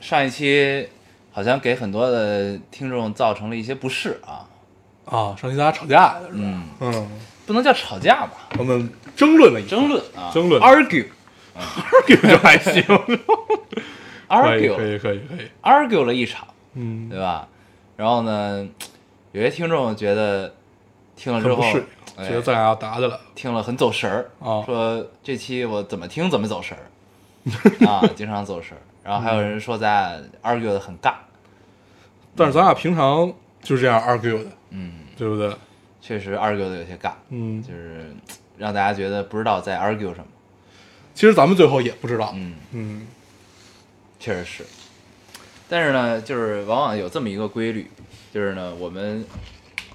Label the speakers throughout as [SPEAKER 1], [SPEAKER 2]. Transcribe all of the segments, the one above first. [SPEAKER 1] 上一期好像给很多的听众造成了一些不适啊，
[SPEAKER 2] 啊，上期咱俩吵架来着，
[SPEAKER 1] 嗯，
[SPEAKER 2] 嗯，
[SPEAKER 1] 不能叫吵架吧，
[SPEAKER 2] 我们争论了一
[SPEAKER 1] 争论啊，
[SPEAKER 2] 争论
[SPEAKER 1] ，argue，argue，argue
[SPEAKER 2] ，argue 就还行，可
[SPEAKER 1] argue
[SPEAKER 2] 以可以可以，
[SPEAKER 1] argue 了一场，
[SPEAKER 2] 嗯，
[SPEAKER 1] 对吧？然后呢，有些听众觉得听了之
[SPEAKER 2] 很
[SPEAKER 1] 后
[SPEAKER 2] 不是，，
[SPEAKER 1] 哎
[SPEAKER 2] 觉得咱俩要打起来了，
[SPEAKER 1] 听了很走神儿，
[SPEAKER 2] 哦
[SPEAKER 1] 说这期我怎么听怎么走神儿 啊，经常走神儿。然后还有人说咱俩 argue 的很尬，
[SPEAKER 2] 但是咱俩平常就是这样 argue 的，
[SPEAKER 1] 嗯，
[SPEAKER 2] 对不对？
[SPEAKER 1] 确实 argue 的有些尬，
[SPEAKER 2] 嗯
[SPEAKER 1] 就，是让大家觉得不知道在 argue 什么。
[SPEAKER 2] 其实咱们最后也不知道，
[SPEAKER 1] 嗯，
[SPEAKER 2] 嗯，
[SPEAKER 1] 确实是。但是呢，就是往往有这么一个规律，就是呢，我们，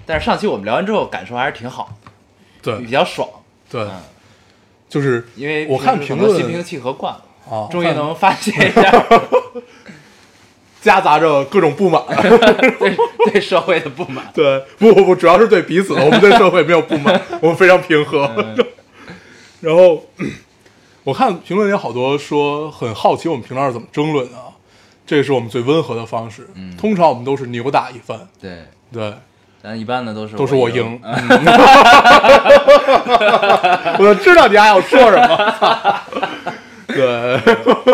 [SPEAKER 1] 但是上期我们聊完之后感受还是挺好，比
[SPEAKER 2] 对
[SPEAKER 1] 较爽，
[SPEAKER 2] 对
[SPEAKER 1] 嗯，
[SPEAKER 2] 就是
[SPEAKER 1] 因为
[SPEAKER 2] 我看
[SPEAKER 1] 平时可
[SPEAKER 2] 评
[SPEAKER 1] 能
[SPEAKER 2] 论
[SPEAKER 1] 心平气和惯了，
[SPEAKER 2] 啊，
[SPEAKER 1] 终于
[SPEAKER 2] 看
[SPEAKER 1] 能发泄一 下
[SPEAKER 2] 夹杂着各种 不满，
[SPEAKER 1] 对对社会的不满。
[SPEAKER 2] 对，不不不，主要是对彼此，我们对社会没有不满，我们非常平和。
[SPEAKER 1] 嗯
[SPEAKER 2] 然后我看评论里有好多说很好奇我们平常是怎么争论的啊，这是我们最温和的方式。
[SPEAKER 1] 嗯
[SPEAKER 2] 通常我们都是扭打一番，
[SPEAKER 1] 对，
[SPEAKER 2] 对，
[SPEAKER 1] 咱一般的都是
[SPEAKER 2] 都是我
[SPEAKER 1] 我
[SPEAKER 2] 赢。我就知道你还要说什么。 对，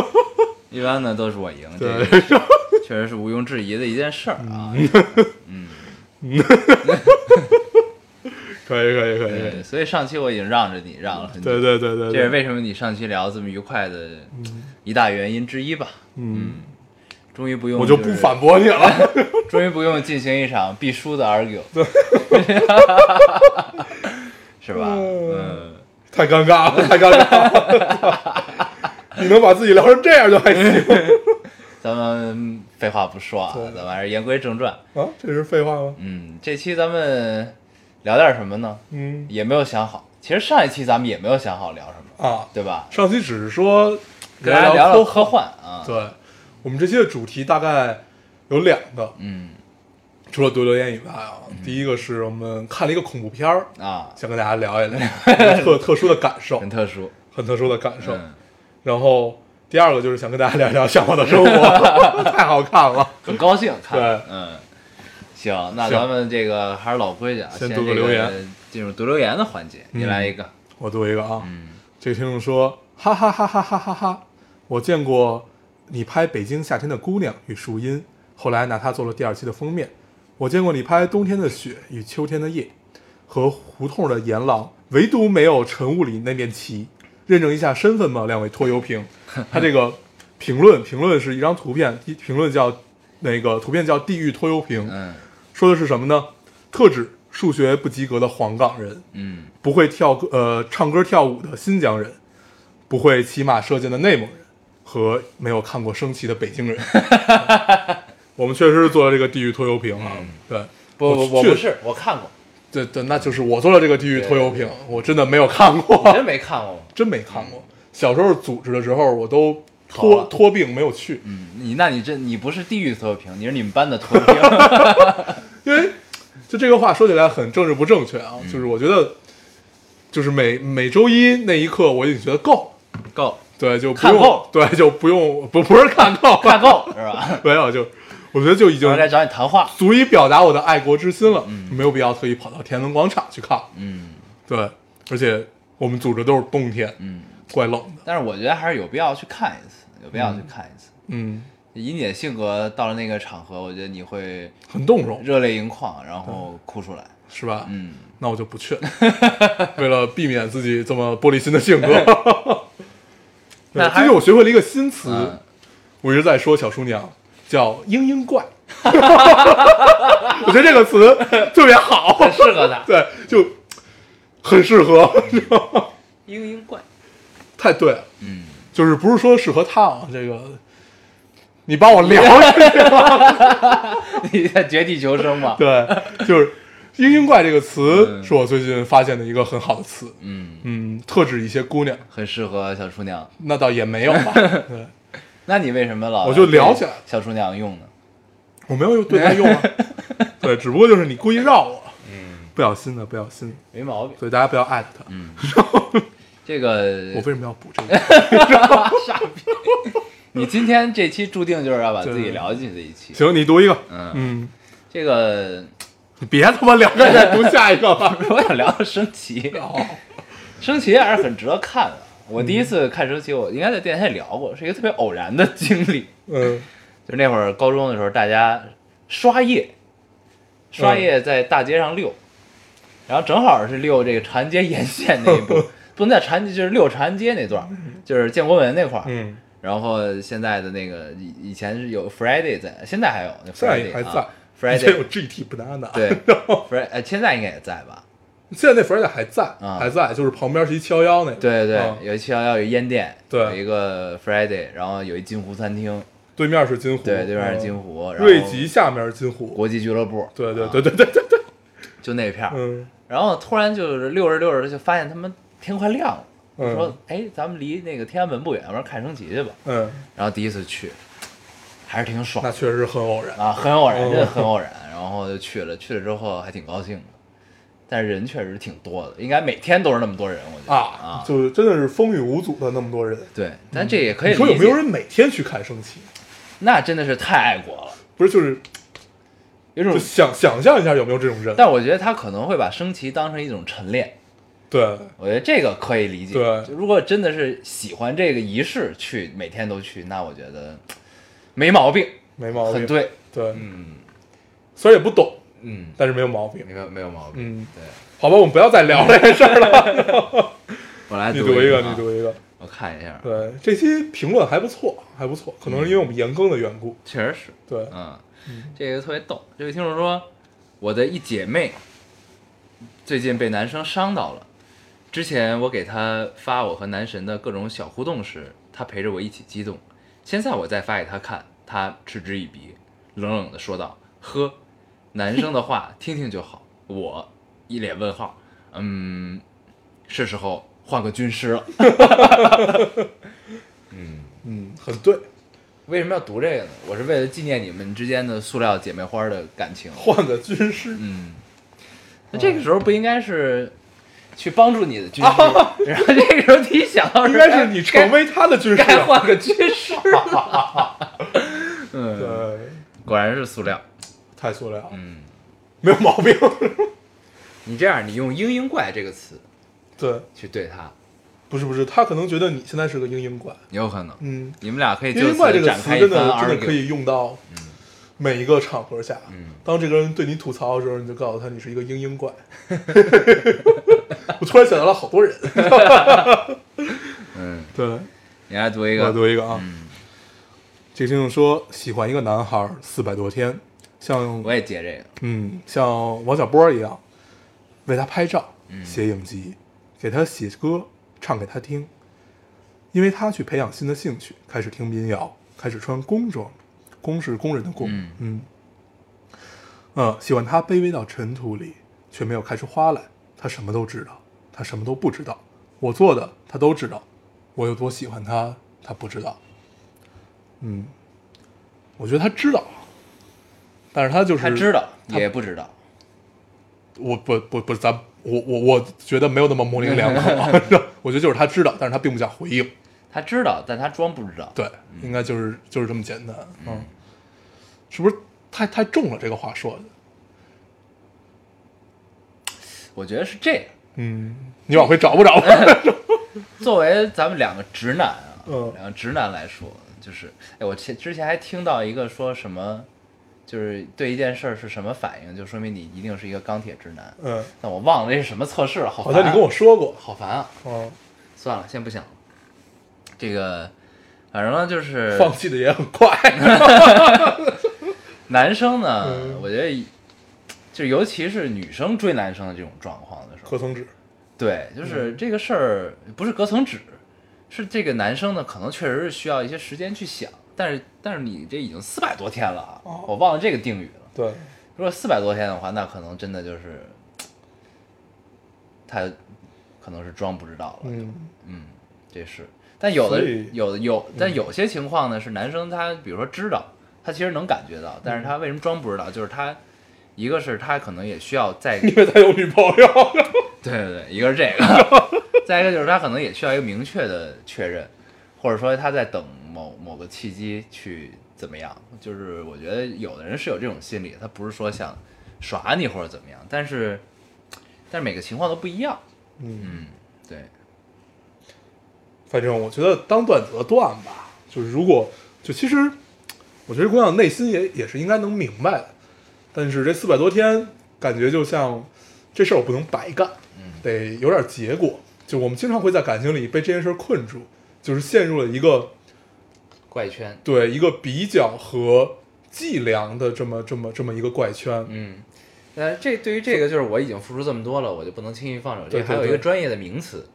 [SPEAKER 1] 一般的都是我赢，这
[SPEAKER 2] 对
[SPEAKER 1] 个
[SPEAKER 2] 嗯
[SPEAKER 1] 是确实是毋庸置疑的一件事儿啊。
[SPEAKER 2] 可以可以可以可以
[SPEAKER 1] 对，，所以上期我已经让着你，让了很久。
[SPEAKER 2] 对对对对嗯
[SPEAKER 1] 这是
[SPEAKER 2] 对，
[SPEAKER 1] 为什么你上期聊这么愉快的一大原因之一吧？
[SPEAKER 2] 嗯，
[SPEAKER 1] 终于不用
[SPEAKER 2] 我就不
[SPEAKER 1] 是
[SPEAKER 2] 反驳你了。
[SPEAKER 1] 终于不用进行一场必输的 argue，是吧？嗯，
[SPEAKER 2] 太尴尬了，太尴尬了。 你能把自己聊成这样就还行
[SPEAKER 1] 咱们废话不说啊，咱们还是言归正传。
[SPEAKER 2] 啊？这是废话吗？
[SPEAKER 1] 嗯，这期咱们聊点什么呢？
[SPEAKER 2] 嗯
[SPEAKER 1] 也没有想好。其实上一期咱们也没有想好聊什么，
[SPEAKER 2] 啊，
[SPEAKER 1] 对吧？
[SPEAKER 2] 上期只是说
[SPEAKER 1] 给大家聊聊
[SPEAKER 2] 科
[SPEAKER 1] 科幻啊。
[SPEAKER 2] 对，我们这期的主题大概有两个，
[SPEAKER 1] 嗯
[SPEAKER 2] 除了读留言以外啊，第一个是我们看了一个恐怖片儿，
[SPEAKER 1] 啊，
[SPEAKER 2] 想跟大家 聊一聊一个特特殊的感受
[SPEAKER 1] 很，特殊。
[SPEAKER 2] 很特殊的感受。
[SPEAKER 1] 嗯，
[SPEAKER 2] 然后第二个就是想跟大家聊一聊向往的生活， 太好看了。
[SPEAKER 1] 很高兴看。
[SPEAKER 2] 对
[SPEAKER 1] 嗯，行，那
[SPEAKER 2] 行
[SPEAKER 1] 咱们这个还是老规矩啊，
[SPEAKER 2] 先
[SPEAKER 1] 先
[SPEAKER 2] 读个
[SPEAKER 1] 这
[SPEAKER 2] 留言，嗯
[SPEAKER 1] 进入读留言的环节，你来一个。
[SPEAKER 2] 我读一个啊，
[SPEAKER 1] 嗯，
[SPEAKER 2] 这个听众说，哈哈哈哈哈哈哈，我见过你拍《北京夏天的姑娘与树荫》，后来拿它做了第二期的封面。我见过你拍《冬天的雪与秋天的夜》和胡同的岩廊，唯独没有晨雾里那面旗。认证一下身份吧，两位拖油瓶。他这个评论评论是一张图片，一评论叫那个图片叫地狱拖油瓶，
[SPEAKER 1] 嗯
[SPEAKER 2] 说的是什么呢？特指数学不及格的黄冈人。
[SPEAKER 1] 嗯
[SPEAKER 2] 不会跳歌呃唱歌跳舞的新疆人，不会骑马射箭的内蒙人和没有看过升旗的北京人。 我们确实是做了这个地狱拖油瓶啊，对，
[SPEAKER 1] 嗯不不，我
[SPEAKER 2] 确
[SPEAKER 1] 不是，我看过，
[SPEAKER 2] 对对，那就是我做了这个地狱拖油瓶，我真的没有看
[SPEAKER 1] 你
[SPEAKER 2] 过，
[SPEAKER 1] 真没看过吗？
[SPEAKER 2] 真没看过。小时候组织的时候，我都
[SPEAKER 1] 好
[SPEAKER 2] 托
[SPEAKER 1] 啊
[SPEAKER 2] 托病没有去，
[SPEAKER 1] 嗯，你那你这你不是地狱投屏，你是你们班的投屏。
[SPEAKER 2] 因为就这个话说起来很政治不正确啊，
[SPEAKER 1] 嗯
[SPEAKER 2] 就是我觉得，就是每每周一那一刻我已经觉得够了。
[SPEAKER 1] 够
[SPEAKER 2] 对，就不
[SPEAKER 1] 看
[SPEAKER 2] 用
[SPEAKER 1] 够，
[SPEAKER 2] 对，就不用，不不是看够，
[SPEAKER 1] 看够了是吧？
[SPEAKER 2] 没有，就我觉得就已经
[SPEAKER 1] 我来找你谈话。
[SPEAKER 2] 足以表达我的爱国之心了，没有必要特意跑到天安门广场去看。
[SPEAKER 1] 嗯
[SPEAKER 2] 对，而且我们组织都是冬天，
[SPEAKER 1] 嗯，
[SPEAKER 2] 怪冷的。
[SPEAKER 1] 但是我觉得还是有必要去看一次，有必要去看一次。
[SPEAKER 2] 嗯，
[SPEAKER 1] 以你的性格，到了那个场合，我觉得你会
[SPEAKER 2] 很动容，
[SPEAKER 1] 热泪盈眶，然
[SPEAKER 2] 嗯
[SPEAKER 1] 后哭出来。
[SPEAKER 2] 是吧？
[SPEAKER 1] 嗯，
[SPEAKER 2] 那我就不去了，为了避免自己这么玻璃心的性格。对
[SPEAKER 1] 那还
[SPEAKER 2] 最近我学会了一个新词，
[SPEAKER 1] 嗯
[SPEAKER 2] 我一直在说小叔娘，叫“嘤嘤怪”， 我觉得这个词特别好。
[SPEAKER 1] 很 适合他，
[SPEAKER 2] 对，就很适合，
[SPEAKER 1] 嘤嘤怪。
[SPEAKER 2] 太对了，
[SPEAKER 1] 嗯，
[SPEAKER 2] 就是不是说适合他啊，这个你帮我聊一下。
[SPEAKER 1] 你在绝地求生嘛？
[SPEAKER 2] 对，就是“嘤嘤怪”这个词
[SPEAKER 1] 嗯
[SPEAKER 2] 是我最近发现的一个很好的词，
[SPEAKER 1] 嗯，
[SPEAKER 2] 嗯，特指一些姑娘，
[SPEAKER 1] 很适合小厨娘。
[SPEAKER 2] 那倒也没有吧。对，
[SPEAKER 1] 那你为什么老
[SPEAKER 2] 我就聊起来
[SPEAKER 1] 对小厨娘用呢？
[SPEAKER 2] 我没有对它用 啊，对，只不过就是你故意绕我，嗯，不小心的，不小心的，
[SPEAKER 1] 没毛病。
[SPEAKER 2] 所以大家不要艾特他。嗯，
[SPEAKER 1] 这个
[SPEAKER 2] 我为什么要补这个？
[SPEAKER 1] 你今天这期注定就是要把自己
[SPEAKER 2] 对
[SPEAKER 1] 聊进去的一期。
[SPEAKER 2] 行，你读一个，
[SPEAKER 1] 嗯，
[SPEAKER 2] 嗯，
[SPEAKER 1] 这个
[SPEAKER 2] 你别他妈聊这再读下一个吧。
[SPEAKER 1] 我想聊升旗，
[SPEAKER 2] 哦
[SPEAKER 1] 升旗还是很值得看的。我第一次看升旗，我应该在电台里聊过，是一个特别偶然的经历。
[SPEAKER 2] 嗯
[SPEAKER 1] 就那会儿高中的时候，大家刷夜，刷
[SPEAKER 2] 嗯
[SPEAKER 1] 夜在大街上溜，然后正好是溜这个长安街沿线那一 步，不能在长安街，就是溜长安街那段儿，就是建国门那块儿。
[SPEAKER 2] 嗯，
[SPEAKER 1] 然后现在的那个以以前是有 Friday 在，现在还有那
[SPEAKER 2] 现在
[SPEAKER 1] Friday
[SPEAKER 2] 还
[SPEAKER 1] 啊
[SPEAKER 2] 在这有
[SPEAKER 1] Friday
[SPEAKER 2] GT banana，，
[SPEAKER 1] 对 Friday 呃现在应该也在吧？
[SPEAKER 2] 现在那 f r 还在，
[SPEAKER 1] 啊
[SPEAKER 2] 还在，就是旁边是一七幺幺那个，
[SPEAKER 1] 对对，
[SPEAKER 2] 啊
[SPEAKER 1] 有一七幺幺，有一烟店，
[SPEAKER 2] 对
[SPEAKER 1] 有一个 Friday，然后有一金湖餐厅，
[SPEAKER 2] 对面是金湖，
[SPEAKER 1] 对，对面是
[SPEAKER 2] 嗯
[SPEAKER 1] 金，湖，然后
[SPEAKER 2] 瑞吉下面是金湖，
[SPEAKER 1] 国际俱乐部，
[SPEAKER 2] 对对
[SPEAKER 1] 啊
[SPEAKER 2] 对对对对对，
[SPEAKER 1] 就那片儿。
[SPEAKER 2] 嗯
[SPEAKER 1] 然后突然就是溜着溜着就发现他们天快亮了，
[SPEAKER 2] 嗯
[SPEAKER 1] 说哎，咱们离那个天安门不远，要不然看升旗去吧。
[SPEAKER 2] 嗯，
[SPEAKER 1] 然后第一次去，还是挺爽
[SPEAKER 2] 那
[SPEAKER 1] 的
[SPEAKER 2] 确实很偶然，
[SPEAKER 1] 啊，很偶然，
[SPEAKER 2] 嗯
[SPEAKER 1] 真的很偶然。然后就去了，去了之后还挺高兴的，但是人确实挺多的，应该每天都是那么多人，我觉得
[SPEAKER 2] 啊，就是真的是风雨无阻的那么多人。
[SPEAKER 1] 对，但这也可以
[SPEAKER 2] 你
[SPEAKER 1] 理解。
[SPEAKER 2] 说嗯有没有人每天去看升旗？
[SPEAKER 1] 那真的是太爱国了，
[SPEAKER 2] 不是，就是
[SPEAKER 1] 有种
[SPEAKER 2] 就想想象一下有没有这种人？
[SPEAKER 1] 但我觉得他可能会把升旗当成一种晨练，
[SPEAKER 2] 对，
[SPEAKER 1] 我觉得这个可以理解。
[SPEAKER 2] 对
[SPEAKER 1] 就如果真的是喜欢这个仪式，去每天都去，那我觉得嘖没毛病，
[SPEAKER 2] 没毛病。
[SPEAKER 1] 很，对。
[SPEAKER 2] 对，
[SPEAKER 1] 嗯
[SPEAKER 2] 虽然也不懂，
[SPEAKER 1] 嗯，
[SPEAKER 2] 但是没有毛病。
[SPEAKER 1] 没有没有毛病。
[SPEAKER 2] 嗯，
[SPEAKER 1] 对，
[SPEAKER 2] 好吧，我们不要再聊 这个事儿了。
[SPEAKER 1] 我来
[SPEAKER 2] 你
[SPEAKER 1] 读
[SPEAKER 2] 读一个，
[SPEAKER 1] 啊
[SPEAKER 2] 你，读一个。
[SPEAKER 1] 我看一下，
[SPEAKER 2] 对，这期评论还不错，还不错，可能是因为我们延更的缘故。
[SPEAKER 1] 确实是，
[SPEAKER 2] 对，
[SPEAKER 1] 嗯，这个特别逗。这位听众说，我的一姐妹最近被男生伤到了。之前我给她发我和男神的各种小互动时，她陪着我一起激动。现在我再发给她看，她嗤之以鼻，冷冷的说道：“呵，男生的话听听就好。”我一脸问号，嗯，是时候换个军师了。
[SPEAKER 2] 嗯，很对，
[SPEAKER 1] 为什么要读这个呢？我是为了纪念你们之间的塑料姐妹花的感情。
[SPEAKER 2] 换个军师。
[SPEAKER 1] 嗯，那这个时候不应该是去帮助你的军师， 然后这个时候你想到
[SPEAKER 2] 应该是你成为他的军师
[SPEAKER 1] 该该
[SPEAKER 2] 了。
[SPEAKER 1] 换个军师啊了。 嗯，
[SPEAKER 2] 对，
[SPEAKER 1] 果然是塑料。
[SPEAKER 2] 太塑料了，
[SPEAKER 1] 嗯，
[SPEAKER 2] 没有毛 病。
[SPEAKER 1] 你这样，你用“嘤嘤怪”这个词
[SPEAKER 2] 对，
[SPEAKER 1] 去对他，
[SPEAKER 2] 不是不是，他可能觉得你现在是个嘤嘤怪。
[SPEAKER 1] 有可能。
[SPEAKER 2] 嗯，
[SPEAKER 1] 你们俩可以
[SPEAKER 2] 嘤
[SPEAKER 1] 就
[SPEAKER 2] 嘤怪这
[SPEAKER 1] 此
[SPEAKER 2] 个
[SPEAKER 1] 展
[SPEAKER 2] 词
[SPEAKER 1] 开一
[SPEAKER 2] 真
[SPEAKER 1] 番
[SPEAKER 2] 的真的可
[SPEAKER 1] argue。
[SPEAKER 2] 以用到每一个场合下。
[SPEAKER 1] 嗯
[SPEAKER 2] 当这个人对你吐槽的时候，你就告诉他你是一个嘤嘤怪。 我突然想到了好多人。
[SPEAKER 1] 嗯，
[SPEAKER 2] 对，
[SPEAKER 1] 你来读一
[SPEAKER 2] 我
[SPEAKER 1] 个。嗯
[SPEAKER 2] 读一个啊。这个听众说喜欢一个男孩四百多天，像
[SPEAKER 1] 我也接这个。
[SPEAKER 2] 嗯像王小波一样，为他拍照、写影集，给他写歌、唱给他听，因为他去培养新的兴趣，开始听民谣，开始穿工装，工是工人的工，
[SPEAKER 1] 嗯
[SPEAKER 2] 嗯呃，喜欢他卑微到尘土里，却没有开出花来。他什么都知道，他什么都不知道。我做的他都知道，我有多喜欢他，他不知道。嗯，我觉得他知道，但是他就是
[SPEAKER 1] 他知道也不知道，
[SPEAKER 2] 我不不不，咱我我我觉得没有那么模棱两可， 我觉得就是他知道，但是他并不想回应。
[SPEAKER 1] 他知道，但他装不知道。
[SPEAKER 2] 对，应该就是就是这么简单。嗯，是不是太太重了？这个话说的，
[SPEAKER 1] 我觉得是这样。
[SPEAKER 2] 嗯，你往回找不找 吧？
[SPEAKER 1] 作为咱们两个直男啊，
[SPEAKER 2] 嗯
[SPEAKER 1] 两个直男来说，就是，哎，我前之前还听到一个说什么，就是对一件事儿是什么反应，就说明你一定是一个钢铁直男。
[SPEAKER 2] 嗯，
[SPEAKER 1] 但我忘了那是什么测试了，好
[SPEAKER 2] 好
[SPEAKER 1] 烦、
[SPEAKER 2] 像你跟我，说过。
[SPEAKER 1] 好烦啊！
[SPEAKER 2] 嗯，
[SPEAKER 1] 算了，先不想了。这个，反正呢就是
[SPEAKER 2] 放弃的也很快。
[SPEAKER 1] 男生呢，
[SPEAKER 2] 嗯
[SPEAKER 1] 我觉得，就尤其是女生追男生的这种状况的时候
[SPEAKER 2] 何，曾纸，
[SPEAKER 1] 对，
[SPEAKER 2] 嗯
[SPEAKER 1] 就是这个事儿不是隔层纸，是这个男生呢，可能确实是需要一些时间去想，但是但是你这已经四百多天了啊，
[SPEAKER 2] 哦
[SPEAKER 1] 我忘了这个定语了。
[SPEAKER 2] 对，
[SPEAKER 1] 如果四百多天的话，那可能真的就是他可能是装不知道了。
[SPEAKER 2] 嗯，
[SPEAKER 1] 嗯，这是。但有的
[SPEAKER 2] 所以嗯
[SPEAKER 1] 有的有，但有些情况呢是男生他比如说知道，他其实能感觉到，但是他为什么装不知道？就是他一个是他可能也需要 再
[SPEAKER 2] 因为他有女朋友，
[SPEAKER 1] 对对对，一个是这个，再一个就是他可能也需要一个明确的确认，或者说他在等某某个契机去怎么样。就是我觉得有的人是有这种心理，他不是说想耍你或者怎么样，但是但是每个情况都不一样。
[SPEAKER 2] 嗯，
[SPEAKER 1] 嗯，对，
[SPEAKER 2] 反正我觉得当断则断吧，就是如果就其实，我觉得姑娘内心也也是应该能明白的，但是这四百多天感觉就像这事儿我不能白干，
[SPEAKER 1] 嗯
[SPEAKER 2] 得有点结果。就我们经常会在感情里被这件事儿困住，就是陷入了一个
[SPEAKER 1] 怪圈，
[SPEAKER 2] 对一个比较和计量的这么这么这么一个怪圈。
[SPEAKER 1] 嗯。呃，这对于这个就是我已经付出这么多了，我就不能轻易放手。这
[SPEAKER 2] 对对
[SPEAKER 1] 还有一个
[SPEAKER 2] 对
[SPEAKER 1] 专业的名词，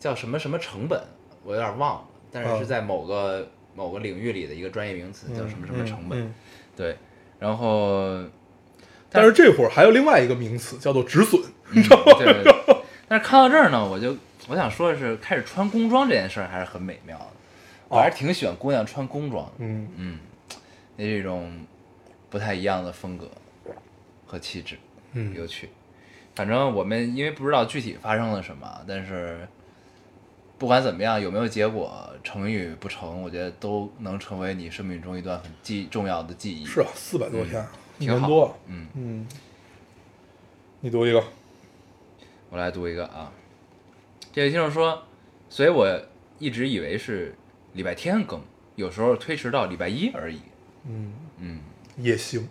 [SPEAKER 1] 叫什么什么成本，我有点忘了，但是
[SPEAKER 2] 嗯
[SPEAKER 1] 是在某个、某个领域里的一个专业名词，叫什么什么成本。
[SPEAKER 2] 嗯嗯
[SPEAKER 1] 对，然后嗯
[SPEAKER 2] 但是这会儿还有另外一个名词叫做止损，
[SPEAKER 1] 嗯对对对，但是看到这儿呢，我就我想说的是，开始穿工装这件事儿还是很美妙的，我还是挺喜欢姑娘穿工装，
[SPEAKER 2] 嗯，
[SPEAKER 1] 嗯，那是一种不太一样的风格和气质，
[SPEAKER 2] 嗯
[SPEAKER 1] 有趣。反正我们因为不知道具体发生了什么，但是不管怎么样，有没有结果，成与不成，我觉得都能成为你生命中一段很记重要的记忆。
[SPEAKER 2] 是啊，四百多天，一
[SPEAKER 1] 挺
[SPEAKER 2] 年
[SPEAKER 1] 好
[SPEAKER 2] 多了。
[SPEAKER 1] 嗯，
[SPEAKER 2] 嗯，你读一个，
[SPEAKER 1] 我来读一个啊，这位听众说，所以我一直以为是礼拜天更，有时候推迟到礼拜一而已。
[SPEAKER 2] 嗯，
[SPEAKER 1] 嗯，
[SPEAKER 2] 也行，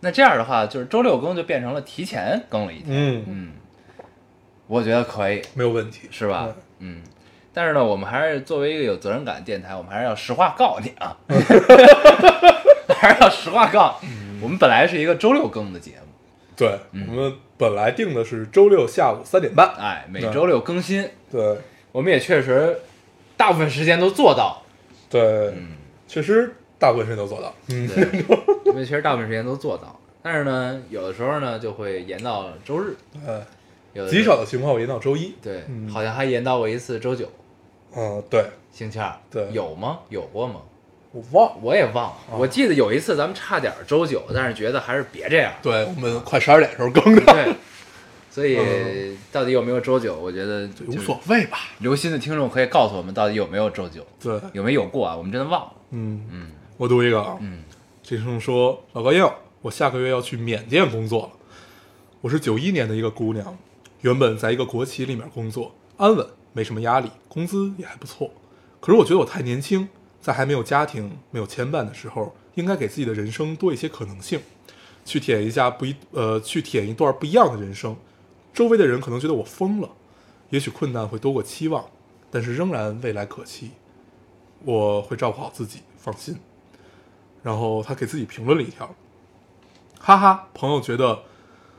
[SPEAKER 1] 那这样的话，就是周六更就变成了提前更了一天。
[SPEAKER 2] 嗯，
[SPEAKER 1] 嗯，我觉得可以，
[SPEAKER 2] 没有问题，
[SPEAKER 1] 是吧？嗯，但是呢，我们还是作为一个有责任感的电台，我们还是要实话告你 啊，还是要实话告你。
[SPEAKER 2] 嗯
[SPEAKER 1] 我们本来是一个周六更的节目，
[SPEAKER 2] 对，
[SPEAKER 1] 嗯
[SPEAKER 2] 我们本来定的是周六下午三点半，
[SPEAKER 1] 哎，每
[SPEAKER 2] 对
[SPEAKER 1] 周六更新，
[SPEAKER 2] 对
[SPEAKER 1] 我们也确实大部分时间都做到了。
[SPEAKER 2] 对，
[SPEAKER 1] 嗯
[SPEAKER 2] 确实大部分人都做到，嗯，
[SPEAKER 1] 对，因为其实大部分时间都做到了，但是呢，有的时候呢就会延到周日，
[SPEAKER 2] 哎，
[SPEAKER 1] 有的
[SPEAKER 2] 极
[SPEAKER 1] 时
[SPEAKER 2] 少
[SPEAKER 1] 候
[SPEAKER 2] 的情况我延到周一，
[SPEAKER 1] 对，
[SPEAKER 2] 嗯
[SPEAKER 1] 好像还延到过一次周九、
[SPEAKER 2] 嗯，对
[SPEAKER 1] 星期二，
[SPEAKER 2] 对哦
[SPEAKER 1] 有吗？有过吗？
[SPEAKER 2] 我忘了，
[SPEAKER 1] 我也忘了，我记得有一次咱们差点儿周九，但是觉得还是别这样，
[SPEAKER 2] 对我们快十二点的时候更的，
[SPEAKER 1] 对，所以到底有没有周九，我觉得
[SPEAKER 2] 嗯无
[SPEAKER 1] 就是
[SPEAKER 2] 所谓吧，
[SPEAKER 1] 留心的听众可以告诉我们到底有没有周九，
[SPEAKER 2] 对，
[SPEAKER 1] 有没有过啊？我们真的忘了，
[SPEAKER 2] 嗯，
[SPEAKER 1] 嗯
[SPEAKER 2] 我读一个啊，
[SPEAKER 1] 嗯
[SPEAKER 2] 这听众说：“老高要，我下个月要去缅甸工作了。我是九一年的一个姑娘，原本在一个国企里面工作，安稳，没什么压力，工资也还不错。可是我觉得我太年轻，在还没有家庭、没有牵绊的时候，应该给自己的人生多一些可能性，去舔一下不一呃，去舔一段不一样的人生。周围的人可能觉得我疯了，也许困难会多过期望，但是仍然未来可期。我会照顾好自己，放心。”然后他给自己评论了一条，哈哈，朋友觉得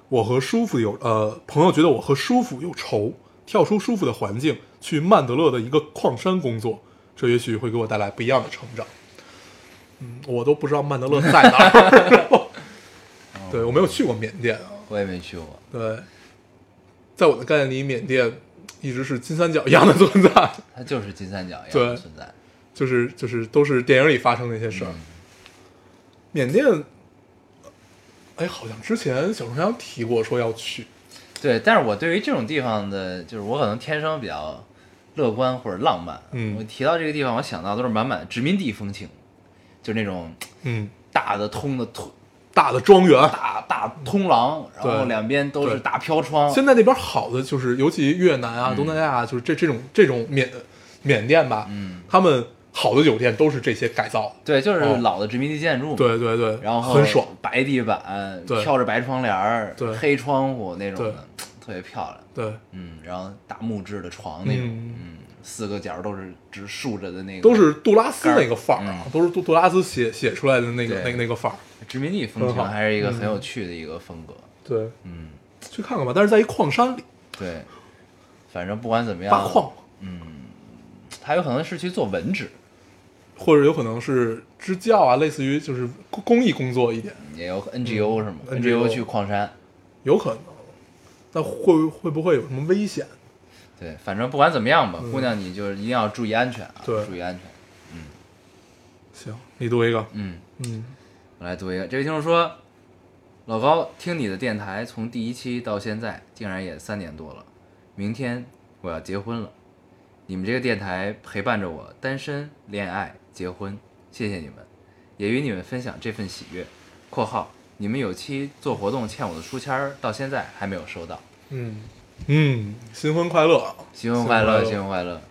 [SPEAKER 2] 我和舒服有呃，朋友觉得我和舒服有仇，跳出舒服的环境，去曼德勒的一个矿山工作，这也许会给我带来不一样的成长。嗯，我都不知道曼德勒在哪儿，然后对我没有去过缅甸啊，
[SPEAKER 1] 我也没去过，
[SPEAKER 2] 对，在我的概念里，缅甸一直是金三角一样的存在，
[SPEAKER 1] 它就是金三角一样
[SPEAKER 2] 对
[SPEAKER 1] 的存在，
[SPEAKER 2] 就是就是都是电影里发生的一些事儿。缅甸，哎，好像之前小春阳提过说要去，
[SPEAKER 1] 对，但是我对于这种地方的，就是我可能天生比较乐观或者浪漫。啊
[SPEAKER 2] 嗯
[SPEAKER 1] 我提到这个地方，我想到都是满满殖民地风情，就那种
[SPEAKER 2] 嗯，
[SPEAKER 1] 大的通的通
[SPEAKER 2] 大的庄园。
[SPEAKER 1] 大大通廊，然后
[SPEAKER 2] 对
[SPEAKER 1] 两边都是
[SPEAKER 2] 对
[SPEAKER 1] 大飘窗。
[SPEAKER 2] 现在那边好的就是，尤其越南啊、东南亚啊，就是这这种这种缅缅甸吧，
[SPEAKER 1] 嗯，
[SPEAKER 2] 他们好的酒店都是这些改造的。
[SPEAKER 1] 对，就是
[SPEAKER 2] 哦
[SPEAKER 1] 老的殖民地建筑嘛。
[SPEAKER 2] 对对对，
[SPEAKER 1] 然后
[SPEAKER 2] 很爽。，
[SPEAKER 1] 白地板，
[SPEAKER 2] 对
[SPEAKER 1] 飘着白窗帘儿，
[SPEAKER 2] 对
[SPEAKER 1] 黑窗户那种的，特别漂亮。
[SPEAKER 2] 对，
[SPEAKER 1] 嗯，然后大木质的床那种，
[SPEAKER 2] 嗯
[SPEAKER 1] 嗯，四个角都是直竖着的那个，
[SPEAKER 2] 都是杜拉斯那个范儿啊
[SPEAKER 1] 嗯，
[SPEAKER 2] 都是杜杜拉斯写写出来的那个
[SPEAKER 1] 对
[SPEAKER 2] 那个那个范儿。
[SPEAKER 1] 殖民地风
[SPEAKER 2] 很
[SPEAKER 1] 情，
[SPEAKER 2] 好嗯
[SPEAKER 1] 还是一个很有趣的一个风格。
[SPEAKER 2] 对，
[SPEAKER 1] 嗯，
[SPEAKER 2] 去看看吧。但是在一矿山里
[SPEAKER 1] 对，反正不管怎么样，
[SPEAKER 2] 挖矿，
[SPEAKER 1] 他有可能是去做文职，
[SPEAKER 2] 或者有可能是支教啊，类似于就是公公益工作一点，
[SPEAKER 1] 也有 NGO 是吗
[SPEAKER 2] NGO
[SPEAKER 1] 去矿山，
[SPEAKER 2] 有可能。那会会不会有什么危险？
[SPEAKER 1] 对，反正不管怎么样吧，姑娘你就是一定要注意安全啊，
[SPEAKER 2] 嗯对
[SPEAKER 1] 注意安全。
[SPEAKER 2] 行，你读一个，
[SPEAKER 1] 嗯，
[SPEAKER 2] 嗯，
[SPEAKER 1] 我来读一个，这位听众说，老高听你的电台从第一期到现在，竟然也三年多了，明天我要结婚了，你们这个电台陪伴着我单身、恋爱、结婚，谢谢你们，也与你们分享这份喜悦。（括号你们有期做活动欠我的书签儿到现在还没有收到，
[SPEAKER 2] 嗯嗯，新婚快乐，
[SPEAKER 1] 新婚快乐，
[SPEAKER 2] 嗯新
[SPEAKER 1] 新婚
[SPEAKER 2] 婚
[SPEAKER 1] 快乐。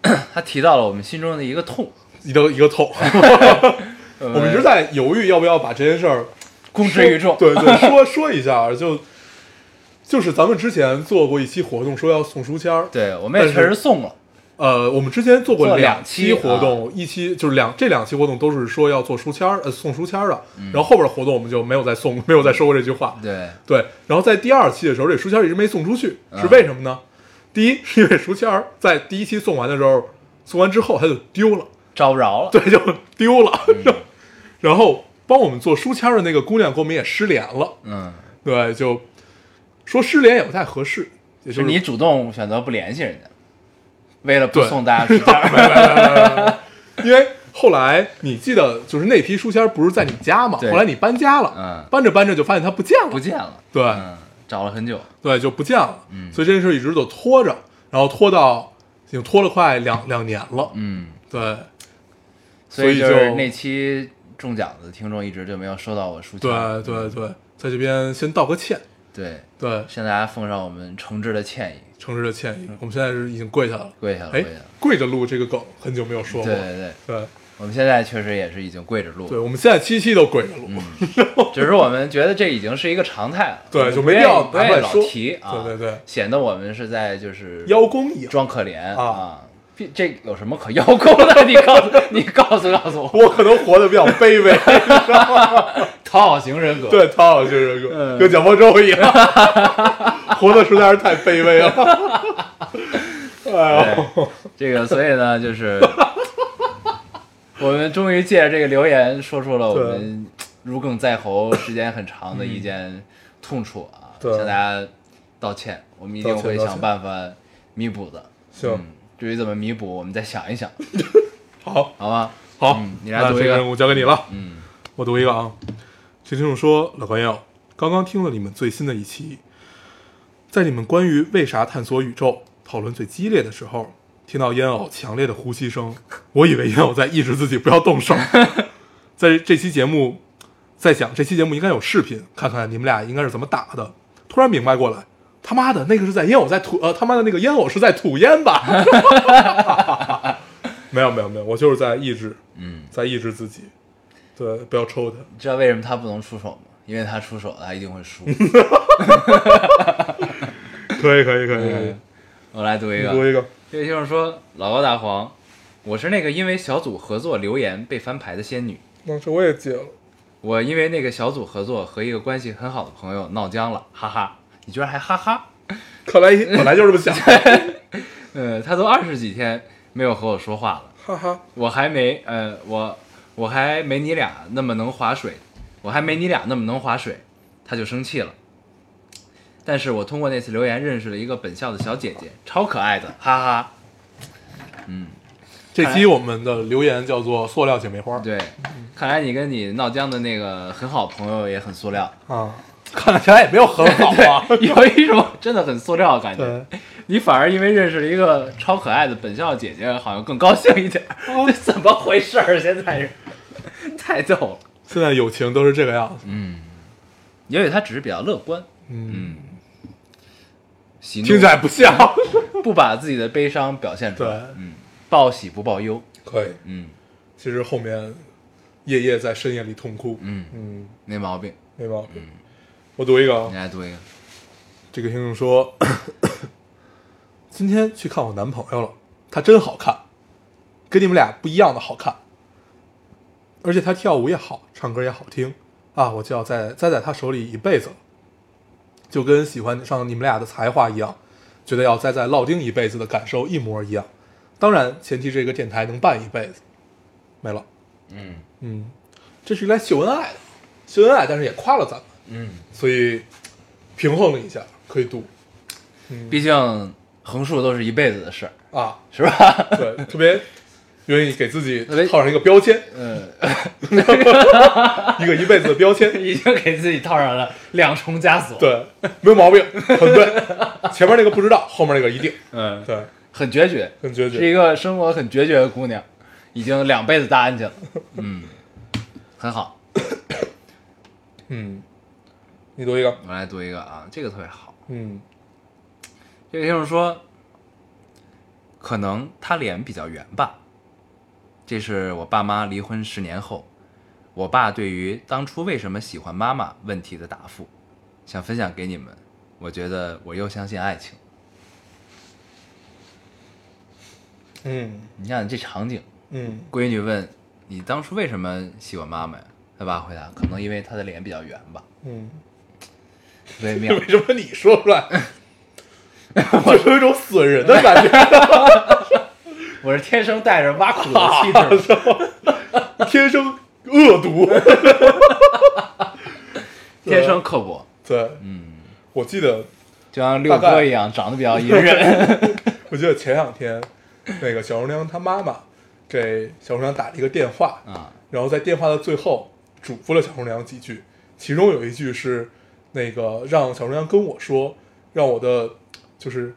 [SPEAKER 2] 对，）
[SPEAKER 1] 他提到了我们心中的一个痛，
[SPEAKER 2] 一个一个痛。
[SPEAKER 1] 我
[SPEAKER 2] 我们一直在犹豫要不要把这件事儿
[SPEAKER 1] 公之于众，
[SPEAKER 2] 对对， 说说一下，就就是咱们之前做过一期活动，说要送书签儿。
[SPEAKER 1] 对，我们也
[SPEAKER 2] 但是
[SPEAKER 1] 确实送了，
[SPEAKER 2] 呃，我们之前做过
[SPEAKER 1] 做
[SPEAKER 2] 两
[SPEAKER 1] 两
[SPEAKER 2] 期
[SPEAKER 1] 期
[SPEAKER 2] 活动，一期就是两这两期活动都是说要做书签儿，呃，送书签儿的。然后后边活动我们就没有再送， 没有再说过这句话。
[SPEAKER 1] 对，
[SPEAKER 2] 对，然后在第二期的时候，这书签儿一直没送出去，是为什么呢？第一是因为书签儿在第一期送完的时候，送完之后它就丢了，
[SPEAKER 1] 找不着了，
[SPEAKER 2] 对，就丢了。 然后帮我们做书签儿的那个姑娘跟我们也失联了。
[SPEAKER 1] 嗯。
[SPEAKER 2] 对，就说失联也不太合适，也就是
[SPEAKER 1] 你主动选择不联系人家，为了不
[SPEAKER 2] 对
[SPEAKER 1] 送大家书签儿
[SPEAKER 2] 因为后来你记得就是那批书签儿不是在你家嘛，
[SPEAKER 1] 对
[SPEAKER 2] 后来你搬家了，
[SPEAKER 1] 嗯
[SPEAKER 2] 搬着搬着就发现它不见了，
[SPEAKER 1] 不见了。
[SPEAKER 2] 对
[SPEAKER 1] 嗯，找了很久，
[SPEAKER 2] 对，就不见了，
[SPEAKER 1] 嗯
[SPEAKER 2] 所以这件事一直都拖着，然后拖到已经拖了快两两年了，
[SPEAKER 1] 嗯，
[SPEAKER 2] 对
[SPEAKER 1] 所以
[SPEAKER 2] 所
[SPEAKER 1] 就
[SPEAKER 2] 以就是
[SPEAKER 1] 那期中奖的听众一直就没有收到我书签儿。
[SPEAKER 2] 对对对，在这边先道个歉，
[SPEAKER 1] 对，
[SPEAKER 2] 对，
[SPEAKER 1] 向大家奉上我们诚挚的歉意，
[SPEAKER 2] 诚挚的歉意，我们现在是已经跪下了，
[SPEAKER 1] 嗯跪下了，
[SPEAKER 2] 哎
[SPEAKER 1] 跪下了。，
[SPEAKER 2] 跪着录这个梗很久没有说
[SPEAKER 1] 对
[SPEAKER 2] 过，
[SPEAKER 1] 对对，
[SPEAKER 2] 对
[SPEAKER 1] 我们现在确实也是已经跪着录
[SPEAKER 2] 对，
[SPEAKER 1] 了，
[SPEAKER 2] 我们现在七期都跪着录，
[SPEAKER 1] 嗯只是我们觉得这已经是一个常态了，
[SPEAKER 2] 对
[SPEAKER 1] 我们
[SPEAKER 2] 就
[SPEAKER 1] 不
[SPEAKER 2] 没必
[SPEAKER 1] 愿意
[SPEAKER 2] 要
[SPEAKER 1] 不
[SPEAKER 2] 拿出
[SPEAKER 1] 愿
[SPEAKER 2] 来
[SPEAKER 1] 意老
[SPEAKER 2] 说
[SPEAKER 1] 提啊，
[SPEAKER 2] 对对对
[SPEAKER 1] 显得我们是在就是
[SPEAKER 2] 邀功一样。
[SPEAKER 1] 装可怜
[SPEAKER 2] 啊
[SPEAKER 1] 啊。这这有什么可邀功的？ 你告诉，你告诉告诉我，
[SPEAKER 2] 我可能活得比较卑微，
[SPEAKER 1] 讨好型人格。，
[SPEAKER 2] 对，讨好型人格，
[SPEAKER 1] 嗯
[SPEAKER 2] 跟蒋方舟一样， 活的实在是太卑微了。哎呦，
[SPEAKER 1] 这个所以呢，就是 我们终于借着这个留言说出了我们如鲠在喉、时间很长的一件痛处啊，
[SPEAKER 2] 对
[SPEAKER 1] 向大家道歉，我们一定
[SPEAKER 2] 道歉
[SPEAKER 1] 会
[SPEAKER 2] 道
[SPEAKER 1] 想
[SPEAKER 2] 歉
[SPEAKER 1] 办法弥补的。嗯
[SPEAKER 2] 行，，
[SPEAKER 1] 至于怎么弥补，我们再想一想，
[SPEAKER 2] 好，
[SPEAKER 1] 好吗？
[SPEAKER 2] 好
[SPEAKER 1] 嗯，你来
[SPEAKER 2] 那
[SPEAKER 1] 读
[SPEAKER 2] 这
[SPEAKER 1] 一
[SPEAKER 2] 个任
[SPEAKER 1] 个。
[SPEAKER 2] 务交给你了，
[SPEAKER 1] 嗯，
[SPEAKER 2] 我读一个啊。这听众说，老朋友，刚刚听了你们最新的一期，在你们关于为啥探索宇宙讨论最激烈的时候，听到烟偶强烈的呼吸声，我以为烟偶在抑制自己不要动 手。在这期节目，在想这期节目应该有视频，看看你们俩应该是怎么打的。突然明白过来，他妈的那个是在烟偶在吐，呃，他妈的那个烟偶是在吐烟 吧？ 没有没有没有，我就是在抑制，
[SPEAKER 1] 嗯，
[SPEAKER 2] 在抑制自己，对，不要抽他。
[SPEAKER 1] 你知道为什么他不能出手吗？因为他出手，他一定会 输。
[SPEAKER 2] 可以可以可以，可以
[SPEAKER 1] 我来读一
[SPEAKER 2] 你
[SPEAKER 1] 个，
[SPEAKER 2] 读一个，
[SPEAKER 1] 这位听众说：“老高大黄，我是那个因为小组合作留言被翻牌的仙女。
[SPEAKER 2] 当时我也戒了，
[SPEAKER 1] 我因为那个小组合作和一个关系很好的朋友闹僵了，哈哈！你居然还哈哈？
[SPEAKER 2] 看来本来就这么 想，
[SPEAKER 1] 呃，他都二十几天没有和我说话了，
[SPEAKER 2] 哈哈，
[SPEAKER 1] 我还没呃，我我还没你俩那么能划水，我还没你俩那么能划水，他就生气了。但是我通过那次留言认识了一个本校的小姐姐，超可爱的，哈哈。”
[SPEAKER 2] 这期我们的留言叫做“塑料姐妹花”，
[SPEAKER 1] 对，看来你跟你闹僵的那个很好朋友也很塑 料，
[SPEAKER 2] 啊，看起来也没有很好 啊，
[SPEAKER 1] 有一种真的很塑料的感觉
[SPEAKER 2] 对。
[SPEAKER 1] 你反而因为认识了一个超可爱的本校姐姐，好像更高兴一点。
[SPEAKER 2] 哦
[SPEAKER 1] 这怎么回事儿？现在是 太逗了。
[SPEAKER 2] 现在友情都是这个样子，
[SPEAKER 1] 也许嗯他只是比较乐观，
[SPEAKER 2] 嗯，
[SPEAKER 1] 嗯，喜怒
[SPEAKER 2] 听起来不像，
[SPEAKER 1] 不把自己的悲伤表现出
[SPEAKER 2] 对
[SPEAKER 1] 来，，报喜不报忧。
[SPEAKER 2] 可以。
[SPEAKER 1] 嗯
[SPEAKER 2] 其实后面夜夜在深夜里痛哭，
[SPEAKER 1] 嗯，
[SPEAKER 2] 嗯，
[SPEAKER 1] 没毛病。
[SPEAKER 2] 没毛病。我读一个
[SPEAKER 1] 你
[SPEAKER 2] 啊，
[SPEAKER 1] 来读一个，
[SPEAKER 2] 这个听众说，今天去看我男朋友了，他真好看，跟你们俩不一样的好看，而且他跳舞也好，唱歌也好听啊，我就要在栽在他手里一辈子了，就跟喜欢上你们俩的才华一样，觉得要栽在烙丁一辈子的感受一模一样。当然，前提这个电台能办一辈子。没了。
[SPEAKER 1] 嗯
[SPEAKER 2] 嗯，这是来秀恩爱的，秀恩爱，但是也夸了咱们，
[SPEAKER 1] 嗯，
[SPEAKER 2] 所以平衡了一下，可以读
[SPEAKER 1] 毕竟横竖都是一辈子的事儿，
[SPEAKER 2] 啊，
[SPEAKER 1] 是吧？
[SPEAKER 2] 对，特别愿意给自己
[SPEAKER 1] 特别
[SPEAKER 2] 套上一个标签，
[SPEAKER 1] 嗯，
[SPEAKER 2] 一个一辈子的标签，
[SPEAKER 1] 已经给自己套上了两重枷锁，，
[SPEAKER 2] 对，没有毛病，很对，前面那个不知道，后面那个一定，
[SPEAKER 1] 嗯，
[SPEAKER 2] 对，
[SPEAKER 1] 很决绝，
[SPEAKER 2] 很决绝
[SPEAKER 1] 是一个生活很决绝的姑娘，已经两辈子大安去了，嗯，很好。
[SPEAKER 2] 嗯，你读一个，
[SPEAKER 1] 我来读一个啊，这个特别好。
[SPEAKER 2] 嗯
[SPEAKER 1] 这个听众说，可能他脸比较圆吧。这是我爸妈离婚十年后，我爸对于当初为什么喜欢妈妈问题的答复，想分享给你们。我觉得我又相信爱情。
[SPEAKER 2] 嗯
[SPEAKER 1] 你想想这场景，
[SPEAKER 2] 嗯
[SPEAKER 1] 闺女问你当初为什么喜欢妈妈呀？他爸回答：可能因为她的脸比较圆吧。
[SPEAKER 2] 嗯，
[SPEAKER 1] 特别妙
[SPEAKER 2] 为，什么你说出来， 我有一种损人的感觉，
[SPEAKER 1] 我是天生带着挖苦的气质。
[SPEAKER 2] 天生恶毒，
[SPEAKER 1] 天生刻薄，
[SPEAKER 2] 对，
[SPEAKER 1] 嗯，
[SPEAKER 2] 我记得
[SPEAKER 1] 就像六
[SPEAKER 2] 大概
[SPEAKER 1] 哥一样，长得比 较隐忍。
[SPEAKER 2] 我记得前两天，那个小红娘她妈妈给小红娘打了一个电话，
[SPEAKER 1] 啊，
[SPEAKER 2] 然后在电话的最后嘱咐了小红娘几句，其中有一句是那个让小红娘跟我说，让我的就是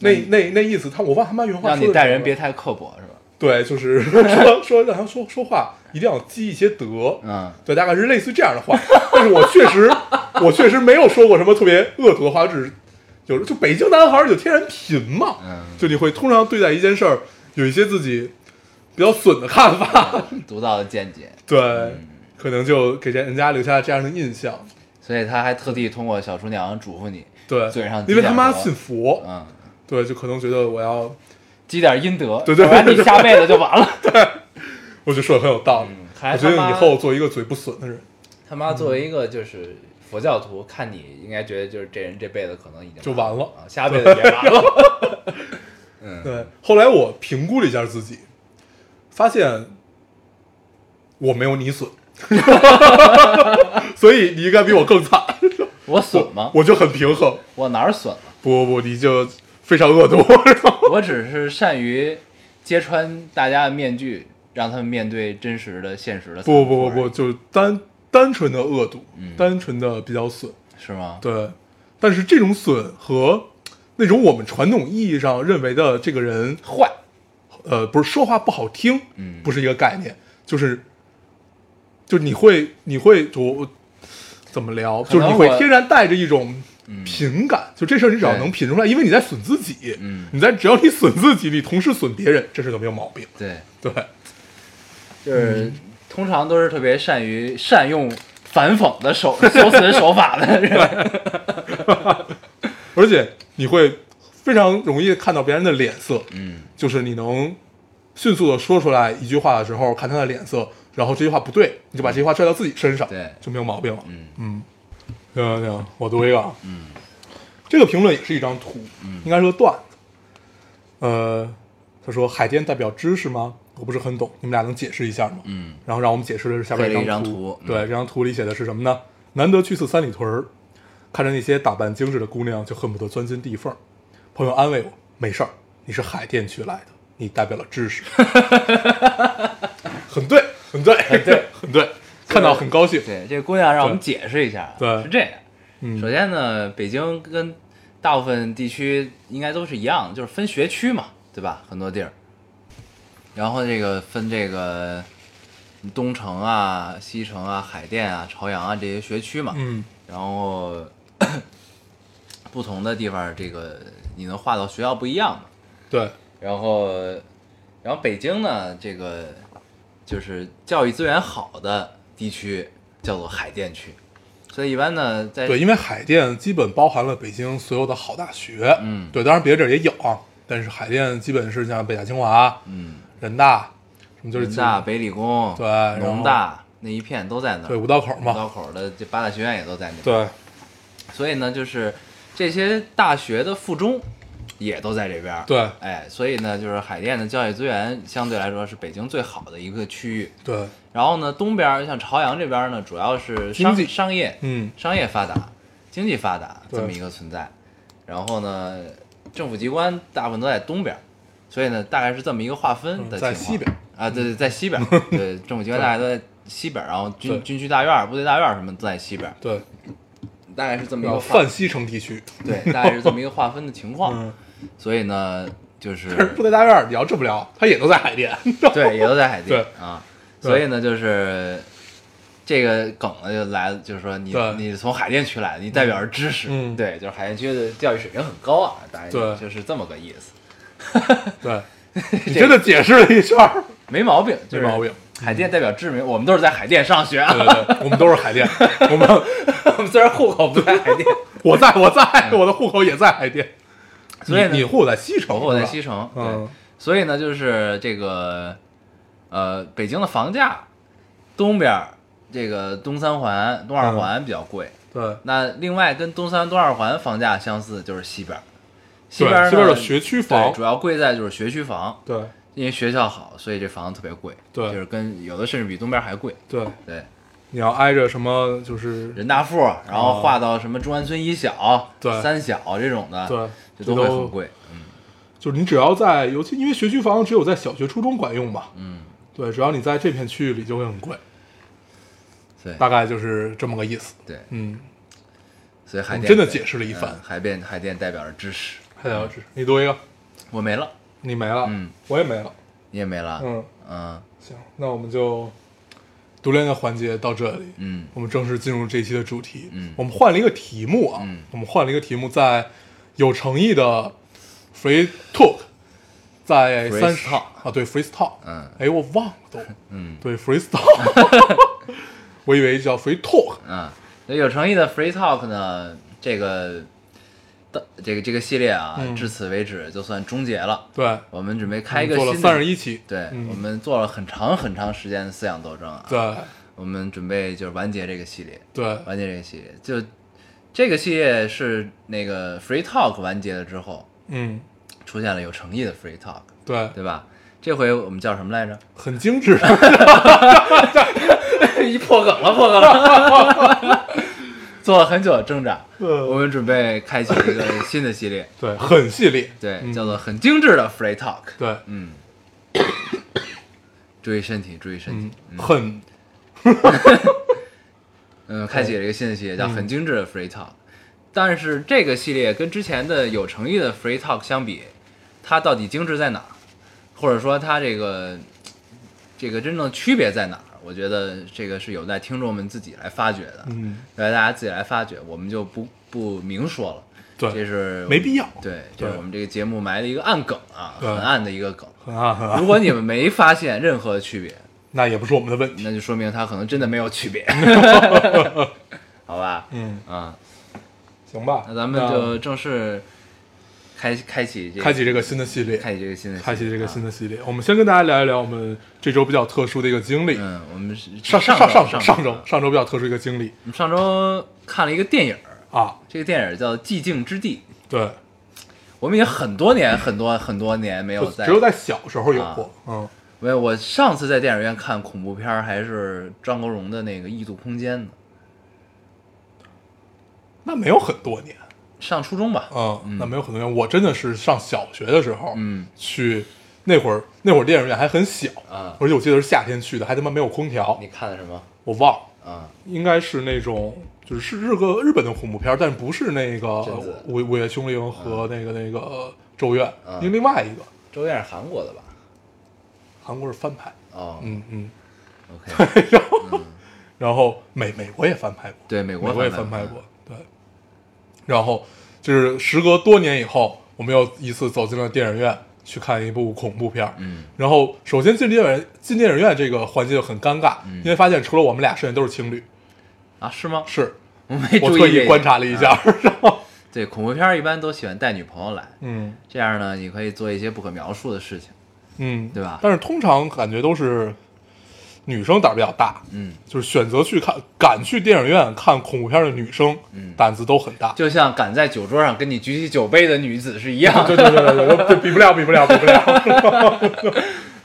[SPEAKER 2] 那那那意思，她我忘她妈原话
[SPEAKER 1] 让
[SPEAKER 2] 说的
[SPEAKER 1] 你待
[SPEAKER 2] 是什
[SPEAKER 1] 人
[SPEAKER 2] 么
[SPEAKER 1] 别太刻薄，是吧？
[SPEAKER 2] 对，就是说说让她说说话一定要积一些德，
[SPEAKER 1] 嗯，
[SPEAKER 2] 对，大概是类似于这样的话。 但是我确实，我确实没有说过什么特别恶毒的话，只是有时就北京男孩儿有天然贫嘛，
[SPEAKER 1] 嗯
[SPEAKER 2] 就你会通常对待一件事儿有一些自己比较损的看法，
[SPEAKER 1] 独到的见解，
[SPEAKER 2] 对，可能就给人家留下这样的印象，
[SPEAKER 1] 所以他还特地通过小厨娘嘱咐你，
[SPEAKER 2] 对，
[SPEAKER 1] 嘴上
[SPEAKER 2] 因为他妈
[SPEAKER 1] 积
[SPEAKER 2] 信
[SPEAKER 1] 点德
[SPEAKER 2] 佛，
[SPEAKER 1] 嗯，
[SPEAKER 2] 对，就可能觉得我要，
[SPEAKER 1] 积点阴德，
[SPEAKER 2] 对对
[SPEAKER 1] 不然你下辈子就完了。
[SPEAKER 2] 我就说的很有道理，
[SPEAKER 1] 嗯还
[SPEAKER 2] 我
[SPEAKER 1] 他
[SPEAKER 2] 决定
[SPEAKER 1] 妈
[SPEAKER 2] 以后做一个嘴不损的人，
[SPEAKER 1] 他妈作为一个就是佛教徒，看你应该觉得就是这人这辈子可能已经
[SPEAKER 2] 就完了
[SPEAKER 1] 啊，下辈子别完了。
[SPEAKER 2] 对，后来我评估了一下自己，发现我没有你损， 所以你应该比我更惨。
[SPEAKER 1] 我损 吗？
[SPEAKER 2] 我就很平衡。
[SPEAKER 1] 我哪儿损了？
[SPEAKER 2] 不不不，你就非常恶毒。 然后
[SPEAKER 1] 我只是善于揭穿大家的面具，让他们面对真实的、现实的。
[SPEAKER 2] 不不不不，，就单单纯的恶毒，
[SPEAKER 1] 嗯
[SPEAKER 2] 单纯的比较损。
[SPEAKER 1] 是吗？
[SPEAKER 2] 对，但是这种损和那种我们传统意义上认为的这个人
[SPEAKER 1] 坏，
[SPEAKER 2] 呃，不是说话不好听，
[SPEAKER 1] 嗯
[SPEAKER 2] 不是一个概念，就是，就是你会你会我我怎么聊，
[SPEAKER 1] 可
[SPEAKER 2] 就
[SPEAKER 1] 能
[SPEAKER 2] 是你
[SPEAKER 1] 我嗯
[SPEAKER 2] 会天然带着一种品感，就这事儿你只要
[SPEAKER 1] 对
[SPEAKER 2] 能品出来，因为你在损自己，
[SPEAKER 1] 嗯
[SPEAKER 2] 你在只要你损自己，你同时损别人，这事儿就没有毛病，
[SPEAKER 1] 对，
[SPEAKER 2] 对，嗯
[SPEAKER 1] 就是通常都是特别善于善用反讽的手修辞手法的 人。
[SPEAKER 2] 而且你会非常容易看到别人的脸色，
[SPEAKER 1] 嗯，
[SPEAKER 2] 就是你能迅速的说出来一句话的时候，看他的脸色，然后这句话不对，你就把这句话拽到自己身上，
[SPEAKER 1] 对
[SPEAKER 2] 就没有毛病了。
[SPEAKER 1] 嗯
[SPEAKER 2] 嗯，行行行，我读一个啊，嗯，这个评论也是一张图，嗯，应该是个段子。呃，他说海淀代表知识吗？我不是很懂，你们俩能解释一下吗？
[SPEAKER 1] 嗯，
[SPEAKER 2] 然后让我们解释的是下边
[SPEAKER 1] 配了一张
[SPEAKER 2] 图
[SPEAKER 1] 图，嗯
[SPEAKER 2] 对，这张图里写的是什么呢？难得去次三里屯儿，看着那些打扮精致的姑娘，就恨不得钻进地缝儿。朋友安慰我，没事儿，你是海淀区来的，你代表了知 识。很对，很对，很对， 很对，看到很高兴。
[SPEAKER 1] 对，这个姑娘让我们解释一下啊，
[SPEAKER 2] 对
[SPEAKER 1] 是这样。
[SPEAKER 2] 嗯
[SPEAKER 1] 首先呢，北京跟大部分地区应该都是一样，就是分学区嘛，对吧？很多地儿，然后这个分这个东城啊、西城啊、海淀啊、朝阳啊这些学区嘛，
[SPEAKER 2] 嗯
[SPEAKER 1] 然后 不同的地方，这个你能划到学校不一样嘛。
[SPEAKER 2] 对，
[SPEAKER 1] 然后，然后北京呢，这个就是教育资源好的地区叫做海淀区，所以一般呢，在
[SPEAKER 2] 对，因为海淀基本包含了北京所有的好大学，
[SPEAKER 1] 嗯
[SPEAKER 2] 对，当然别的地儿也有啊，但是海淀基本是像北大、清华、
[SPEAKER 1] 嗯，
[SPEAKER 2] 人大，什么就是
[SPEAKER 1] 人大、北理工、
[SPEAKER 2] 对然后
[SPEAKER 1] 农大那一片都在那儿，
[SPEAKER 2] 对五道口
[SPEAKER 1] 五道
[SPEAKER 2] 嘛，
[SPEAKER 1] 口的这八大学院也都在那儿，
[SPEAKER 2] 对，
[SPEAKER 1] 所以呢，就是这些大学的附中也都在这边儿。
[SPEAKER 2] 对
[SPEAKER 1] 哎，所以呢，就是海淀的教育资源相对来说是北京最好的一个区域。
[SPEAKER 2] 对，
[SPEAKER 1] 然后呢，东边儿像朝阳这边儿呢，主要是商
[SPEAKER 2] 经济
[SPEAKER 1] 商业，
[SPEAKER 2] 嗯，
[SPEAKER 1] 商业发达、经济发达
[SPEAKER 2] 对
[SPEAKER 1] 这么一个存在。然后呢，政府机关大部分都在东边儿，所以呢，大概是这么一个划分的情况。
[SPEAKER 2] 嗯在西边
[SPEAKER 1] 啊，对对，在西边儿， 对，政府机关大概都在西边儿，然后
[SPEAKER 2] 对
[SPEAKER 1] 军军区大院儿、部队大院儿什么都在西边儿，
[SPEAKER 2] 对，
[SPEAKER 1] 大概是这么一
[SPEAKER 2] 然后
[SPEAKER 1] 个划
[SPEAKER 2] 泛，西城地区，
[SPEAKER 1] 对，大概是这么一个划分的情况
[SPEAKER 2] 嗯。，
[SPEAKER 1] 所以呢，就
[SPEAKER 2] 但是
[SPEAKER 1] 是
[SPEAKER 2] 部队大院儿聊治不了，他也都在海淀，
[SPEAKER 1] 对，也都在海淀
[SPEAKER 2] 对
[SPEAKER 1] 啊，
[SPEAKER 2] 对
[SPEAKER 1] 所以呢，就是。这个梗呢就来了，就是说你
[SPEAKER 2] 对
[SPEAKER 1] 你是从海淀区来的，你代表着知识，
[SPEAKER 2] 嗯
[SPEAKER 1] 对，就是海淀区的教育水平很高啊，大概
[SPEAKER 2] 对
[SPEAKER 1] 就是这么个意思，
[SPEAKER 2] 对，你真的解释了一圈儿，
[SPEAKER 1] 没毛病，就是
[SPEAKER 2] 没毛病。
[SPEAKER 1] 海淀代表知名，我们都是在海淀上学啊，
[SPEAKER 2] 对对对，我们都是 海淀，我们
[SPEAKER 1] 我们虽然户口不在海淀， 嗯
[SPEAKER 2] 我在我在我的户口也在海淀，
[SPEAKER 1] 所以呢
[SPEAKER 2] 你你户口在西城，
[SPEAKER 1] 我户口在
[SPEAKER 2] 是吧
[SPEAKER 1] 西，城，对，
[SPEAKER 2] 嗯
[SPEAKER 1] 所以呢，就是这个，呃，北京的房价，东边儿这个东三环、东
[SPEAKER 2] 嗯
[SPEAKER 1] 二环比较贵，
[SPEAKER 2] 对。
[SPEAKER 1] 那另外跟东三、东二环房价相似就是西边儿，西
[SPEAKER 2] 对
[SPEAKER 1] 边儿呢
[SPEAKER 2] 西边儿有学区房
[SPEAKER 1] 对主要贵在就是学区房，
[SPEAKER 2] 对
[SPEAKER 1] 因为学校好，所以这房子特别贵，
[SPEAKER 2] 对
[SPEAKER 1] 就是跟有的甚至比东边儿还贵，
[SPEAKER 2] 对，
[SPEAKER 1] 对，
[SPEAKER 2] 你要挨着什么就是
[SPEAKER 1] 人大附，然后划到什么中关村一小、
[SPEAKER 2] 哦对
[SPEAKER 1] 三小这种的，
[SPEAKER 2] 对，
[SPEAKER 1] 啊这
[SPEAKER 2] 这
[SPEAKER 1] 都会很贵，
[SPEAKER 2] 就是你只要在，尤其因为学区房只有在小学、初中管用嘛，
[SPEAKER 1] 嗯，
[SPEAKER 2] 对，只要你在这片区域里就会很贵，
[SPEAKER 1] 对
[SPEAKER 2] 大概就是这么个意思。
[SPEAKER 1] 对，
[SPEAKER 2] 嗯，
[SPEAKER 1] 所以海
[SPEAKER 2] 我们
[SPEAKER 1] 淀
[SPEAKER 2] 真的解释了一
[SPEAKER 1] 嗯
[SPEAKER 2] 番
[SPEAKER 1] 海淀海淀代表着知识，
[SPEAKER 2] 还有这你读一个，
[SPEAKER 1] 我没了，
[SPEAKER 2] 你没了，
[SPEAKER 1] 嗯，
[SPEAKER 2] 我也没了，
[SPEAKER 1] 你也没了，
[SPEAKER 2] 嗯，
[SPEAKER 1] 嗯
[SPEAKER 2] 行，那我们就独联的环节到这里，
[SPEAKER 1] 嗯
[SPEAKER 2] 我们正式进入这一期的主题。
[SPEAKER 1] 嗯
[SPEAKER 2] 我们换了一个题目啊，
[SPEAKER 1] 嗯
[SPEAKER 2] 我们换了一个题目，在有诚意的 free talk，在
[SPEAKER 1] Free
[SPEAKER 2] 三十
[SPEAKER 1] talk
[SPEAKER 2] 啊，对 free talk，
[SPEAKER 1] 嗯
[SPEAKER 2] 哎，我忘了都，
[SPEAKER 1] 嗯
[SPEAKER 2] 对 free talk，我 以为叫 free talk，
[SPEAKER 1] 嗯，那有诚意的 Free Talk 呢，这个的这个这个系列啊，
[SPEAKER 2] 嗯
[SPEAKER 1] 至此为止就算终结了。
[SPEAKER 2] 对，
[SPEAKER 1] 我们准备开一个
[SPEAKER 2] 我
[SPEAKER 1] 新
[SPEAKER 2] 们做
[SPEAKER 1] 的，
[SPEAKER 2] 了三十一期，
[SPEAKER 1] 对、
[SPEAKER 2] 嗯
[SPEAKER 1] 我们做了很长很长时间的思想斗争啊。
[SPEAKER 2] 对
[SPEAKER 1] 我们准备就是完结这个系列，
[SPEAKER 2] 对
[SPEAKER 1] 完结这个系列，就这个系列是那个 Free Talk 完结了之后，
[SPEAKER 2] 嗯
[SPEAKER 1] 出现了有诚意的 Free Talk，
[SPEAKER 2] 对，
[SPEAKER 1] 对吧？这回我们叫什么来着？
[SPEAKER 2] 很精致，
[SPEAKER 1] 一破梗了，破梗了，做了很久的挣扎。我
[SPEAKER 2] 嗯
[SPEAKER 1] 们准备开启一个新的系 列，
[SPEAKER 2] 对，很系列，
[SPEAKER 1] 对，
[SPEAKER 2] 嗯
[SPEAKER 1] 叫做很精致的 free talk。
[SPEAKER 2] 对，
[SPEAKER 1] 嗯，注意身体，注意身
[SPEAKER 2] 嗯
[SPEAKER 1] 体。，嗯，
[SPEAKER 2] 很
[SPEAKER 1] 嗯开启了一个新的系列，
[SPEAKER 2] 嗯
[SPEAKER 1] 叫很精致的 free talk。但是这个系列跟之前的有诚意的 free talk 相比，它到底精致在哪儿？或者说它这个这个真正的区别在哪儿？我觉得这个是有待听众们自己来发掘的，
[SPEAKER 2] 嗯，
[SPEAKER 1] 有待大家自己来发掘，我们就不不明说了。这
[SPEAKER 2] 对，
[SPEAKER 1] 是
[SPEAKER 2] 没必要，
[SPEAKER 1] 对，这
[SPEAKER 2] 对
[SPEAKER 1] 是我们这个节目埋的一个暗梗啊，
[SPEAKER 2] 对
[SPEAKER 1] 很暗的一个梗。
[SPEAKER 2] 很暗很暗啊
[SPEAKER 1] 如。果你们没发现任何区别，
[SPEAKER 2] 那也不是我们的问题。
[SPEAKER 1] 那就说明它可能真的没有 区别，好吧？
[SPEAKER 2] 嗯，
[SPEAKER 1] 啊，
[SPEAKER 2] 行吧，
[SPEAKER 1] 那咱们就正式开开启这
[SPEAKER 2] 开启这个新的系列，
[SPEAKER 1] 开启这个新的
[SPEAKER 2] 开启这个新
[SPEAKER 1] 的。
[SPEAKER 2] 的系列。我们先跟大家聊一聊我们这周比较特殊的一个经历。
[SPEAKER 1] 嗯，我们是
[SPEAKER 2] 上
[SPEAKER 1] 上
[SPEAKER 2] 上
[SPEAKER 1] 上
[SPEAKER 2] 上
[SPEAKER 1] 上
[SPEAKER 2] 周上周比较特殊一个经历
[SPEAKER 1] 我们上周看了一个电影儿，
[SPEAKER 2] 啊，
[SPEAKER 1] 这个电影叫《寂静之地》，
[SPEAKER 2] 对，
[SPEAKER 1] 我们已经很多年很多很多年没有
[SPEAKER 2] 就
[SPEAKER 1] 在啊
[SPEAKER 2] 只有在小时候有过。嗯，
[SPEAKER 1] 没有，我上次在电影院看恐怖片儿还是张国荣的那个《异度空间》呢，
[SPEAKER 2] 那没有很多年。
[SPEAKER 1] 上初中吧。
[SPEAKER 2] 嗯，那没有很多年。我真的是上小学的时候，
[SPEAKER 1] 嗯，
[SPEAKER 2] 去那会儿那会儿电影院还很小
[SPEAKER 1] 啊
[SPEAKER 2] 而且我记得是夏天去的，还他妈没有空调
[SPEAKER 1] 你，看的什么？
[SPEAKER 2] 我忘了。
[SPEAKER 1] 啊，
[SPEAKER 2] 应该是那种就是是日个日本的恐怖片儿，但不是那个
[SPEAKER 1] 贞子
[SPEAKER 2] 《午午夜凶铃》和那个、那个呃《咒怨》
[SPEAKER 1] 嗯
[SPEAKER 2] 另另外一个
[SPEAKER 1] 周燕是韩国的吧？
[SPEAKER 2] 韩国是翻拍，
[SPEAKER 1] 哦
[SPEAKER 2] 嗯嗯，
[SPEAKER 1] ，OK， 嗯
[SPEAKER 2] 然后美美国也翻拍过，
[SPEAKER 1] 对，美
[SPEAKER 2] 美
[SPEAKER 1] 国
[SPEAKER 2] 国也
[SPEAKER 1] 翻
[SPEAKER 2] 翻
[SPEAKER 1] 拍
[SPEAKER 2] 拍过，，对，然后就是时隔多年以后，我们又一次走进了电影院去看一部恐怖片儿，
[SPEAKER 1] 嗯
[SPEAKER 2] 然后首先进电影进电影院这个环节就很尴尬，
[SPEAKER 1] 嗯
[SPEAKER 2] 因为发现除了我们俩，剩下都是情侣，
[SPEAKER 1] 啊，是吗？
[SPEAKER 2] 是
[SPEAKER 1] 我没
[SPEAKER 2] 我
[SPEAKER 1] 注
[SPEAKER 2] 特
[SPEAKER 1] 意这个
[SPEAKER 2] 意
[SPEAKER 1] 啊
[SPEAKER 2] 观察了一 下，然后
[SPEAKER 1] 对，恐怖片儿一般都喜欢带女朋友来，
[SPEAKER 2] 嗯。
[SPEAKER 1] 这样呢，你可以做一些不可描述的事情。
[SPEAKER 2] 嗯，
[SPEAKER 1] 对吧
[SPEAKER 2] 但是通常感觉都是女生胆儿比较大，
[SPEAKER 1] 嗯，
[SPEAKER 2] 就是选择去看、敢去电影院看恐怖片的女生，
[SPEAKER 1] 嗯
[SPEAKER 2] 胆子都很 大。
[SPEAKER 1] 就像敢在酒桌上跟你举起酒杯的 女子是一样，
[SPEAKER 2] 对对对对对，对比不了，比不了，比不了。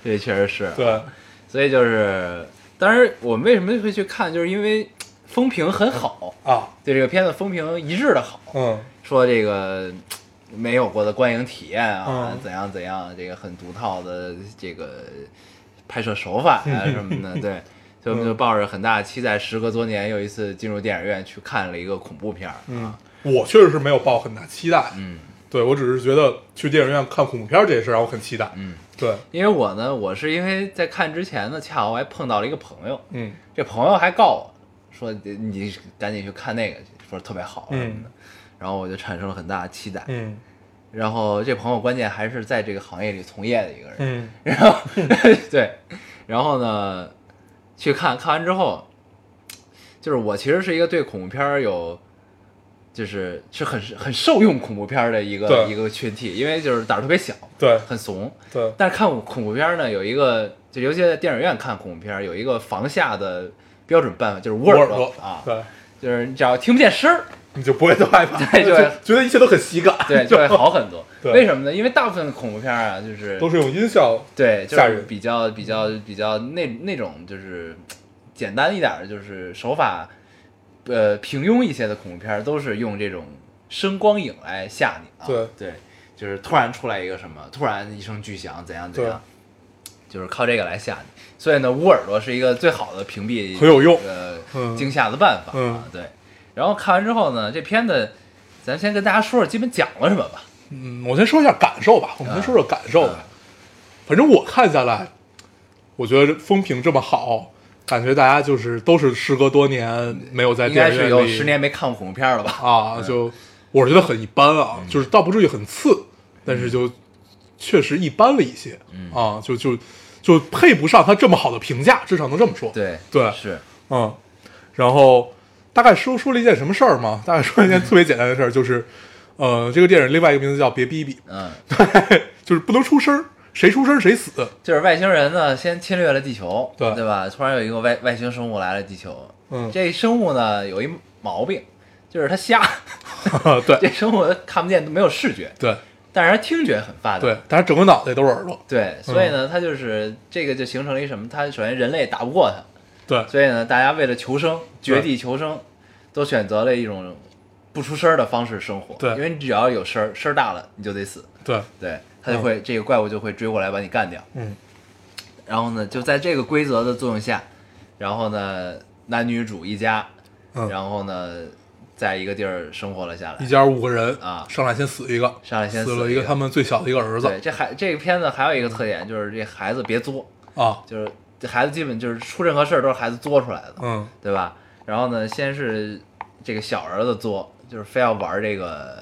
[SPEAKER 1] 这确实是。
[SPEAKER 2] 对，
[SPEAKER 1] 所以就是，当时我们为什么会去看，就是因为风评很好，
[SPEAKER 2] 啊，
[SPEAKER 1] 对这个片子风评一致的好，
[SPEAKER 2] 嗯
[SPEAKER 1] 说这个嘖没有过的观影体验啊，
[SPEAKER 2] 嗯
[SPEAKER 1] 怎样怎样，这个很独套的这个拍摄手法啊什么的，对，所以我们就抱着很大的期待，时隔多年又一次进入电影院去看了一个恐怖片儿，
[SPEAKER 2] 嗯，我确实是没有抱很大期待，
[SPEAKER 1] 嗯
[SPEAKER 2] 对我只是觉得去电影院看恐怖片这事儿让我很期待。
[SPEAKER 1] 嗯，
[SPEAKER 2] 对，
[SPEAKER 1] 因为我呢，我是因为在看之前呢，恰好我还碰到了一个朋友，
[SPEAKER 2] 嗯
[SPEAKER 1] 这朋友还告我说你你赶紧去看那个去，说特别好什么的，然后我就产生了很大的期待。
[SPEAKER 2] 嗯
[SPEAKER 1] 然后这朋友关键还是在这个行业里从业的一个人，
[SPEAKER 2] 嗯
[SPEAKER 1] 然后对，然后呢去看看完之后，就是我其实是一个对恐怖片儿有。就是是很很受用恐怖片儿的一个
[SPEAKER 2] 对
[SPEAKER 1] 一个群体，因为就是胆儿特别小，
[SPEAKER 2] 对
[SPEAKER 1] 很怂，
[SPEAKER 2] 对，
[SPEAKER 1] 但是看恐怖片儿呢，有一个就尤其在电影院看恐怖片儿，有一个防吓的标准办法，就是捂
[SPEAKER 2] 我
[SPEAKER 1] 耳
[SPEAKER 2] 耳朵
[SPEAKER 1] 啊，
[SPEAKER 2] 对，
[SPEAKER 1] 就是你只要听不见声儿，
[SPEAKER 2] 你就不会都害怕，
[SPEAKER 1] 对
[SPEAKER 2] 就
[SPEAKER 1] 就
[SPEAKER 2] 觉得一切都很喜感，
[SPEAKER 1] 对，就会好很多。
[SPEAKER 2] 对
[SPEAKER 1] 为什么呢？因为大部分恐怖片儿啊，就是
[SPEAKER 2] 都是用音效，
[SPEAKER 1] 对，就
[SPEAKER 2] 吓
[SPEAKER 1] 是
[SPEAKER 2] 人嗯
[SPEAKER 1] 比较比较比较那那种就是简单一点儿的，就是手法呃平庸一些的恐怖片儿，都是用这种声光影来吓你啊。
[SPEAKER 2] 对
[SPEAKER 1] 对，就是突然出来一个什么，突然一声巨响，怎样怎
[SPEAKER 2] 对
[SPEAKER 1] 样，就是靠这个来吓你。所以呢，捂耳朵是一个最好的屏蔽
[SPEAKER 2] 很有用
[SPEAKER 1] 呃、
[SPEAKER 2] 嗯
[SPEAKER 1] 惊吓的办法啊
[SPEAKER 2] 嗯。
[SPEAKER 1] 对，然后看完之后呢，这片子咱先跟大家说说基本讲了什么吧。
[SPEAKER 2] 嗯，我先说一下感受
[SPEAKER 1] 啊
[SPEAKER 2] 吧，我们先说说感受吧。反正我看下来，我觉得风评这么好，感觉大家就是都是时隔多年没有在
[SPEAKER 1] 应该
[SPEAKER 2] 电影院
[SPEAKER 1] 是
[SPEAKER 2] 里
[SPEAKER 1] 有十年没嗯看过恐怖片儿了吧？
[SPEAKER 2] 啊，就我觉得很一般啊，
[SPEAKER 1] 嗯
[SPEAKER 2] 就是倒不至于很次，但是就确实一般了一些、
[SPEAKER 1] 嗯
[SPEAKER 2] 啊，就就就配不上他这么好的评价，至少能这么说。，
[SPEAKER 1] 对
[SPEAKER 2] 对
[SPEAKER 1] 是
[SPEAKER 2] 嗯，然后大概说说了一件什么事儿嘛？大概说了一件特别简单的事儿，就是呃，这个电影另外一个名字叫《别逼逼
[SPEAKER 1] 嗯，》，
[SPEAKER 2] 就是不能出声儿，谁出声儿谁死。
[SPEAKER 1] 就是外星人呢，先侵略了地球，
[SPEAKER 2] 对
[SPEAKER 1] 对吧？突然有一个外外星生物来了地球，
[SPEAKER 2] 嗯
[SPEAKER 1] 这生物呢有一毛病，就是它瞎， 这
[SPEAKER 2] 对
[SPEAKER 1] 生物看不见，没有视觉，
[SPEAKER 2] 对
[SPEAKER 1] 但是它听觉很发达，
[SPEAKER 2] 对，嗯但是整个脑袋都是耳朵。
[SPEAKER 1] 对所以呢，它就是这个就形成了一什么？它首先人类打不过它，
[SPEAKER 2] 对
[SPEAKER 1] 所以呢，大家为了求生，绝地求生，都选择了一种不出声儿的方式生活，
[SPEAKER 2] 对
[SPEAKER 1] 因为你只要有声儿，声儿大了你就得死，
[SPEAKER 2] 对，
[SPEAKER 1] 对，它就会、这个怪物就会追过来把你干掉。
[SPEAKER 2] 嗯，
[SPEAKER 1] 然后呢，就在这个规则的作用下，然后呢，男女主一家，
[SPEAKER 2] 嗯
[SPEAKER 1] 然后呢，在一个地儿生活了下
[SPEAKER 2] 一
[SPEAKER 1] 来。
[SPEAKER 2] 家五个人
[SPEAKER 1] 啊
[SPEAKER 2] 上来先死一个，
[SPEAKER 1] 上来先
[SPEAKER 2] 死
[SPEAKER 1] 死
[SPEAKER 2] 了
[SPEAKER 1] 一
[SPEAKER 2] 一个
[SPEAKER 1] 个
[SPEAKER 2] 他们最小的一个儿子
[SPEAKER 1] 对，这孩这个片子还有一个特点就是这孩子别作，
[SPEAKER 2] 啊，
[SPEAKER 1] 就是这孩子基本就是出任何事儿都是孩子作出来的，
[SPEAKER 2] 嗯
[SPEAKER 1] 对吧？然后呢，先是这个小儿子作，就是非要玩这个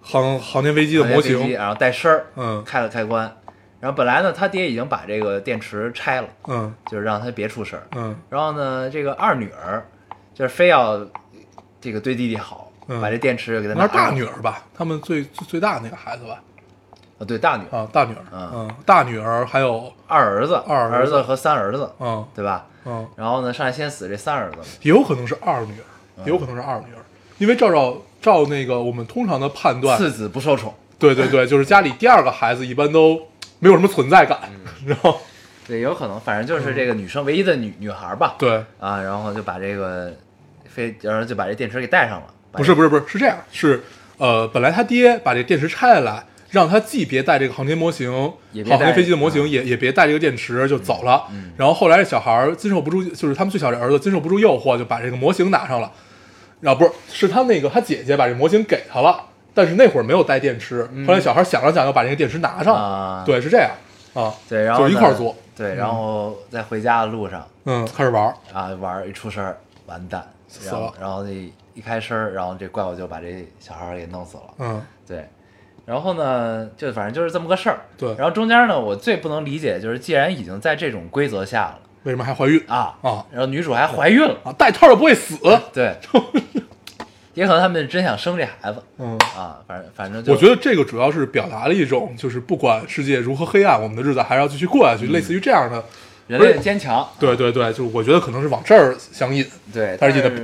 [SPEAKER 2] 航航天飞机的模
[SPEAKER 1] 航天飞机
[SPEAKER 2] 型，
[SPEAKER 1] 然后带声儿，
[SPEAKER 2] 嗯
[SPEAKER 1] 开了开关。然后本来呢，他爹已经把这个电池拆了，
[SPEAKER 2] 嗯
[SPEAKER 1] 就是让他别出声儿。
[SPEAKER 2] 嗯
[SPEAKER 1] 然后呢，这个二女儿就是非要这个对弟弟好，
[SPEAKER 2] 嗯
[SPEAKER 1] 把这电池给他
[SPEAKER 2] 那
[SPEAKER 1] 拿
[SPEAKER 2] 是大
[SPEAKER 1] 走
[SPEAKER 2] 女儿吧？他们最最最大的那个孩子吧？
[SPEAKER 1] 啊，对大女儿、
[SPEAKER 2] 啊，大女儿，
[SPEAKER 1] 嗯
[SPEAKER 2] 嗯，大女儿还有，
[SPEAKER 1] 二儿子、
[SPEAKER 2] 二儿
[SPEAKER 1] 儿
[SPEAKER 2] 子
[SPEAKER 1] 子和三儿子，
[SPEAKER 2] 嗯
[SPEAKER 1] 对吧？
[SPEAKER 2] 嗯，
[SPEAKER 1] 然后呢，上来先死这三儿子嘛，
[SPEAKER 2] 也有可能是二女儿，也有可能是二女儿，因为照照照那个我们通常的判断，
[SPEAKER 1] 次子不受宠。
[SPEAKER 2] 对对对，就是家里第二个孩子一般都没有什么存在感，
[SPEAKER 1] 嗯
[SPEAKER 2] 然后
[SPEAKER 1] 对，有可能，反正就是这个女生唯一的女女孩吧。
[SPEAKER 2] 嗯对，
[SPEAKER 1] 啊，然后就把这个非，然后就把这电池给带上了。把
[SPEAKER 2] 不是
[SPEAKER 1] 这
[SPEAKER 2] 不是不是是这样，是呃，本来他爹把这电池拆下来，让他既别带这个航天模型，
[SPEAKER 1] 也别
[SPEAKER 2] 航天
[SPEAKER 1] 带嗯
[SPEAKER 2] 飞机的模型，也也别带这个电池就走了。然后后来这小孩儿经受不住，就是他们最小这儿子经受不住诱惑，就把这个模型拿上了。然后不是是他那个他姐姐把这模型给他了，但是那会儿没有带电池。后来小孩想了想，又把这个电池拿上了。
[SPEAKER 1] 嗯啊
[SPEAKER 2] 对，是这样啊。
[SPEAKER 1] 对，然后呢
[SPEAKER 2] 就一块儿做。
[SPEAKER 1] 对，然后在回家的路上
[SPEAKER 2] 嗯，开始玩儿。
[SPEAKER 1] 啊，玩儿一出声儿，完蛋，
[SPEAKER 2] 死
[SPEAKER 1] 然后
[SPEAKER 2] 了
[SPEAKER 1] 然后这一开声儿，然后这怪物就把这小孩儿给弄死了。
[SPEAKER 2] 嗯，
[SPEAKER 1] 对，然后呢，就反正就是这么个事儿。
[SPEAKER 2] 对
[SPEAKER 1] 然后中间呢，我最不能理解就是，既然已经在这种规则下了
[SPEAKER 2] 为什么还怀孕
[SPEAKER 1] 啊
[SPEAKER 2] 啊
[SPEAKER 1] 然后女主还怀孕了，
[SPEAKER 2] 啊？带套儿不会死。
[SPEAKER 1] 对，也可能他们真想生这孩子
[SPEAKER 2] 嗯。
[SPEAKER 1] 啊，反正反正就
[SPEAKER 2] 我觉得这个主要是表达了一种，就是不管世界如何黑暗，我们的日子还是要继续过下去，类似于这样的
[SPEAKER 1] 人类的坚强，
[SPEAKER 2] 嗯对对对，就是我觉得可能是往这儿想引，
[SPEAKER 1] 对，
[SPEAKER 2] 但
[SPEAKER 1] 但
[SPEAKER 2] 是记得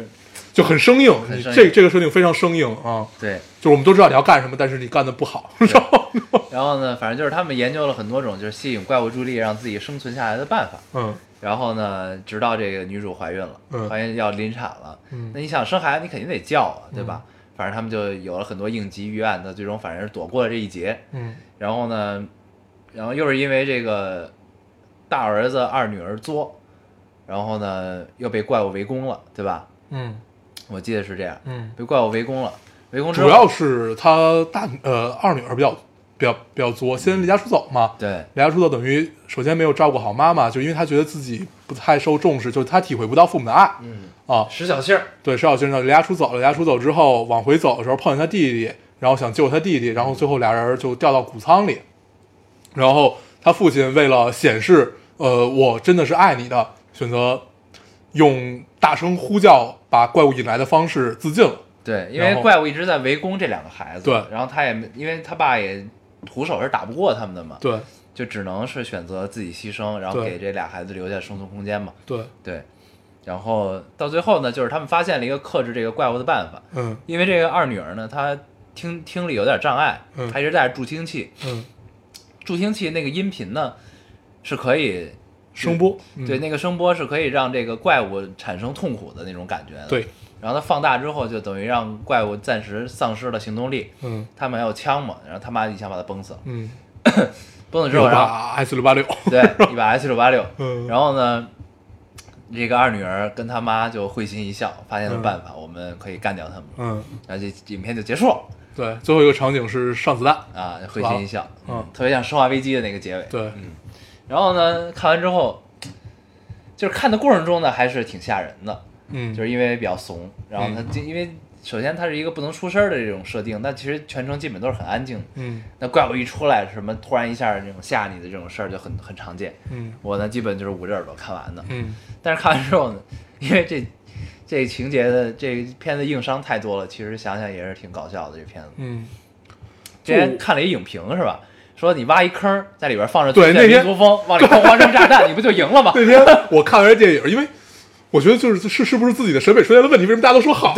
[SPEAKER 2] 就很生硬。
[SPEAKER 1] 很
[SPEAKER 2] 你
[SPEAKER 1] 生硬
[SPEAKER 2] 这这个设定非常生硬啊，
[SPEAKER 1] 对，
[SPEAKER 2] 就是我们都知道你要干什么，但是你干的不好，然后
[SPEAKER 1] 然后呢，反正就是他们研究了很多种就是吸引怪物注意力让自己生存下来的办法。
[SPEAKER 2] 嗯
[SPEAKER 1] 然后呢，直到这个女主怀孕了，
[SPEAKER 2] 嗯
[SPEAKER 1] 怀孕要临产了，
[SPEAKER 2] 嗯
[SPEAKER 1] 那你想生孩子，你肯定得叫啊，对吧？反正他们就有了很多应急预案的，最终反正是躲过了这一劫。
[SPEAKER 2] 嗯
[SPEAKER 1] 然后呢，然后又是因为这个大儿子二女儿作，然后呢又被怪物围攻了，对吧？
[SPEAKER 2] 嗯
[SPEAKER 1] 我记得是这样，
[SPEAKER 2] 嗯，
[SPEAKER 1] 被怪物围攻了，围攻之
[SPEAKER 2] 主
[SPEAKER 1] 后
[SPEAKER 2] 要是他大呃二女儿比较比较比较作，先离家出走嘛，
[SPEAKER 1] 对
[SPEAKER 2] 离家出走等于首先没有照顾好妈妈，就因为她觉得自己不太受重视，就是她体会不到父母的爱，嗯啊，
[SPEAKER 1] 使小性儿，
[SPEAKER 2] 对，石小先生离家出走了，离家出走之后往回走的时候碰见他弟弟，然后想救他弟弟，然后最后俩人就掉到谷仓里，然后他父亲为了显示呃我真的是爱你的，选择用大声呼叫把怪物引来的方式自尽了，
[SPEAKER 1] 对，因
[SPEAKER 2] 然
[SPEAKER 1] 为
[SPEAKER 2] 后
[SPEAKER 1] 怪物一直在围攻这两个孩子，
[SPEAKER 2] 对
[SPEAKER 1] 然后他也没因为他爸也徒手是打不过他们的嘛，
[SPEAKER 2] 对
[SPEAKER 1] 就只能是选择自己牺牲，然后
[SPEAKER 2] 对
[SPEAKER 1] 给这俩孩子留下生存空间嘛，
[SPEAKER 2] 对，
[SPEAKER 1] 对，然后到最后呢，就是他们发现了一个克制这个怪物的办法，
[SPEAKER 2] 嗯
[SPEAKER 1] 因为这个二女儿呢，她听听力有点障碍，
[SPEAKER 2] 嗯
[SPEAKER 1] 她一直戴着助听器，
[SPEAKER 2] 嗯，
[SPEAKER 1] 助听器那个音频呢是可以，
[SPEAKER 2] 声波，嗯
[SPEAKER 1] 对那个声波是可以让这个怪物产生痛苦的那种感觉的，
[SPEAKER 2] 嗯，对，
[SPEAKER 1] 然后它放大之后，就等于让怪物暂时丧失了行动力。
[SPEAKER 2] 嗯
[SPEAKER 1] 他们还有枪嘛，然后他妈一枪把他崩死了，
[SPEAKER 2] 嗯，
[SPEAKER 1] 崩死之
[SPEAKER 2] 六
[SPEAKER 1] 后，然后
[SPEAKER 2] 八 S 六八六，
[SPEAKER 1] 对一把 S 六八六，
[SPEAKER 2] 嗯
[SPEAKER 1] 然后呢，这个二女儿跟他妈就会心一笑，发现了办法，我们可以干掉他们，
[SPEAKER 2] 嗯，
[SPEAKER 1] 然后这影片就结束了
[SPEAKER 2] 对，最后一个场景是上子弹，
[SPEAKER 1] 啊，会心一笑，
[SPEAKER 2] 嗯
[SPEAKER 1] 特别像《生化危机》的那个结尾。
[SPEAKER 2] 对，
[SPEAKER 1] 然后呢，看完之后，就是看的过程中呢，还是挺吓人的，
[SPEAKER 2] 嗯，
[SPEAKER 1] 就是因为比较怂，然后他就因为首先它是一个不能出声儿的这种设定，但其实全程基本都是很安静的。
[SPEAKER 2] 嗯
[SPEAKER 1] 那怪物一出来，什么突然一下这种吓你的这种事儿就很很常见。
[SPEAKER 2] 嗯
[SPEAKER 1] 我呢，基本就是捂着耳朵看完的。
[SPEAKER 2] 嗯
[SPEAKER 1] 但是看完之后呢，因为这这情节的这片子硬伤太多了，其实想想也是挺搞笑的这片子。
[SPEAKER 2] 嗯，
[SPEAKER 1] 之前看了一影评是吧？说你挖一坑儿，在里边放着推
[SPEAKER 2] 对
[SPEAKER 1] 荐
[SPEAKER 2] 那天
[SPEAKER 1] 民族风，往里哐哐扔炸弹，你不就赢了吗？
[SPEAKER 2] 那天我看完这电影，因为我觉得就是是是不是自己的审美出现了问题，为什么大家都说好？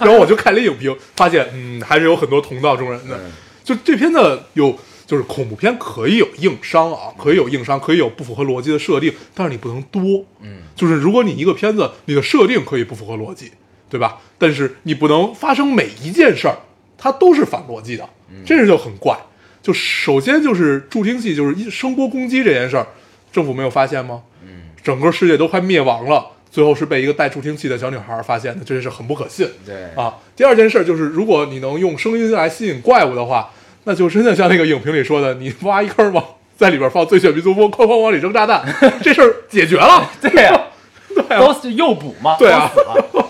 [SPEAKER 2] 然后我就看了一影评，发现嗯还是有很多同道中人的。就这片子有就是恐怖片可以有硬伤啊，可以有硬伤，可以有不符合逻辑的设定，但是你不能多。嗯，就是如果你一个片子你的设定可以不符合逻辑，对吧？但是你不能发生每一件事儿它都是反逻辑的，这是就很怪。就首先就是助听器，就是一声波攻击这件事儿，政府没有发现吗？嗯，整个世界都快灭亡了，最后是被一个带助听器的小女孩发现的，这是很不可信。
[SPEAKER 1] 对
[SPEAKER 2] 啊，第二件事就是，如果你能用声音来吸引怪物的话，那就真的像那个影评里说的，你挖一坑往在里边放最炫民族风，哐哐往里扔炸弹，这事儿解 决了。
[SPEAKER 1] 对呀，
[SPEAKER 2] 对啊
[SPEAKER 1] 都是诱捕嘛，
[SPEAKER 2] 对啊
[SPEAKER 1] 都死了。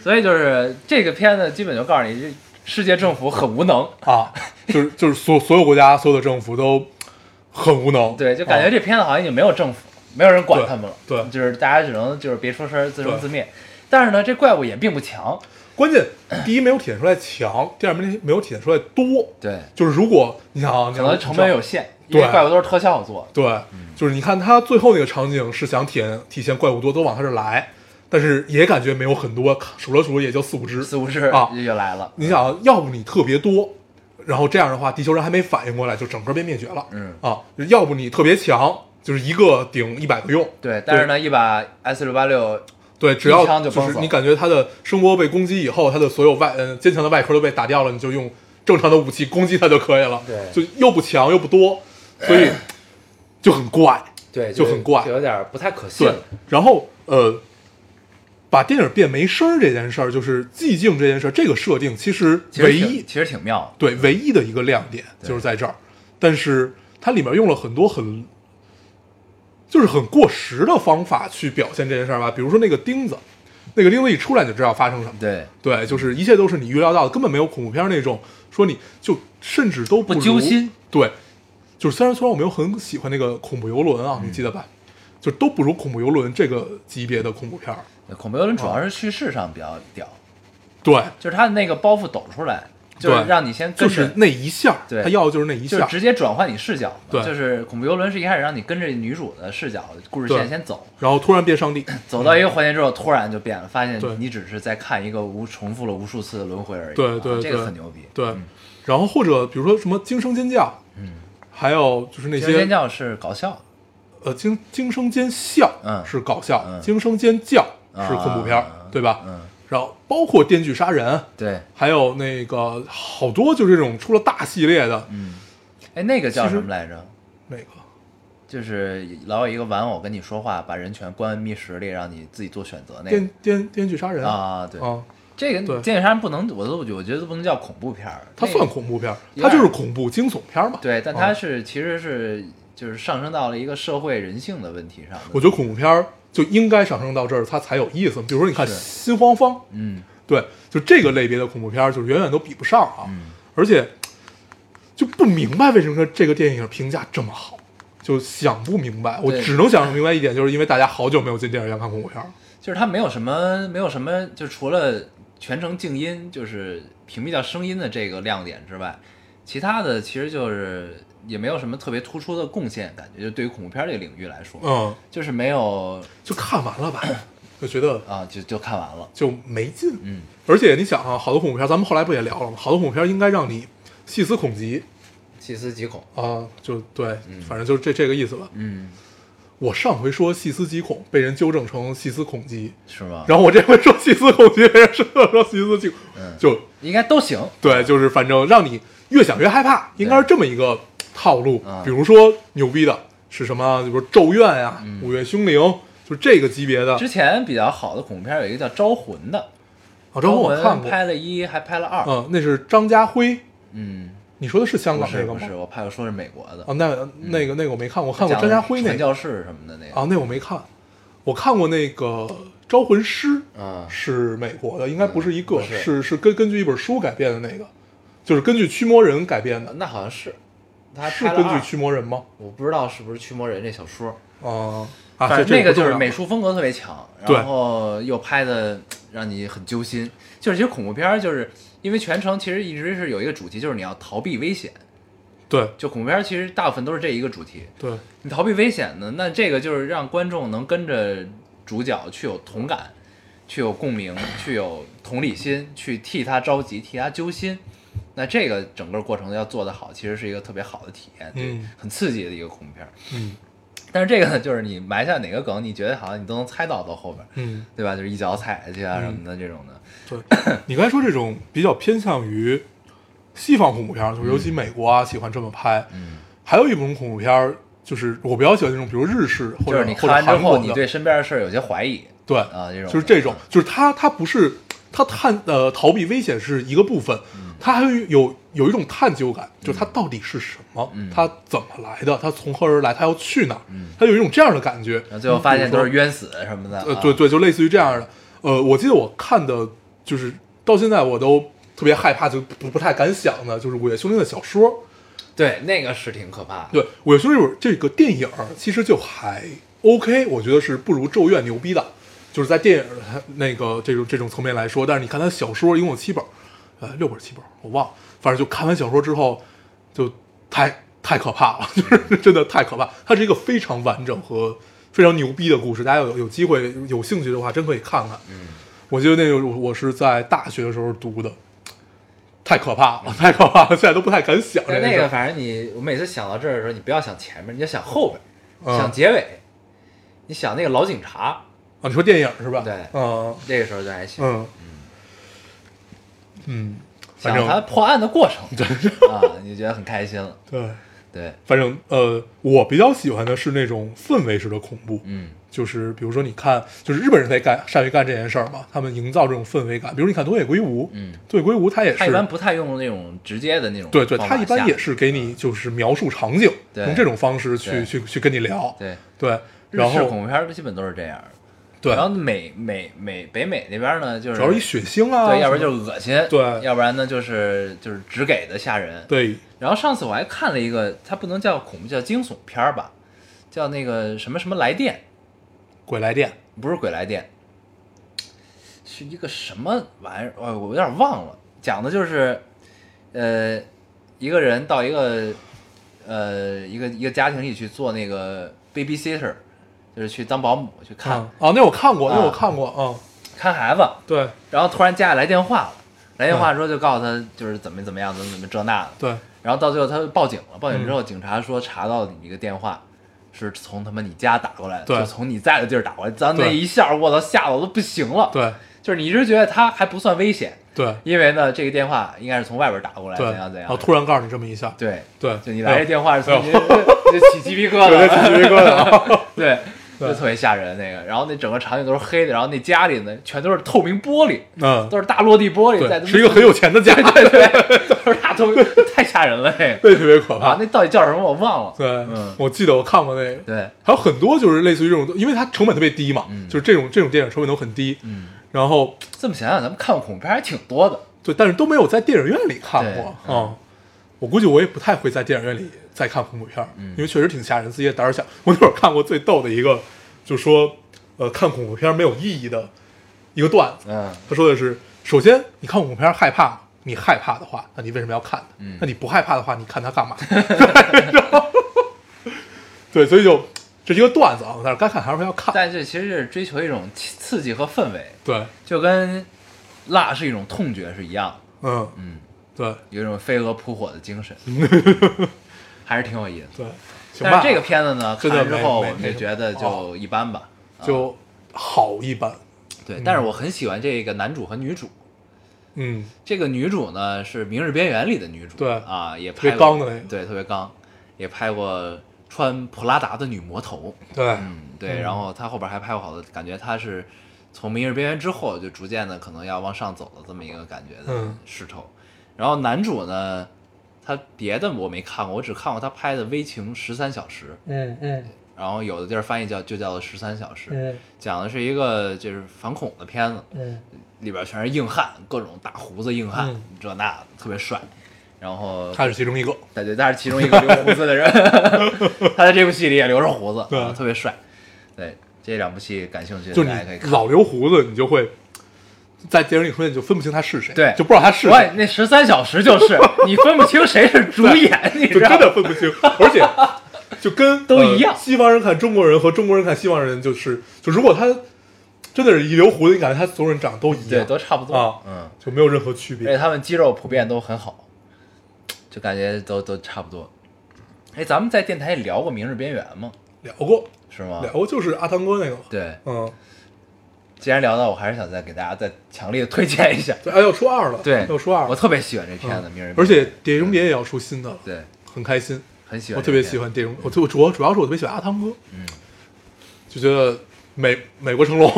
[SPEAKER 1] 所以就是这个片子基本就告诉你，这世界政府很无能。
[SPEAKER 2] 啊，就是就是所所有国家所有的政府都很无能，
[SPEAKER 1] 对，就感觉
[SPEAKER 2] 啊、
[SPEAKER 1] 这片子好像已经没有政府，没有人管他们了。
[SPEAKER 2] 对对
[SPEAKER 1] 就是大家只能就是别出声，自生
[SPEAKER 2] 对
[SPEAKER 1] 自灭。但是呢，这怪物也并不强。
[SPEAKER 2] 关键第一没有体现出来强，第二没没有体现出来多，
[SPEAKER 1] 对，
[SPEAKER 2] 就是如果你想啊，
[SPEAKER 1] 可能成本有限，因
[SPEAKER 2] 对
[SPEAKER 1] 为怪物都是特效做的。
[SPEAKER 2] 对，就是你看他最后那个场景是想体现体现怪物多都往他这儿来，但是也感觉没有很多，数了数也就四五只，
[SPEAKER 1] 四五十
[SPEAKER 2] 啊
[SPEAKER 1] 就来了，
[SPEAKER 2] 你想啊，要不你特别多，然后这样的话，地球人还没反应过来，就整个被灭绝了。
[SPEAKER 1] 嗯
[SPEAKER 2] 啊，要不你特别强，就是一个顶一百个用。
[SPEAKER 1] 对，但是呢，一把 S 六八六，
[SPEAKER 2] 对，只
[SPEAKER 1] 一
[SPEAKER 2] 要
[SPEAKER 1] 枪就崩
[SPEAKER 2] 是
[SPEAKER 1] 死
[SPEAKER 2] 你感觉它的声波被攻击以后，它的所有外嗯坚强的外壳都被打掉了，你就用正常的武器攻击它就可以了。
[SPEAKER 1] 对
[SPEAKER 2] 就又不强又不多，所 以就很怪。
[SPEAKER 1] 对
[SPEAKER 2] 就很怪
[SPEAKER 1] 就有点不太可信
[SPEAKER 2] 对
[SPEAKER 1] 了。，
[SPEAKER 2] 然后呃，把电影变没声儿这件事儿，就是寂静这件事儿，这个设定其实
[SPEAKER 1] 其实
[SPEAKER 2] 唯
[SPEAKER 1] 挺
[SPEAKER 2] 一
[SPEAKER 1] 其实挺妙的。
[SPEAKER 2] 对，唯一的一个亮点就是在这儿，但是它里面用了很多很就是很过时的方法去表现这件事儿吧，比如说那个钉子，那个钉子一出来你就知道发生什么，
[SPEAKER 1] 对，
[SPEAKER 2] 对，就是一切都是你预料到的，根本没有恐怖片那种说你就甚至都
[SPEAKER 1] 不
[SPEAKER 2] 如
[SPEAKER 1] 揪心，
[SPEAKER 2] 对，就是虽然虽然我没有很喜欢那个恐怖游轮啊，你记得吧？
[SPEAKER 1] 嗯
[SPEAKER 2] 就都不如恐怖游轮这个级别的恐怖片儿，啊
[SPEAKER 1] 恐怖游轮主要是叙事上比较屌，
[SPEAKER 2] 对
[SPEAKER 1] 就是它的那个包袱抖出来，就是
[SPEAKER 2] 对
[SPEAKER 1] 让你先
[SPEAKER 2] 就
[SPEAKER 1] 跟着
[SPEAKER 2] 是那一下，
[SPEAKER 1] 对
[SPEAKER 2] 他要的就是那一
[SPEAKER 1] 就是
[SPEAKER 2] 下，
[SPEAKER 1] 直接转换你视角嘛，
[SPEAKER 2] 对
[SPEAKER 1] 就是恐怖游轮是一开始让你跟着女主的视角故事
[SPEAKER 2] 对
[SPEAKER 1] 线先走，
[SPEAKER 2] 然后突然 变上帝，
[SPEAKER 1] 走到一个环节之后，突然就变了，发现
[SPEAKER 2] 对
[SPEAKER 1] 你只是在看一个无重复了无数次的轮回而已。
[SPEAKER 2] 对
[SPEAKER 1] 啊
[SPEAKER 2] 对
[SPEAKER 1] 这
[SPEAKER 2] 对
[SPEAKER 1] 个很牛逼。
[SPEAKER 2] 对，然后或者比如说什么惊声尖叫，嗯，还有就是那
[SPEAKER 1] 其实尖
[SPEAKER 2] 些
[SPEAKER 1] 叫是搞笑的，
[SPEAKER 2] 呃惊惊声尖笑，
[SPEAKER 1] 嗯
[SPEAKER 2] 是搞笑，
[SPEAKER 1] 嗯
[SPEAKER 2] 惊声尖叫是恐怖片儿，
[SPEAKER 1] 啊
[SPEAKER 2] 对吧？
[SPEAKER 1] 嗯，
[SPEAKER 2] 然后包括电锯杀人，
[SPEAKER 1] 对，
[SPEAKER 2] 还有那个好多就是这种出了大系列的、
[SPEAKER 1] 嗯，哎，那个叫
[SPEAKER 2] 其实
[SPEAKER 1] 什么来着？
[SPEAKER 2] 那个，
[SPEAKER 1] 就是老有一个玩偶跟你说话，把人全关密室里，让你自己做选择那
[SPEAKER 2] 电
[SPEAKER 1] 个
[SPEAKER 2] 电电锯杀人
[SPEAKER 1] 啊，对，
[SPEAKER 2] 啊，
[SPEAKER 1] 这个
[SPEAKER 2] 对
[SPEAKER 1] 《电锯杀人》不能，我都我觉得都不能叫恐怖片儿，
[SPEAKER 2] 它
[SPEAKER 1] 那
[SPEAKER 2] 算恐怖片儿，
[SPEAKER 1] 有
[SPEAKER 2] 它
[SPEAKER 1] 点
[SPEAKER 2] 就是恐怖惊悚片儿嘛。
[SPEAKER 1] 对，但
[SPEAKER 2] 啊
[SPEAKER 1] 它是其实是就是上升到了一个社会人性的问题上的。
[SPEAKER 2] 我觉得恐怖片儿就应该上升到这儿，它才有意思。比如说，你看《
[SPEAKER 1] 是
[SPEAKER 2] 心慌慌》，
[SPEAKER 1] 嗯，
[SPEAKER 2] 对，就这个类别的恐怖片儿，就是远远都比不上啊。
[SPEAKER 1] 嗯
[SPEAKER 2] 而且就不明白为什么这个电影评价这么好，就想不明白。我
[SPEAKER 1] 对
[SPEAKER 2] 只能想明白一点，就是因为大家好久没有进电影院看恐怖片儿了。
[SPEAKER 1] 就是它没有什么没有什么，就除了全程静音，就是屏蔽掉声音的这个亮点之外，其他的其实就是也没有什么特别突出的贡献，感觉就对于恐怖片这个领域来说，
[SPEAKER 2] 嗯，
[SPEAKER 1] 就是没有
[SPEAKER 2] 就看完了吧，就觉得
[SPEAKER 1] 啊，就就看完了。
[SPEAKER 2] 就没劲。
[SPEAKER 1] 嗯，
[SPEAKER 2] 而且你想啊，好多恐怖片儿，咱们后来不也聊了吗？好多恐怖片儿应该让你细思恐极
[SPEAKER 1] 细思极恐。
[SPEAKER 2] 啊，就对，反正就是这这个意思吧。
[SPEAKER 1] 嗯，
[SPEAKER 2] 我上回说细思极恐，被人纠正成细思恐极，
[SPEAKER 1] 是吗？
[SPEAKER 2] 然后我这回说细思恐极，被人说说细思极恐，
[SPEAKER 1] 嗯
[SPEAKER 2] 就
[SPEAKER 1] 应该都行。
[SPEAKER 2] 对，就是反正让你越想越害怕，应该是这么一个套路
[SPEAKER 1] 嗯。
[SPEAKER 2] 比如说牛逼的是什么，比如《咒怨》呀，
[SPEAKER 1] 嗯
[SPEAKER 2] 《五月凶铃》，就这个级别的。
[SPEAKER 1] 之前比较好的恐怖片有一个叫《招魂》的，
[SPEAKER 2] 啊，这
[SPEAKER 1] 招
[SPEAKER 2] 我看
[SPEAKER 1] 魂
[SPEAKER 2] 过，
[SPEAKER 1] 拍了一，还拍了二。
[SPEAKER 2] 嗯，那是张家辉。
[SPEAKER 1] 嗯，
[SPEAKER 2] 你说的是香
[SPEAKER 1] 不
[SPEAKER 2] 港那
[SPEAKER 1] 是
[SPEAKER 2] 个
[SPEAKER 1] 不
[SPEAKER 2] 吗？
[SPEAKER 1] 是，我怕我说是美国的
[SPEAKER 2] 啊，，那那个那个我没看，我看过
[SPEAKER 1] 嗯讲的
[SPEAKER 2] 张家辉那
[SPEAKER 1] 传
[SPEAKER 2] 个
[SPEAKER 1] 教士什么的那个
[SPEAKER 2] 啊，那我没看，我看过那个《招魂师》。
[SPEAKER 1] 啊
[SPEAKER 2] 是美国的，应该不是一
[SPEAKER 1] 嗯
[SPEAKER 2] 个，
[SPEAKER 1] 不是
[SPEAKER 2] 是是根根据一本书改编的那个，就是根据驱魔人改编的，
[SPEAKER 1] 那好像是，他还
[SPEAKER 2] 是
[SPEAKER 1] 拍了
[SPEAKER 2] 根据
[SPEAKER 1] 二
[SPEAKER 2] 驱魔人吗？
[SPEAKER 1] 我不知道是不是《驱魔人》这小说，
[SPEAKER 2] 啊、啊，
[SPEAKER 1] 反
[SPEAKER 2] 这
[SPEAKER 1] 正那个就是美
[SPEAKER 2] 美
[SPEAKER 1] 术风格特别强，
[SPEAKER 2] 对
[SPEAKER 1] 然后又拍的让你很揪心。就是其实恐怖片儿就是因为全程其实一直是有一个主题，就是你要逃避危险。
[SPEAKER 2] 对
[SPEAKER 1] 就恐怖片儿其实大部分都是这一个主题，
[SPEAKER 2] 对
[SPEAKER 1] 你逃避危险呢，那这个就是让观众能跟着主角去有同感，去有共鸣，去有同理心，去替他着急，替他揪心。那这个整个过程要做得好，其实是一个特别好的体验，对，
[SPEAKER 2] 嗯
[SPEAKER 1] 很刺激的一个恐怖片儿。
[SPEAKER 2] 嗯
[SPEAKER 1] 但是这个呢，就是你埋下哪个梗，你觉得好像你都能猜到到后边儿，
[SPEAKER 2] 嗯，
[SPEAKER 1] 对吧？就是一脚踩下去啊什么的这种的，
[SPEAKER 2] 对，你刚才说这种比较偏向于西方恐怖片儿，就是尤其美国啊、喜欢这么拍，
[SPEAKER 1] 嗯，
[SPEAKER 2] 还有一种恐怖片儿，就是我比较喜欢那种，比如日式
[SPEAKER 1] 就
[SPEAKER 2] 或
[SPEAKER 1] 是
[SPEAKER 2] 者
[SPEAKER 1] 你
[SPEAKER 2] 或
[SPEAKER 1] 看
[SPEAKER 2] 者
[SPEAKER 1] 完之
[SPEAKER 2] 韩
[SPEAKER 1] 后，
[SPEAKER 2] 国
[SPEAKER 1] 你
[SPEAKER 2] 的，
[SPEAKER 1] 对身边的事儿有些怀疑，
[SPEAKER 2] 对
[SPEAKER 1] 啊这种
[SPEAKER 2] 就是这种，就是他他不是他探呃逃避危险是一个部分，
[SPEAKER 1] 嗯
[SPEAKER 2] 他还有有有一种探究感，就是他到底是什么，
[SPEAKER 1] 嗯
[SPEAKER 2] 他怎么来的，他从何而来，他要去哪儿
[SPEAKER 1] 嗯，
[SPEAKER 2] 他有一种这样的感觉。
[SPEAKER 1] 然后最后发现都是
[SPEAKER 2] 比
[SPEAKER 1] 冤死什么的，
[SPEAKER 2] 如说
[SPEAKER 1] 啊
[SPEAKER 2] 呃对对，就类似于这样的。呃，我记得我看的就是到现在我都特别害怕，就不不太敢想的，就是《午夜凶铃》的小说。
[SPEAKER 1] 对，那个是挺可怕的。
[SPEAKER 2] 对，《午夜凶铃》这个电影儿其实就还 OK，我觉得是不如《咒怨》牛逼的，就是在电影儿它那个这种这种层面来说。但是你看他小说一共有七本儿，呃，六本儿七本儿我忘了，反正就看完小说之后就太太可怕了， 就是真的太可怕。它是一个非常完整和非常牛逼的故事，大家有有机会有兴趣的话，真可以看看。嗯，我记得那个我是在大学的时候读的。太可怕了，太可怕了！现在都不太敢想这
[SPEAKER 1] 但
[SPEAKER 2] 件
[SPEAKER 1] 那
[SPEAKER 2] 事
[SPEAKER 1] 个，
[SPEAKER 2] 儿
[SPEAKER 1] 反正你，我每次想到这儿的时候，你不要想前面，你就想后边，
[SPEAKER 2] 嗯
[SPEAKER 1] 想结尾，你想那个老警察，
[SPEAKER 2] 啊，你说电影是吧？
[SPEAKER 1] 对
[SPEAKER 2] 嗯
[SPEAKER 1] 这个时候就还行，
[SPEAKER 2] 嗯嗯，反
[SPEAKER 1] 想他
[SPEAKER 2] 正
[SPEAKER 1] 破案的过 程，啊，你就觉得很开心了。
[SPEAKER 2] 对，
[SPEAKER 1] 对，
[SPEAKER 2] 反正呃，我比较喜欢的是那种氛围式的恐怖，
[SPEAKER 1] 嗯，
[SPEAKER 2] 就是比如说你看，就是日本人在干善于干这件事儿嘛，他们营造这种氛围感。比如你看东野圭吾，
[SPEAKER 1] 嗯，
[SPEAKER 2] 东野圭吾他也
[SPEAKER 1] 他一般
[SPEAKER 2] 是。
[SPEAKER 1] 不太用那种直接的那种，
[SPEAKER 2] 对对，他一般也，是给你就是描述场景，
[SPEAKER 1] 嗯对
[SPEAKER 2] 用这种方式去
[SPEAKER 1] 对
[SPEAKER 2] 去去跟你聊，
[SPEAKER 1] 对，
[SPEAKER 2] 对，
[SPEAKER 1] 日
[SPEAKER 2] 然
[SPEAKER 1] 式
[SPEAKER 2] 后
[SPEAKER 1] 恐怖片儿基本都是这样的。
[SPEAKER 2] 对，
[SPEAKER 1] 然后美美美北美那边呢，就是
[SPEAKER 2] 主要是一血腥啊，
[SPEAKER 1] 对，要不然
[SPEAKER 2] 什
[SPEAKER 1] 就
[SPEAKER 2] 么
[SPEAKER 1] 是恶心，
[SPEAKER 2] 对
[SPEAKER 1] 要不然呢就是就是只给的吓人，
[SPEAKER 2] 对
[SPEAKER 1] 然后上次我还看了一个，它不能叫恐怖，叫惊悚片儿吧，叫那个什么什么来电，
[SPEAKER 2] 鬼来电，
[SPEAKER 1] 不是鬼来电，是一个什么玩意儿，哎，我有点忘了，讲的就是呃，一个人到一个呃一个一个家庭里去做那个 babysitter，就是去当保姆去看、
[SPEAKER 2] 啊啊，那我看过，
[SPEAKER 1] 啊
[SPEAKER 2] 那我看过，嗯，
[SPEAKER 1] 看孩子，
[SPEAKER 2] 对
[SPEAKER 1] 然后突然家里来电话了，来电话之后就告诉他就是怎么怎么样，怎么怎么这那的，
[SPEAKER 2] 对，
[SPEAKER 1] 然后到最后他报警了，报
[SPEAKER 2] 嗯
[SPEAKER 1] 警之后警察说查到你一个电话。是从他妈你家打过来的，
[SPEAKER 2] 对
[SPEAKER 1] 就从你在的地儿打过来。咱那
[SPEAKER 2] 对
[SPEAKER 1] 一下，我操，吓得我都不行了。，
[SPEAKER 2] 对
[SPEAKER 1] 就是你一直觉得他还不算危险，
[SPEAKER 2] 对
[SPEAKER 1] 因为呢，这个电话应该是从外边打过来，
[SPEAKER 2] 对，
[SPEAKER 1] 怎样怎
[SPEAKER 2] 然后
[SPEAKER 1] 样。
[SPEAKER 2] 突然告诉你这么一下，
[SPEAKER 1] 对，
[SPEAKER 2] 对，
[SPEAKER 1] 就你来这电话是
[SPEAKER 2] 哎
[SPEAKER 1] 从
[SPEAKER 2] 呦
[SPEAKER 1] 你就就起鸡皮疙
[SPEAKER 2] 有点
[SPEAKER 1] 瘩，
[SPEAKER 2] 起鸡皮疙瘩啊
[SPEAKER 1] 对，
[SPEAKER 2] 对
[SPEAKER 1] 就特别吓人那个。然后那整个场景都是黑的，然后那家里呢全都是透明玻璃，
[SPEAKER 2] 嗯，
[SPEAKER 1] 都是大落地玻璃，在
[SPEAKER 2] 对，是一个很有钱的 家，
[SPEAKER 1] 对对，都是大透明，太吓人了那个
[SPEAKER 2] 对，特别可
[SPEAKER 1] 啊
[SPEAKER 2] 怕。！
[SPEAKER 1] 那到底叫什么我忘了。
[SPEAKER 2] 对
[SPEAKER 1] 嗯，
[SPEAKER 2] 我记得我看过那个，
[SPEAKER 1] 对，
[SPEAKER 2] 还有很多就是类似于这种，因为它成本特别低嘛，就是这种这种电影成本都很低，
[SPEAKER 1] 嗯，
[SPEAKER 2] 然后
[SPEAKER 1] 这么想想，咱们看恐怖片还挺多的。
[SPEAKER 2] 对，但是都没有在电影院里看
[SPEAKER 1] 对
[SPEAKER 2] 过，嗯。我估计我也不太会在电影院里再看恐怖片儿，
[SPEAKER 1] 嗯
[SPEAKER 2] 因为确实挺吓人，自己也胆儿小。我那会儿看过最逗的一个，就说，呃，看恐怖片儿没有意义的一个段子，
[SPEAKER 1] 嗯
[SPEAKER 2] 他说的是，首先你看恐怖片儿害怕吗？你害怕的话，那你为什么要看它？
[SPEAKER 1] 嗯
[SPEAKER 2] 那你不害怕的话，你看它干嘛？ 对，所以就这是一个段子啊，但是该看还是要看。
[SPEAKER 1] 但这其实是追求一种刺刺激和氛围，
[SPEAKER 2] 对，
[SPEAKER 1] 就跟辣是一种痛觉是一样的。
[SPEAKER 2] 嗯
[SPEAKER 1] 嗯，
[SPEAKER 2] 对
[SPEAKER 1] 有一种飞蛾扑火的精 神，还是挺有意思的。
[SPEAKER 2] 对，行
[SPEAKER 1] 但
[SPEAKER 2] 吧，
[SPEAKER 1] 是这个片子呢，看
[SPEAKER 2] 真的
[SPEAKER 1] 完之后
[SPEAKER 2] 没
[SPEAKER 1] 我
[SPEAKER 2] 没
[SPEAKER 1] 们就
[SPEAKER 2] 没
[SPEAKER 1] 觉得
[SPEAKER 2] 什么哦
[SPEAKER 1] 就一般吧。啊
[SPEAKER 2] 就好一般。
[SPEAKER 1] 对，但是我很喜欢这个男主和女主。
[SPEAKER 2] 嗯，
[SPEAKER 1] 这个女主呢是《明日边缘》里的女主，
[SPEAKER 2] 对
[SPEAKER 1] 啊，也
[SPEAKER 2] 特别
[SPEAKER 1] 拍过
[SPEAKER 2] 刚的那个
[SPEAKER 1] 对，特别刚，也拍过穿普拉达的女魔头，
[SPEAKER 2] 对，
[SPEAKER 1] 嗯，对，然后她后边还拍过好多，感觉她是从《明日边缘》之后就逐渐的可能要往上走的这么一个感觉的
[SPEAKER 2] 嗯
[SPEAKER 1] 势头。然后男主呢，他别的我没看过，我只看过他拍的《微情十三小时》，
[SPEAKER 2] 嗯嗯
[SPEAKER 1] 然后有的地儿翻译叫就叫做《十三小时》，
[SPEAKER 2] 嗯
[SPEAKER 1] 讲的是一个就是反恐的片子，
[SPEAKER 2] 嗯
[SPEAKER 1] 里边全是硬汉，各种大胡子硬汉，
[SPEAKER 2] 嗯
[SPEAKER 1] 这那的特别帅。然后，
[SPEAKER 2] 他是其中一个。
[SPEAKER 1] 对对，他是其中一个留胡子的人， 他在这部戏里也留着胡子，
[SPEAKER 2] 对
[SPEAKER 1] 啊特别帅。对这两部戏感兴趣的
[SPEAKER 2] 就
[SPEAKER 1] 大家可以
[SPEAKER 2] 你
[SPEAKER 1] 看。
[SPEAKER 2] 老留胡子，你就会在电影里出现，你就分不清他是谁，
[SPEAKER 1] 对
[SPEAKER 2] 就不知道他是
[SPEAKER 1] 喂
[SPEAKER 2] 谁，，
[SPEAKER 1] 那十三小时就是你分不清谁是主演，你 知
[SPEAKER 2] 就
[SPEAKER 1] 道
[SPEAKER 2] 真
[SPEAKER 1] 吗？
[SPEAKER 2] 的 分不清，而且就跟
[SPEAKER 1] 都
[SPEAKER 2] 呃
[SPEAKER 1] 一样
[SPEAKER 2] 西方人看中国人和中国人看西方人，就是就如果他真的是一留胡子，你感觉他所有人长得都一
[SPEAKER 1] 对，
[SPEAKER 2] 样，
[SPEAKER 1] 都差不多。
[SPEAKER 2] 啊
[SPEAKER 1] 嗯，
[SPEAKER 2] 就没有任何区
[SPEAKER 1] 而且
[SPEAKER 2] 别。
[SPEAKER 1] 他们肌肉普遍都很好，就感觉都都差不多。哎，咱们在电台里聊过《明日边缘》吗？
[SPEAKER 2] 聊过，
[SPEAKER 1] 是吗
[SPEAKER 2] 聊？过就是阿汤哥那个嘛，
[SPEAKER 1] 对，
[SPEAKER 2] 嗯，
[SPEAKER 1] 既然聊到，我还是想再给大家再强烈地推荐一下。
[SPEAKER 2] 对，哎，要出二了，
[SPEAKER 1] 对，
[SPEAKER 2] 要出二
[SPEAKER 1] 我
[SPEAKER 2] 了，
[SPEAKER 1] 特别喜欢这片子《
[SPEAKER 2] 嗯
[SPEAKER 1] 明日边缘》，
[SPEAKER 2] 而且《碟中谍》也要出新的了，
[SPEAKER 1] 对
[SPEAKER 2] 很开心，
[SPEAKER 1] 很喜
[SPEAKER 2] 我
[SPEAKER 1] 欢这片子，
[SPEAKER 2] 特别喜欢《碟中》，我我主要主要是我特别喜欢阿汤哥，
[SPEAKER 1] 嗯，
[SPEAKER 2] 就觉得美美国成龙，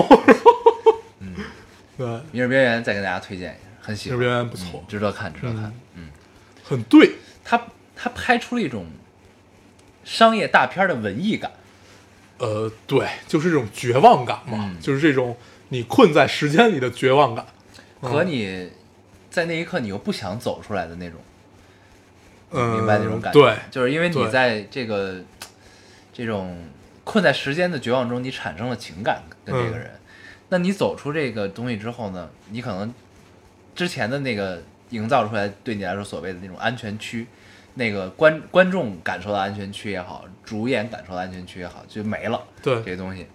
[SPEAKER 1] 嗯
[SPEAKER 2] 对，
[SPEAKER 1] 《明日边缘》，再跟大家推荐一下，很喜
[SPEAKER 2] 这
[SPEAKER 1] 欢，
[SPEAKER 2] 边不错
[SPEAKER 1] 嗯，值得看，值得看
[SPEAKER 2] 嗯。
[SPEAKER 1] 嗯，
[SPEAKER 2] 很对，
[SPEAKER 1] 他他拍出了一种商业大片的文艺感，
[SPEAKER 2] 呃，对，就是这种绝望感嘛，
[SPEAKER 1] 嗯
[SPEAKER 2] 就是这种你困在时间里的绝望感，
[SPEAKER 1] 和你在那一刻你又不想走出来的那种，
[SPEAKER 2] 嗯，
[SPEAKER 1] 明白那种感觉？
[SPEAKER 2] 对，
[SPEAKER 1] 就是因为你
[SPEAKER 2] 对
[SPEAKER 1] 在这个这种困在时间的绝望中，你产生了情感跟
[SPEAKER 2] 嗯
[SPEAKER 1] 这个人。那你走出这个东西之后呢，你可能之前的那个营造出来对你来说所谓的那种安全区，那个观观众感受到安全区也好，主演感受到安全区也好，就没了。
[SPEAKER 2] 对
[SPEAKER 1] 这些东西，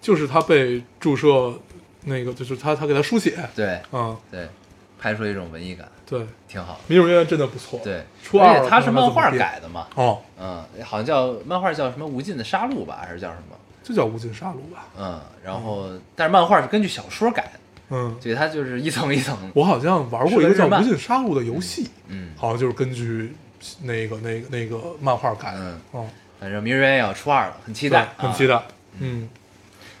[SPEAKER 2] 就是他被注射那个，就是他他给他输血，
[SPEAKER 1] 对
[SPEAKER 2] 嗯，
[SPEAKER 1] 对，拍出一种文艺感，
[SPEAKER 2] 对，《
[SPEAKER 1] 挺好的。
[SPEAKER 2] 迷种冤真的不错，
[SPEAKER 1] 对，
[SPEAKER 2] 初二
[SPEAKER 1] 而且
[SPEAKER 2] 了
[SPEAKER 1] 它是漫画
[SPEAKER 2] 看看他怎么变
[SPEAKER 1] 改的嘛，
[SPEAKER 2] 哦，
[SPEAKER 1] 嗯，好像叫漫画叫什么《无尽的杀戮》吧，还是叫什么？
[SPEAKER 2] 这叫无尽杀戮吧，
[SPEAKER 1] 嗯，然后但是漫画是根据小说改的，
[SPEAKER 2] 嗯，
[SPEAKER 1] 所以它就是一层一层。
[SPEAKER 2] 我好像玩过一个
[SPEAKER 1] 是个
[SPEAKER 2] 叫
[SPEAKER 1] 日
[SPEAKER 2] 《
[SPEAKER 1] 漫
[SPEAKER 2] 无尽杀戮》的游戏，
[SPEAKER 1] 嗯，
[SPEAKER 2] 好像就是根据那个那个那个漫画改的，
[SPEAKER 1] 嗯
[SPEAKER 2] 哦，
[SPEAKER 1] 反正《明日边缘》也要初二了，很期
[SPEAKER 2] 期
[SPEAKER 1] 待，啊
[SPEAKER 2] 很期
[SPEAKER 1] 待。
[SPEAKER 2] 待，嗯。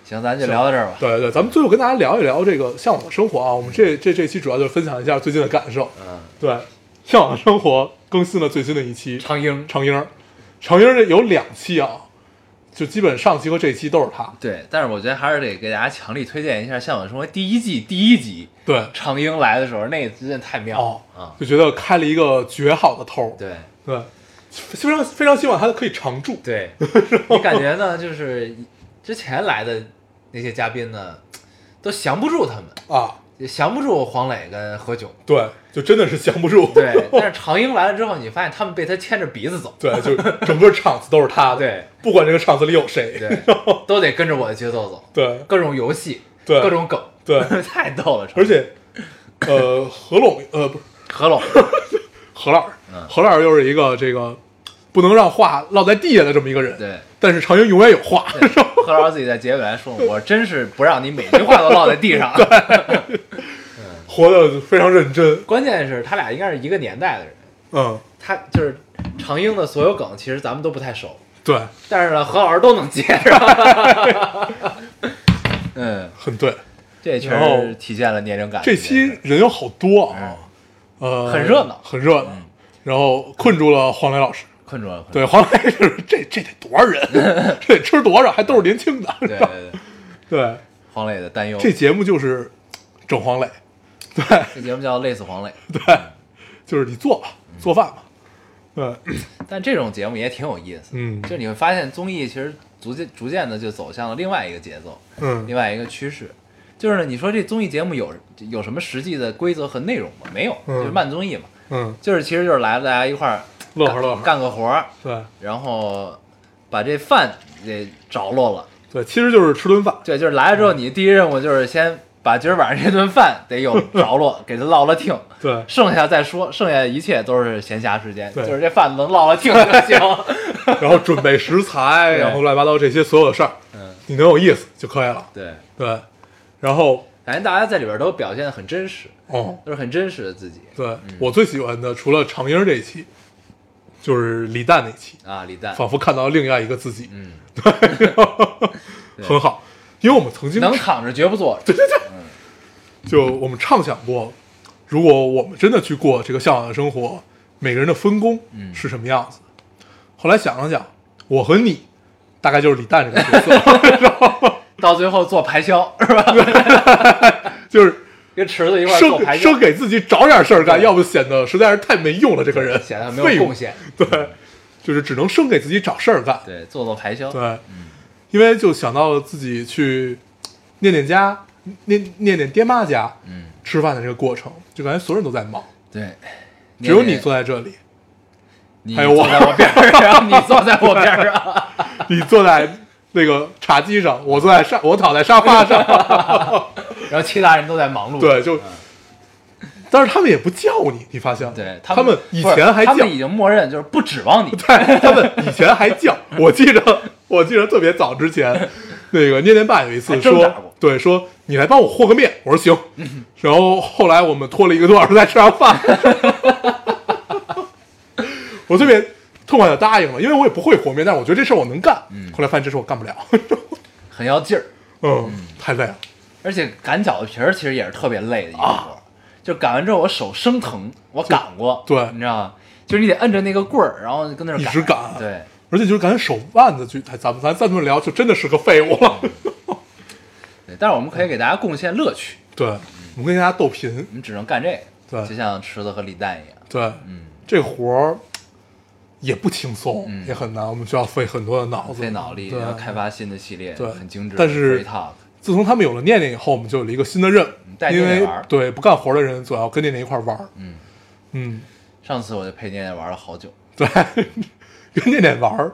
[SPEAKER 1] 行，咱就聊到这儿吧。
[SPEAKER 2] 对对，咱们最后跟大家聊一聊这个向往的生活啊。我们这这这期主要就是分享一下最近的感受。
[SPEAKER 1] 嗯，
[SPEAKER 2] 对，向往的生活更新了最新的一期
[SPEAKER 1] 苍鹰，
[SPEAKER 2] 长英儿，长英儿这有两期啊，就基本上期和这期都是他。
[SPEAKER 1] 对，但是我觉得还是得给大家强力推荐一下《向往生活》第一季第一集，
[SPEAKER 2] 对，
[SPEAKER 3] 啊
[SPEAKER 1] 长英来的时候，那真的太妙
[SPEAKER 2] 哦
[SPEAKER 1] 了啊！
[SPEAKER 2] 就觉得开了一个绝好的头。
[SPEAKER 1] 对
[SPEAKER 2] 对，非常非常希望他可以常驻。
[SPEAKER 1] 对，你感觉呢？就是之前来的那些嘉宾呢，都降不住他们，
[SPEAKER 2] 啊，
[SPEAKER 3] 也降不住黄磊跟何炅。
[SPEAKER 2] 对，就真的是降不住。
[SPEAKER 3] 对，但是长英来了之后，你发现他们被他牵着鼻子走，
[SPEAKER 2] 对，就整个场子都是他的。
[SPEAKER 3] 对，
[SPEAKER 2] 不管这个场子里有谁。
[SPEAKER 3] 对， 都得跟着我的节奏走，
[SPEAKER 2] 对
[SPEAKER 3] 各种游戏，
[SPEAKER 2] 对
[SPEAKER 3] 各种梗，
[SPEAKER 2] 对
[SPEAKER 3] 太逗了。
[SPEAKER 2] 而且，呃，何拢呃不是
[SPEAKER 3] 何老，
[SPEAKER 2] 何老
[SPEAKER 1] 嗯
[SPEAKER 2] 师，何老师又是一个这个不能让话落在地下的这么一个人。
[SPEAKER 1] 对，
[SPEAKER 2] 但是长英永远有话。
[SPEAKER 1] 何老师自己在结尾来说，我真是不让你每句话都落在地上。
[SPEAKER 2] 活得非常认真，
[SPEAKER 3] 关键是他俩应该是一个年代的人，
[SPEAKER 2] 嗯，
[SPEAKER 3] 他就是长英的所有梗，其实咱们都不太熟，
[SPEAKER 2] 对，
[SPEAKER 3] 但是呢，何老师都能接着，
[SPEAKER 1] 嗯，
[SPEAKER 2] 很对。
[SPEAKER 1] 这确
[SPEAKER 2] 然后
[SPEAKER 1] 实体现了年龄感。
[SPEAKER 2] 这期人有好多
[SPEAKER 3] 嗯
[SPEAKER 2] 啊，
[SPEAKER 1] 嗯
[SPEAKER 2] 呃，
[SPEAKER 3] 很热闹
[SPEAKER 2] 很热闹。然后困住了黄磊老师，
[SPEAKER 1] 困住了，困住了
[SPEAKER 2] 对，黄磊是这这得多 少人，啊这得吃多少，还都是年轻的，
[SPEAKER 1] 对哦对对，
[SPEAKER 2] 对，
[SPEAKER 1] 黄磊的担忧。
[SPEAKER 2] 这节目就是整黄磊，对，
[SPEAKER 1] 这节目叫《累死黄磊》，
[SPEAKER 2] 就是你做吧，做饭吧，对，
[SPEAKER 1] 但这种节目也挺有意思。
[SPEAKER 2] 嗯
[SPEAKER 1] 就你会发现综艺其实逐渐逐渐的就走向了另外一个节奏，
[SPEAKER 2] 嗯
[SPEAKER 1] 另外一个趋势。就是呢，你说这综艺节目有有什么实际的规则和内容吗？没有，
[SPEAKER 2] 嗯
[SPEAKER 1] 就是慢综艺嘛。
[SPEAKER 2] 嗯，
[SPEAKER 1] 就是其实就是来了大家一块儿
[SPEAKER 2] 乐
[SPEAKER 1] 干
[SPEAKER 2] 呵乐呵，
[SPEAKER 1] 干个活儿，
[SPEAKER 2] 对
[SPEAKER 1] 然后把这饭给着落了。
[SPEAKER 2] 对，其实就是吃顿饭，
[SPEAKER 1] 对，就是来了之后，你第一任务就是先把今儿晚上这顿饭得有着 落，给它落了听，
[SPEAKER 2] 对，
[SPEAKER 1] 剩下再说，剩下一切都是闲暇时间，就
[SPEAKER 2] 对
[SPEAKER 1] 是这饭能落了听就 行。
[SPEAKER 2] 然后准备食材，然后乱七八糟这些所有的事儿，
[SPEAKER 1] 嗯，
[SPEAKER 2] 你能有意思就可以了，
[SPEAKER 1] 对，
[SPEAKER 2] 对，然后
[SPEAKER 1] 感觉大家在里边都表现的很真实，
[SPEAKER 2] 哦，
[SPEAKER 1] 都是很真实的自己
[SPEAKER 2] 对、我最喜欢的除了长英这一期，就是李诞那一期，
[SPEAKER 1] 啊。李诞，
[SPEAKER 2] 仿佛看到了另外一个自己，
[SPEAKER 1] 嗯，
[SPEAKER 2] 很好。因为我们曾经
[SPEAKER 1] 能躺着绝不坐着，
[SPEAKER 2] 就我们畅想过，如果我们真的去过这个向往的生活，每个人的分工是什么样子。后来想了想，我和你大概就是李诞这 个角色，
[SPEAKER 1] 到最后做排箫是吧？
[SPEAKER 2] 就是
[SPEAKER 1] 跟池子一块儿做排
[SPEAKER 2] 生
[SPEAKER 1] 箫
[SPEAKER 2] 生，给自己找点事儿干，
[SPEAKER 1] 对
[SPEAKER 2] 要不显得实在是太没用了，这个人
[SPEAKER 1] 显得没有贡，献。嗯
[SPEAKER 2] 废物对，就是只能生给自己找事儿干。
[SPEAKER 1] 对，做做排箫，
[SPEAKER 2] 对，啊因为就想到了自己去念念家、念念念爹妈家
[SPEAKER 1] 嗯，
[SPEAKER 2] 吃饭的这个过程，就感觉所有人都在忙，
[SPEAKER 1] 对，
[SPEAKER 2] 只有你坐在这里，
[SPEAKER 1] 你
[SPEAKER 2] 还有我
[SPEAKER 1] 坐在我边儿上，你坐在我边儿上，
[SPEAKER 2] 你坐在那个茶几上，我坐在沙，我躺在沙发上，
[SPEAKER 3] 然后其他人都在忙碌。
[SPEAKER 2] 对，，就。
[SPEAKER 1] 嗯
[SPEAKER 2] 但是他们也不叫你，你发现了？
[SPEAKER 1] 对
[SPEAKER 2] 他
[SPEAKER 1] 他们
[SPEAKER 2] 以
[SPEAKER 1] 不是
[SPEAKER 2] 前还
[SPEAKER 1] 他
[SPEAKER 2] 叫，
[SPEAKER 1] 们已经默认就是不指望你，
[SPEAKER 2] 对，他们以前还叫。我记着，我记着特别早之前，那个念念爸有一次
[SPEAKER 1] 还挣扎
[SPEAKER 2] 说
[SPEAKER 1] 过，嗯
[SPEAKER 2] 对，说你来帮我和个面，我说行。然后后来我们拖了一个多小时才吃上 饭，我这边痛快的答应了，因为我也不会和面，但是我觉得这事儿我能干。
[SPEAKER 1] 嗯
[SPEAKER 2] 后来发现这事儿我干不了，
[SPEAKER 1] 很要劲儿，
[SPEAKER 2] 嗯，太累了。
[SPEAKER 1] 而且擀饺子皮儿其实也是特别累的一个活儿，
[SPEAKER 2] 啊
[SPEAKER 1] 就擀完之后我手生疼，我擀过，
[SPEAKER 2] 对
[SPEAKER 1] 你知道吗？就是你得摁着那个棍儿，然后跟那儿
[SPEAKER 2] 一直
[SPEAKER 1] 擀
[SPEAKER 2] 擀，
[SPEAKER 1] 对，
[SPEAKER 2] 而且就是感觉手腕子就，哎咱们咱咱这么聊，就真的是个废物了。
[SPEAKER 1] 嗯对。但是我们可以给大家贡献乐趣，
[SPEAKER 2] 对，我们跟大家斗贫，
[SPEAKER 1] 我们只能干这个，
[SPEAKER 2] 对
[SPEAKER 1] 就像池子和李诞一样，
[SPEAKER 2] 对，嗯，这活儿也不轻松，
[SPEAKER 1] 嗯
[SPEAKER 2] 也很难，我们需要费很多的脑子，
[SPEAKER 1] 费脑力，嗯
[SPEAKER 2] 对
[SPEAKER 1] 然后开发新的系列，
[SPEAKER 2] 对
[SPEAKER 1] 很精致，
[SPEAKER 2] 但是
[SPEAKER 1] 一套
[SPEAKER 2] 自从他们有了念念以后，我们就有了一个新的任
[SPEAKER 1] 嗯带
[SPEAKER 2] 务，
[SPEAKER 1] 念
[SPEAKER 2] 因
[SPEAKER 1] 念
[SPEAKER 2] 为
[SPEAKER 1] 玩儿
[SPEAKER 2] 对不干活的人总要跟念念一块儿玩儿，
[SPEAKER 1] 嗯
[SPEAKER 2] 嗯，
[SPEAKER 1] 上次我就陪念念玩了好久，
[SPEAKER 2] 对，跟念念玩儿，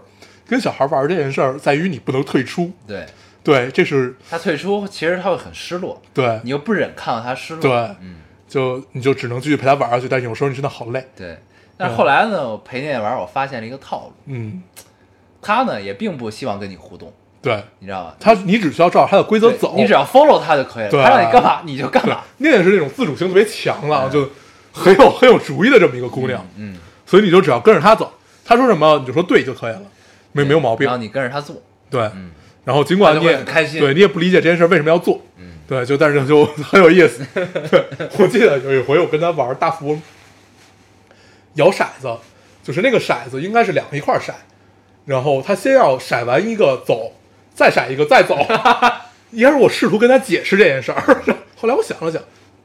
[SPEAKER 2] 跟小孩玩儿这件事儿，在于你不能退出，
[SPEAKER 1] 对
[SPEAKER 2] 对，这是
[SPEAKER 1] 他退出，其实他会很失落，
[SPEAKER 2] 对
[SPEAKER 1] 你又不忍看到他失落，
[SPEAKER 2] 对，
[SPEAKER 1] 嗯，
[SPEAKER 2] 就你就只能继续陪他玩儿下去，但有时候你真的好累，
[SPEAKER 1] 对。但是后来呢，我陪念念玩，我发现了一个套路，
[SPEAKER 2] 嗯，
[SPEAKER 1] 他呢也并不希望跟你互动，
[SPEAKER 2] 对。
[SPEAKER 1] 你知道吧？
[SPEAKER 2] 他，你只需要照着他的规则
[SPEAKER 1] 对
[SPEAKER 2] 走，
[SPEAKER 1] 你只要 follow 他就可以了。
[SPEAKER 2] 对啊
[SPEAKER 1] 他让你干嘛你就干
[SPEAKER 2] 对
[SPEAKER 1] 嘛。，
[SPEAKER 2] 念念是那种自主性特别强了，就很有很有主意的这么一个姑娘，
[SPEAKER 1] 嗯，
[SPEAKER 2] 所以你就只要跟着她走，她说什么你就说对就可以了，没没有毛病
[SPEAKER 1] 然。后你跟着他做，
[SPEAKER 2] 对，
[SPEAKER 1] 嗯
[SPEAKER 2] 然后尽管
[SPEAKER 1] 她
[SPEAKER 2] 你
[SPEAKER 1] 就会
[SPEAKER 2] 也
[SPEAKER 1] 很开心
[SPEAKER 2] 对你也不理解这件事为什么要做，
[SPEAKER 1] 嗯
[SPEAKER 2] 对，就但是就很 有意思。对，我记得有一回我跟她玩大富翁，摇骰子，就是那个骰子应该是两个一块儿骰，然后她先要骰完一个走，再骰一个再 走。一开始我试图跟她解释这件事儿， 后来我想了想，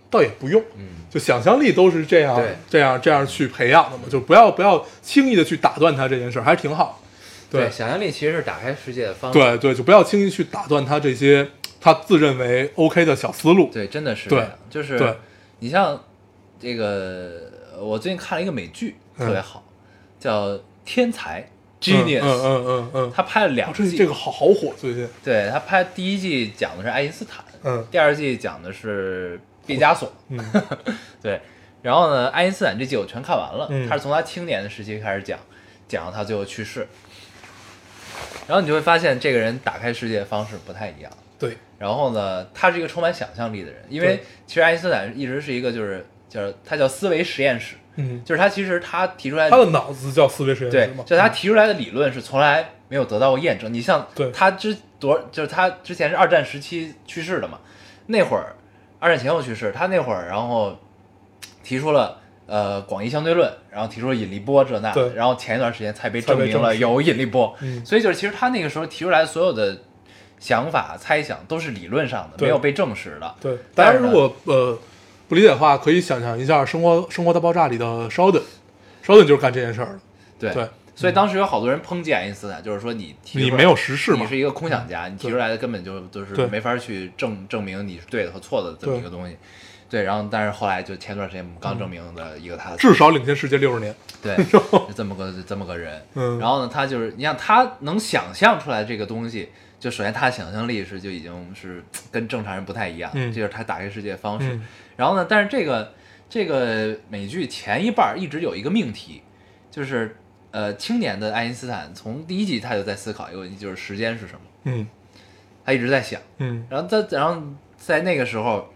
[SPEAKER 2] 倒也不用，
[SPEAKER 1] 嗯，
[SPEAKER 2] 就想象力都是这样
[SPEAKER 1] 对
[SPEAKER 2] 这样这样去培养的嘛，就不要不要轻易的去打断他这件事儿，还是挺好的。
[SPEAKER 1] 想象力其实是打开世界的方式。
[SPEAKER 2] 对对，就不要轻易去打断他这些他自认为 OK 的小思路。
[SPEAKER 1] 对，真的是
[SPEAKER 2] 对
[SPEAKER 1] 这样就是
[SPEAKER 2] 对
[SPEAKER 1] 你像这个，呃我最近看了一个美剧，特别
[SPEAKER 2] 嗯
[SPEAKER 1] 好，叫《天才
[SPEAKER 2] 嗯
[SPEAKER 1] Genius》，
[SPEAKER 2] 嗯嗯嗯嗯，
[SPEAKER 1] 他拍了
[SPEAKER 2] 哦
[SPEAKER 1] 两
[SPEAKER 2] 这
[SPEAKER 1] 季，
[SPEAKER 2] 这个好好火，最近，
[SPEAKER 1] 对他拍第一季讲的是爱因斯坦，
[SPEAKER 2] 嗯
[SPEAKER 1] 第二季讲的是毕加索，
[SPEAKER 2] 嗯
[SPEAKER 1] 对，然后呢，爱因斯坦这季我全看完了，
[SPEAKER 2] 嗯
[SPEAKER 1] 他是从他青年的时期开始讲，讲到他最后去世，然后你就会发现这个人打开世界的方式不太一样。
[SPEAKER 2] 对，
[SPEAKER 1] 然后呢，他是一个充满想象力的人，因为
[SPEAKER 2] 对
[SPEAKER 1] 其实爱因斯坦一直是一个就是就是他叫思维实验室，
[SPEAKER 2] 嗯，
[SPEAKER 1] 就是他其实他提出来
[SPEAKER 2] 他的脑子叫思维实验
[SPEAKER 1] 对
[SPEAKER 2] 室嘛，，
[SPEAKER 1] 就他提出来的理论是从来没有得到过验证。你像
[SPEAKER 2] 对
[SPEAKER 1] 他之多，就是他之前是二战时期去世的嘛，那会儿二战前后去世，他那会儿然后提出了。呃，广义相对论，然后提出了引力波这那
[SPEAKER 2] 对，
[SPEAKER 1] 然后前一段时间才被
[SPEAKER 2] 才
[SPEAKER 1] 证
[SPEAKER 2] 被
[SPEAKER 1] 明了
[SPEAKER 2] 证实
[SPEAKER 1] 有引力波，
[SPEAKER 2] 嗯
[SPEAKER 1] 所以就是其实他那个时候提出来所有的想法、猜想都是理论上的，
[SPEAKER 2] 对
[SPEAKER 1] 没有被证实的。
[SPEAKER 2] 对，大
[SPEAKER 1] 但
[SPEAKER 2] 家
[SPEAKER 1] 是呢
[SPEAKER 2] 如果呃不理解的话，可以想象一下《生活生活大爆炸》里的 Sheldon，Sheldon 就是干这件事儿的。
[SPEAKER 1] 对
[SPEAKER 2] 对嗯
[SPEAKER 1] 所以当时有好多人抨击爱因斯坦，就是说你提出来
[SPEAKER 2] 你没有实事嘛
[SPEAKER 1] 你是一个空想家，你提出来的根本就就是
[SPEAKER 2] 嗯对
[SPEAKER 1] 没法去证证明你是对的和错的这么
[SPEAKER 2] 对
[SPEAKER 1] 一个东西。对，然后但是后来就前段时间我们刚证明的一个他
[SPEAKER 2] 至少领先世界六十年。
[SPEAKER 1] 对是这么个这么个人。
[SPEAKER 2] 嗯
[SPEAKER 1] 然后呢，他就是你像他能想象出来这个东西，就首先他的想象力是就已经是跟正常人不太一样，
[SPEAKER 2] 嗯
[SPEAKER 1] 这就是他打开世界的方式。
[SPEAKER 2] 嗯
[SPEAKER 1] 然后呢，但是这个这个美剧前一半儿一直有一个命题，就是呃，青年的爱因斯坦从第一集他就在思考一个问题，就是时间是什么，
[SPEAKER 2] 嗯
[SPEAKER 1] 他一直在想。
[SPEAKER 2] 嗯
[SPEAKER 1] 然后他，然后在那个时候，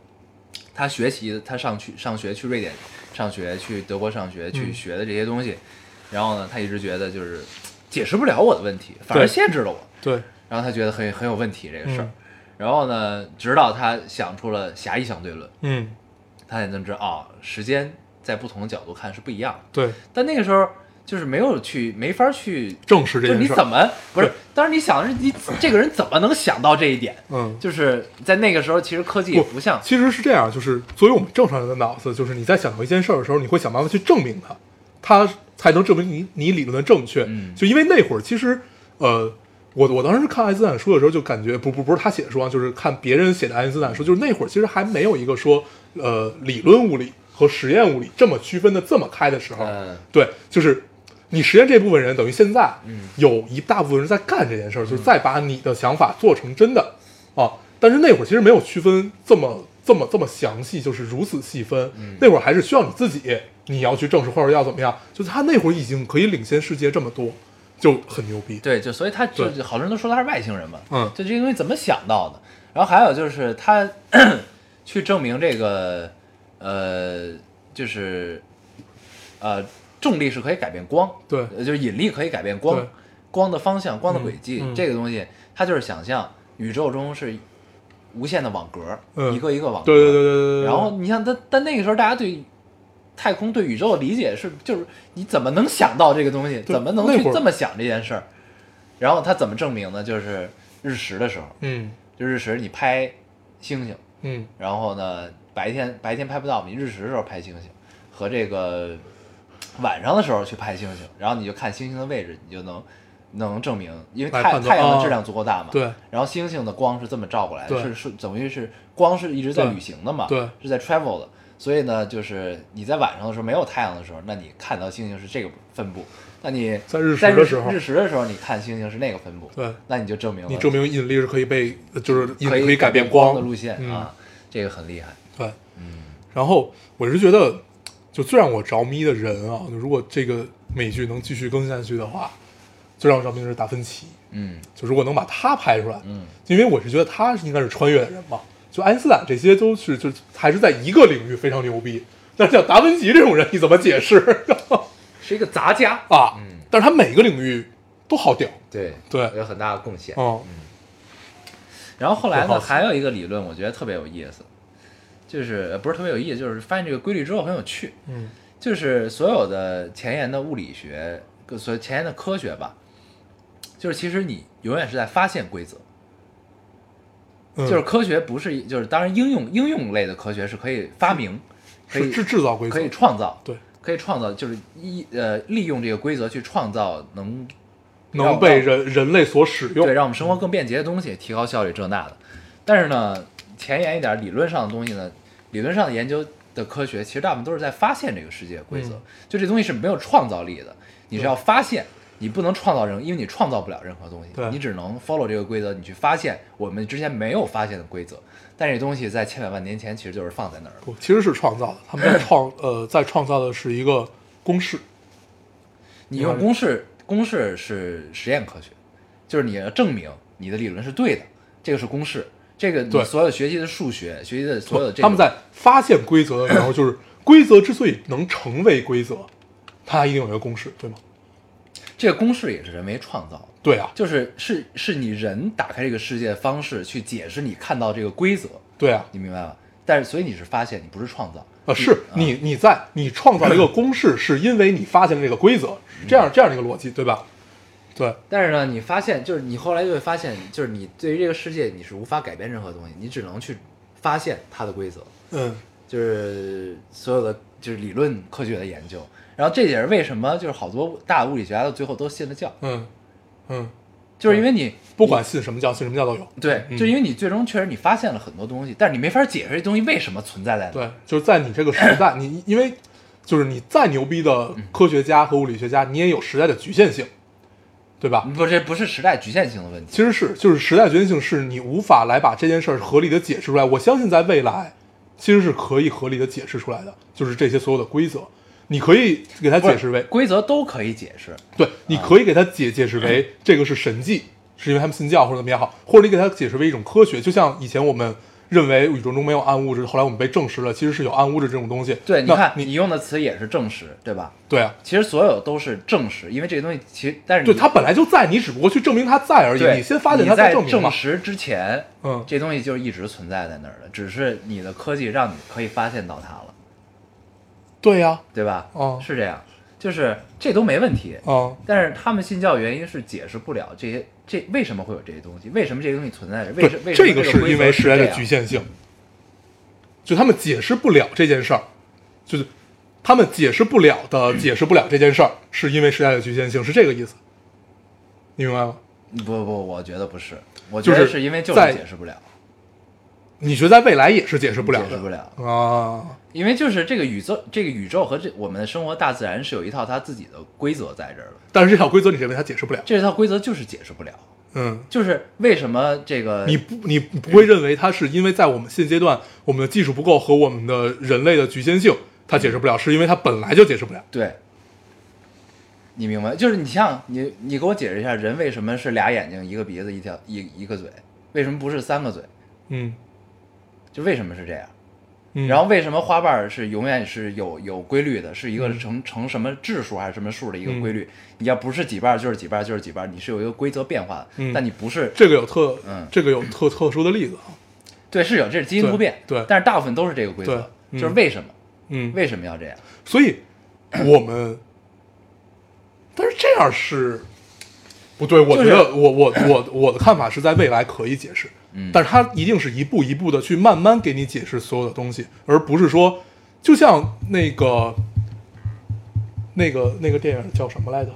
[SPEAKER 1] 他学习，他上去上学去瑞典上学，去德国上学，去
[SPEAKER 2] 嗯
[SPEAKER 1] 学的这些东西，然后呢，他一直觉得就是解释不了我的问题，反而
[SPEAKER 2] 对
[SPEAKER 1] 限制了我，
[SPEAKER 2] 对，
[SPEAKER 1] 然后他觉得很很有问题这个事儿。
[SPEAKER 2] 嗯
[SPEAKER 1] 然后呢，直到他想出了狭义相对论，
[SPEAKER 2] 嗯
[SPEAKER 1] 他才能知道啊、时间在不同的角度看是不一样的。
[SPEAKER 2] 对，
[SPEAKER 1] 但那个时候就是没有去，没法去。
[SPEAKER 2] 正视这
[SPEAKER 1] 就是
[SPEAKER 2] 件
[SPEAKER 1] 你
[SPEAKER 2] 事
[SPEAKER 1] 怎
[SPEAKER 2] 儿。
[SPEAKER 1] 么不是
[SPEAKER 2] 对？
[SPEAKER 1] 当时你想的是你这个人怎么能想到这一点？
[SPEAKER 2] 嗯，
[SPEAKER 1] 就是在那个时候，其实科技也不像，
[SPEAKER 2] 其实是这样，就是作为我们正常人的脑子，就是你在想到一件事儿的时候，你会想办法去证明它，它才能证明你你理论的正确。
[SPEAKER 1] 嗯
[SPEAKER 2] 就因为那会儿其实，呃，我我当时看爱因斯坦书的时候，就感觉不不不是他写的书啊，就是看别人写的爱因斯坦书，就是那会儿其实还没有一个说呃理论物理和实验物理这么区分的这么开的时候。
[SPEAKER 1] 嗯，
[SPEAKER 2] 对，就是你实验这部分人，等于现在
[SPEAKER 1] 嗯
[SPEAKER 2] 有一大部分人在干这件事儿，就是再把你的想法做成真的啊。但是那会儿其实没有区分这么这么这么详细，就是如此细分。
[SPEAKER 1] 嗯
[SPEAKER 2] 那会儿还是需要你自己，你要去证实或者要怎么样，就是他那会儿已经可以领先世界这么多，就很牛逼。
[SPEAKER 1] 对，就所以他就
[SPEAKER 2] 对
[SPEAKER 1] 好多人都说他是外星人嘛，
[SPEAKER 2] 嗯
[SPEAKER 1] 就这些东西怎么想到的？然后还有就是他 去证明这个呃，就是呃，重力是可以改变光，
[SPEAKER 2] 对
[SPEAKER 1] 呃就是引力可以改变光
[SPEAKER 2] 对，
[SPEAKER 1] 光的方向、光的轨迹，
[SPEAKER 2] 嗯嗯
[SPEAKER 1] 这个东西他就是想象宇宙中是无限的网格，
[SPEAKER 2] 嗯
[SPEAKER 1] 一个一个网格，
[SPEAKER 2] 对对对对对对。
[SPEAKER 1] 然后你像但但那个时候大家对太空对宇宙的理解是，就是你怎么能想到这个东西，
[SPEAKER 2] 对
[SPEAKER 1] 怎么能
[SPEAKER 2] 那
[SPEAKER 1] 去
[SPEAKER 2] 会儿
[SPEAKER 1] 这么想这件事儿？然后他怎么证明呢？就是日食的时候，
[SPEAKER 2] 嗯
[SPEAKER 1] 就日食你拍星星，
[SPEAKER 2] 嗯，
[SPEAKER 1] 然后呢白天白天拍不到，你日食的时候拍星星，和这个晚上的时候去拍星星，然后你就看星星的位置，你就能能证明，因为
[SPEAKER 2] 来
[SPEAKER 1] 太
[SPEAKER 2] 判断
[SPEAKER 1] 太阳的质
[SPEAKER 2] 啊
[SPEAKER 1] 量足够大嘛，
[SPEAKER 2] 对
[SPEAKER 1] 然后星星的光是这么照过来的，
[SPEAKER 2] 对
[SPEAKER 1] 是是等于是光是一直在
[SPEAKER 2] 对
[SPEAKER 1] 旅行的嘛，
[SPEAKER 2] 对
[SPEAKER 1] 是在 travel 的。所以呢，就是你在晚上的时候没有太阳的时候，那你看到星星是这个分布；那你
[SPEAKER 2] 在日食
[SPEAKER 1] 在
[SPEAKER 2] 的时候
[SPEAKER 1] 日食的时候你看星星是那个分布，
[SPEAKER 2] 对
[SPEAKER 1] 那你就证明了
[SPEAKER 2] 你证明引力是可以被，就是引
[SPEAKER 1] 可
[SPEAKER 2] 力可以
[SPEAKER 1] 改
[SPEAKER 2] 改变
[SPEAKER 1] 光
[SPEAKER 2] 光
[SPEAKER 1] 的路线、
[SPEAKER 2] 嗯
[SPEAKER 1] 啊，这个很厉害。
[SPEAKER 2] 对，嗯。然后我是觉得，就最让我着迷的人啊，如果这个美剧能继续更下去的话，最让我着迷的是达芬奇。
[SPEAKER 1] 嗯
[SPEAKER 2] 就如果能把他拍出来，
[SPEAKER 1] 嗯，
[SPEAKER 2] 因为我是觉得他是应该是穿越的人嘛。就爱因斯坦这些都是就还是在一个领域非常牛逼，但是像达芬奇这种人，你怎么解释
[SPEAKER 3] 是一个杂家，
[SPEAKER 2] 啊
[SPEAKER 1] 嗯？
[SPEAKER 2] 但是他每个领域都好屌，
[SPEAKER 1] 对
[SPEAKER 2] 对
[SPEAKER 3] 有很大的贡献。
[SPEAKER 2] 嗯
[SPEAKER 1] 然后后来
[SPEAKER 2] 我好
[SPEAKER 1] 呢，
[SPEAKER 2] 奇
[SPEAKER 1] 还有一个理论，我觉得特别有意思，就是呃不是特别有意思，就是发现这个规律之后很有趣。
[SPEAKER 2] 嗯
[SPEAKER 1] 就是所有的前沿的物理学，各所前沿的科学吧，就是其实你永远是在发现规则。
[SPEAKER 2] 嗯，
[SPEAKER 1] 就是科学不是，就是当然应用应用类的科学是可以发明，可
[SPEAKER 2] 是
[SPEAKER 1] 以
[SPEAKER 2] 制制造规则
[SPEAKER 1] 可以创造，
[SPEAKER 2] 对，
[SPEAKER 1] 可以创造，就是一呃利用这个规则去创造能
[SPEAKER 2] 能被人人类所使用
[SPEAKER 1] 对，让我们生活更便捷的东西，提高效率这那的。
[SPEAKER 4] 但是呢，前沿一点，理论上的东西呢，理论上的研究的科学，其实大部分都是在发现这个世界规则。
[SPEAKER 2] 嗯
[SPEAKER 4] 就这东西是没有创造力的，你是要发现，你不能创造任何，因为你创造不了任何东西
[SPEAKER 2] 对，
[SPEAKER 4] 你只能 follow 这个规则，你去发现我们之前没有发现的规则。但这东西在千百万年前其实就是放在那儿了。
[SPEAKER 2] 不，其实是创造的，他 们在创呃在创造的是一个公式，
[SPEAKER 4] 你用公式，公式是实验科学，就是你要证明你的理论是对的，这个是公式。这个
[SPEAKER 2] 对
[SPEAKER 4] 你所有学习的数学，学习的所有的这
[SPEAKER 2] 他们
[SPEAKER 4] 种
[SPEAKER 2] 在发现规则的时候，就是规则之所以能成为规则，它一定有一个公式，对吗？
[SPEAKER 4] 这个公式也是人为创造的。
[SPEAKER 2] 对啊，
[SPEAKER 4] 就是是是你人打开这个世界的方式去解释你看到这个规则，
[SPEAKER 2] 对啊，
[SPEAKER 4] 你明白吗？但是所以你是发现，你不啊是创造。
[SPEAKER 2] 呃，是你你在你创造一个公式，是因为你发现了这个规则，是
[SPEAKER 4] 嗯
[SPEAKER 2] 这样这样的一个逻辑，对吧？对，
[SPEAKER 1] 但是呢，你发现就是你后来就会发现，就是你对于这个世界你是无法改变任何东西，你只能去发现它的规则，
[SPEAKER 2] 嗯，
[SPEAKER 1] 就是所有的就是理论科学的研究。然后这也是为什么就是好多大物理学家到最后都信了教，
[SPEAKER 2] 嗯，嗯，
[SPEAKER 1] 就是因为你
[SPEAKER 2] 不管信什么教，信什么教都有。
[SPEAKER 1] 对，就是因为你最终确实你发现了很多东西，但是你没法解释这东西为什么存在在那。
[SPEAKER 2] 对，就是在你这个时 代，你因为就是你再牛逼的科学家和物理学家，你也有时代的局限性，对吧？
[SPEAKER 1] 不，这不是时代局限性的问题。
[SPEAKER 2] 其实是就是时代局限性，是你无法来把这件事儿合理的解释出来。我相信在未来，其实是可以合理的解释出来的，就是这些所有的规则，你可以给它
[SPEAKER 1] 不是
[SPEAKER 2] 解释为
[SPEAKER 1] 规则都可以解释，
[SPEAKER 2] 对，你可以给它解解释为这个是神迹，是因为他们信教或者怎么也好，或者你给它解释为一种科学，就像以前我们认为宇宙中没有暗物质，后来我们被证实了，其实是有暗物质这种东西。
[SPEAKER 1] 对，你
[SPEAKER 2] 那
[SPEAKER 1] 看
[SPEAKER 2] 你
[SPEAKER 1] 你用的词也是证实，对吧？
[SPEAKER 2] 对啊，
[SPEAKER 1] 其实所有都是证实，因为这个东西其实，但是你
[SPEAKER 2] 对，它本来就在，你只不过去证明它在而已。
[SPEAKER 1] 对
[SPEAKER 2] 你先发现
[SPEAKER 1] 你
[SPEAKER 2] 它
[SPEAKER 1] 在
[SPEAKER 2] 再证明嘛。
[SPEAKER 1] 实之前，
[SPEAKER 2] 嗯
[SPEAKER 1] 这东西就是一直存在在那儿的，只是你的科技让你可以发现到它了，
[SPEAKER 2] 对呀、
[SPEAKER 1] 对吧？
[SPEAKER 2] 哦
[SPEAKER 1] 是这样，就是这都没问题。
[SPEAKER 2] 嗯，
[SPEAKER 1] 但是他们信教原因是解释不了这些，这为什么会有这些东西？为什么这些东西存在？为什为
[SPEAKER 2] 对，
[SPEAKER 1] 什么
[SPEAKER 2] 这个
[SPEAKER 1] 规则
[SPEAKER 2] 是因为时代的
[SPEAKER 1] 这样
[SPEAKER 2] 局限性，就他们解释不了这件事儿，就是他们解释不了 的解释不了这件事儿，是因为时代的局限性，是这个意思，你明白吗？
[SPEAKER 1] 不不，我觉得不是，我
[SPEAKER 2] 就
[SPEAKER 1] 觉得
[SPEAKER 2] 是
[SPEAKER 1] 是因为就
[SPEAKER 2] 在
[SPEAKER 1] 是解释不了，
[SPEAKER 2] 你觉得在未来也是解释不了的？
[SPEAKER 1] 解释不了，
[SPEAKER 2] 啊，
[SPEAKER 1] 因为就是这个宇宙，这个宇宙和这我们的生活大自然是有一套它自己的规则在这儿的，
[SPEAKER 2] 但是这条规则你认为它解释不了？
[SPEAKER 1] 这套规则就是解释不了，
[SPEAKER 2] 嗯，
[SPEAKER 1] 就是为什么这个
[SPEAKER 2] 你不你不会认为它是因为在我们现阶段我们的技术不够和我们的人类的局限性，它解释不了，是因为它本来就解释不了。
[SPEAKER 1] 对，你明白？就是你像你，你给我解释一下，人为什么是俩眼睛、一个鼻子、一条一一个嘴？为什么不是三个嘴？
[SPEAKER 2] 嗯，
[SPEAKER 1] 就为什么是这样？
[SPEAKER 2] 嗯
[SPEAKER 1] 然后为什么花瓣儿是永远是有有规律的，是一
[SPEAKER 2] 嗯
[SPEAKER 1] 个成成什么质数还是什么数的一个规律？你要不是几瓣儿就是几瓣儿就是几瓣儿，你是有一个规则变化的，
[SPEAKER 2] 嗯
[SPEAKER 1] 但你不是
[SPEAKER 2] 这个有特，
[SPEAKER 1] 嗯
[SPEAKER 2] 这个有特特殊的例子啊。
[SPEAKER 1] 对是有这是基因突变，
[SPEAKER 2] 对对
[SPEAKER 1] 但是大部分都是这个规
[SPEAKER 2] 对
[SPEAKER 1] 则，
[SPEAKER 2] 嗯
[SPEAKER 1] 就是为什么、
[SPEAKER 2] 嗯，
[SPEAKER 1] 为什么要这样？
[SPEAKER 2] 所以我们，但是这样是不对。我觉
[SPEAKER 1] 就是
[SPEAKER 2] 得我我我我的看法是在未来可以解释，
[SPEAKER 1] 嗯
[SPEAKER 2] 但是它一定是一步一步的去慢慢给你解释所有的东西，而不是说，就像那个那个那个电影叫什么来着？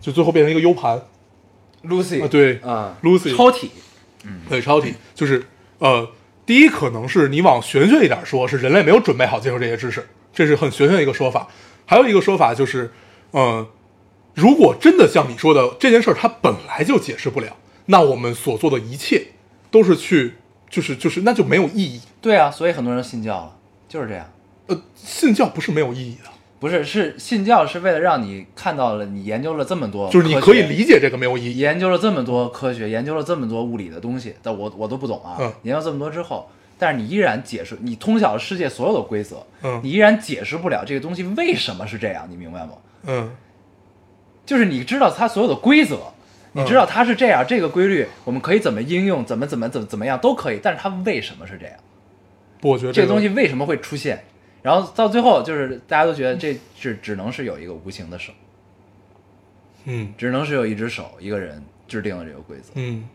[SPEAKER 2] 就最后变成一个 U 盘
[SPEAKER 1] Lucy
[SPEAKER 2] 啊，对
[SPEAKER 1] 啊、
[SPEAKER 2] ，Lucy
[SPEAKER 1] 超体
[SPEAKER 2] 对，超体就是呃，第一可能是你往玄学一点说，是人类没有准备好接受这些知识，这是很玄学的一个说法。还有一个说法就是，呃，如果真的像你说的这件事儿，它本来就解释不了，那我们所做的一切都是去，就是就是，那就没有意义。
[SPEAKER 1] 对啊，所以很多人信教了，就是这样。
[SPEAKER 2] 呃，信教不是没有意义的，
[SPEAKER 1] 不是，是信教是为了让你看到了，你研究了这么多科学，
[SPEAKER 2] 就是你可以理解这个没有意义。
[SPEAKER 1] 研究了这么多科学，研究了这么多物理的东西，但我我都不懂啊。
[SPEAKER 2] 嗯
[SPEAKER 1] 研究这么多之后，但是你依然解释，你通晓了世界所有的规则，
[SPEAKER 2] 嗯
[SPEAKER 1] 你依然解释不了这个东西为什么是这样，你明白吗？
[SPEAKER 2] 嗯，
[SPEAKER 1] 就是你知道它所有的规则，你知道它是这样，这个规律我们可以怎么应用，怎么怎么怎么怎么样都可以，但是它为什么是这样？
[SPEAKER 2] 不我觉得
[SPEAKER 1] 这
[SPEAKER 2] 个
[SPEAKER 1] 个东西为什么会出现？然后到最后就是大家都觉得这只只能是有一个无形的手。
[SPEAKER 2] 嗯
[SPEAKER 1] 只能是有一只手一个人制定了这个规则，
[SPEAKER 2] 嗯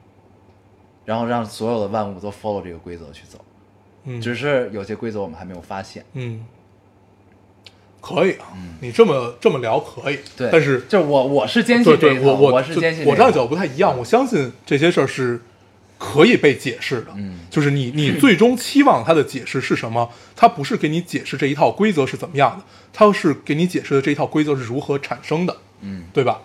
[SPEAKER 1] 然后让所有的万物都 follow 这个规则去走。
[SPEAKER 2] 嗯，
[SPEAKER 1] 只是有些规则我们还没有发现。
[SPEAKER 2] 嗯，可以啊，你这么这么聊可以，
[SPEAKER 1] 嗯对，
[SPEAKER 2] 但是
[SPEAKER 1] 就是我我是坚
[SPEAKER 2] 对
[SPEAKER 1] 信这
[SPEAKER 2] 对，
[SPEAKER 1] 一套，
[SPEAKER 2] 我
[SPEAKER 1] 我
[SPEAKER 2] 我
[SPEAKER 1] 是
[SPEAKER 2] 就
[SPEAKER 1] 坚信
[SPEAKER 2] 我
[SPEAKER 1] 这
[SPEAKER 2] 站
[SPEAKER 1] 一
[SPEAKER 2] 的角
[SPEAKER 1] 套。
[SPEAKER 2] 度不太一样，我相信这些事儿是可以被解释的，嗯，就是你 你最终期望它的解释是什么？它不是给你解释这一套规则是怎么样的，它是给你解释的这一套规则是如何产生的，嗯，对吧？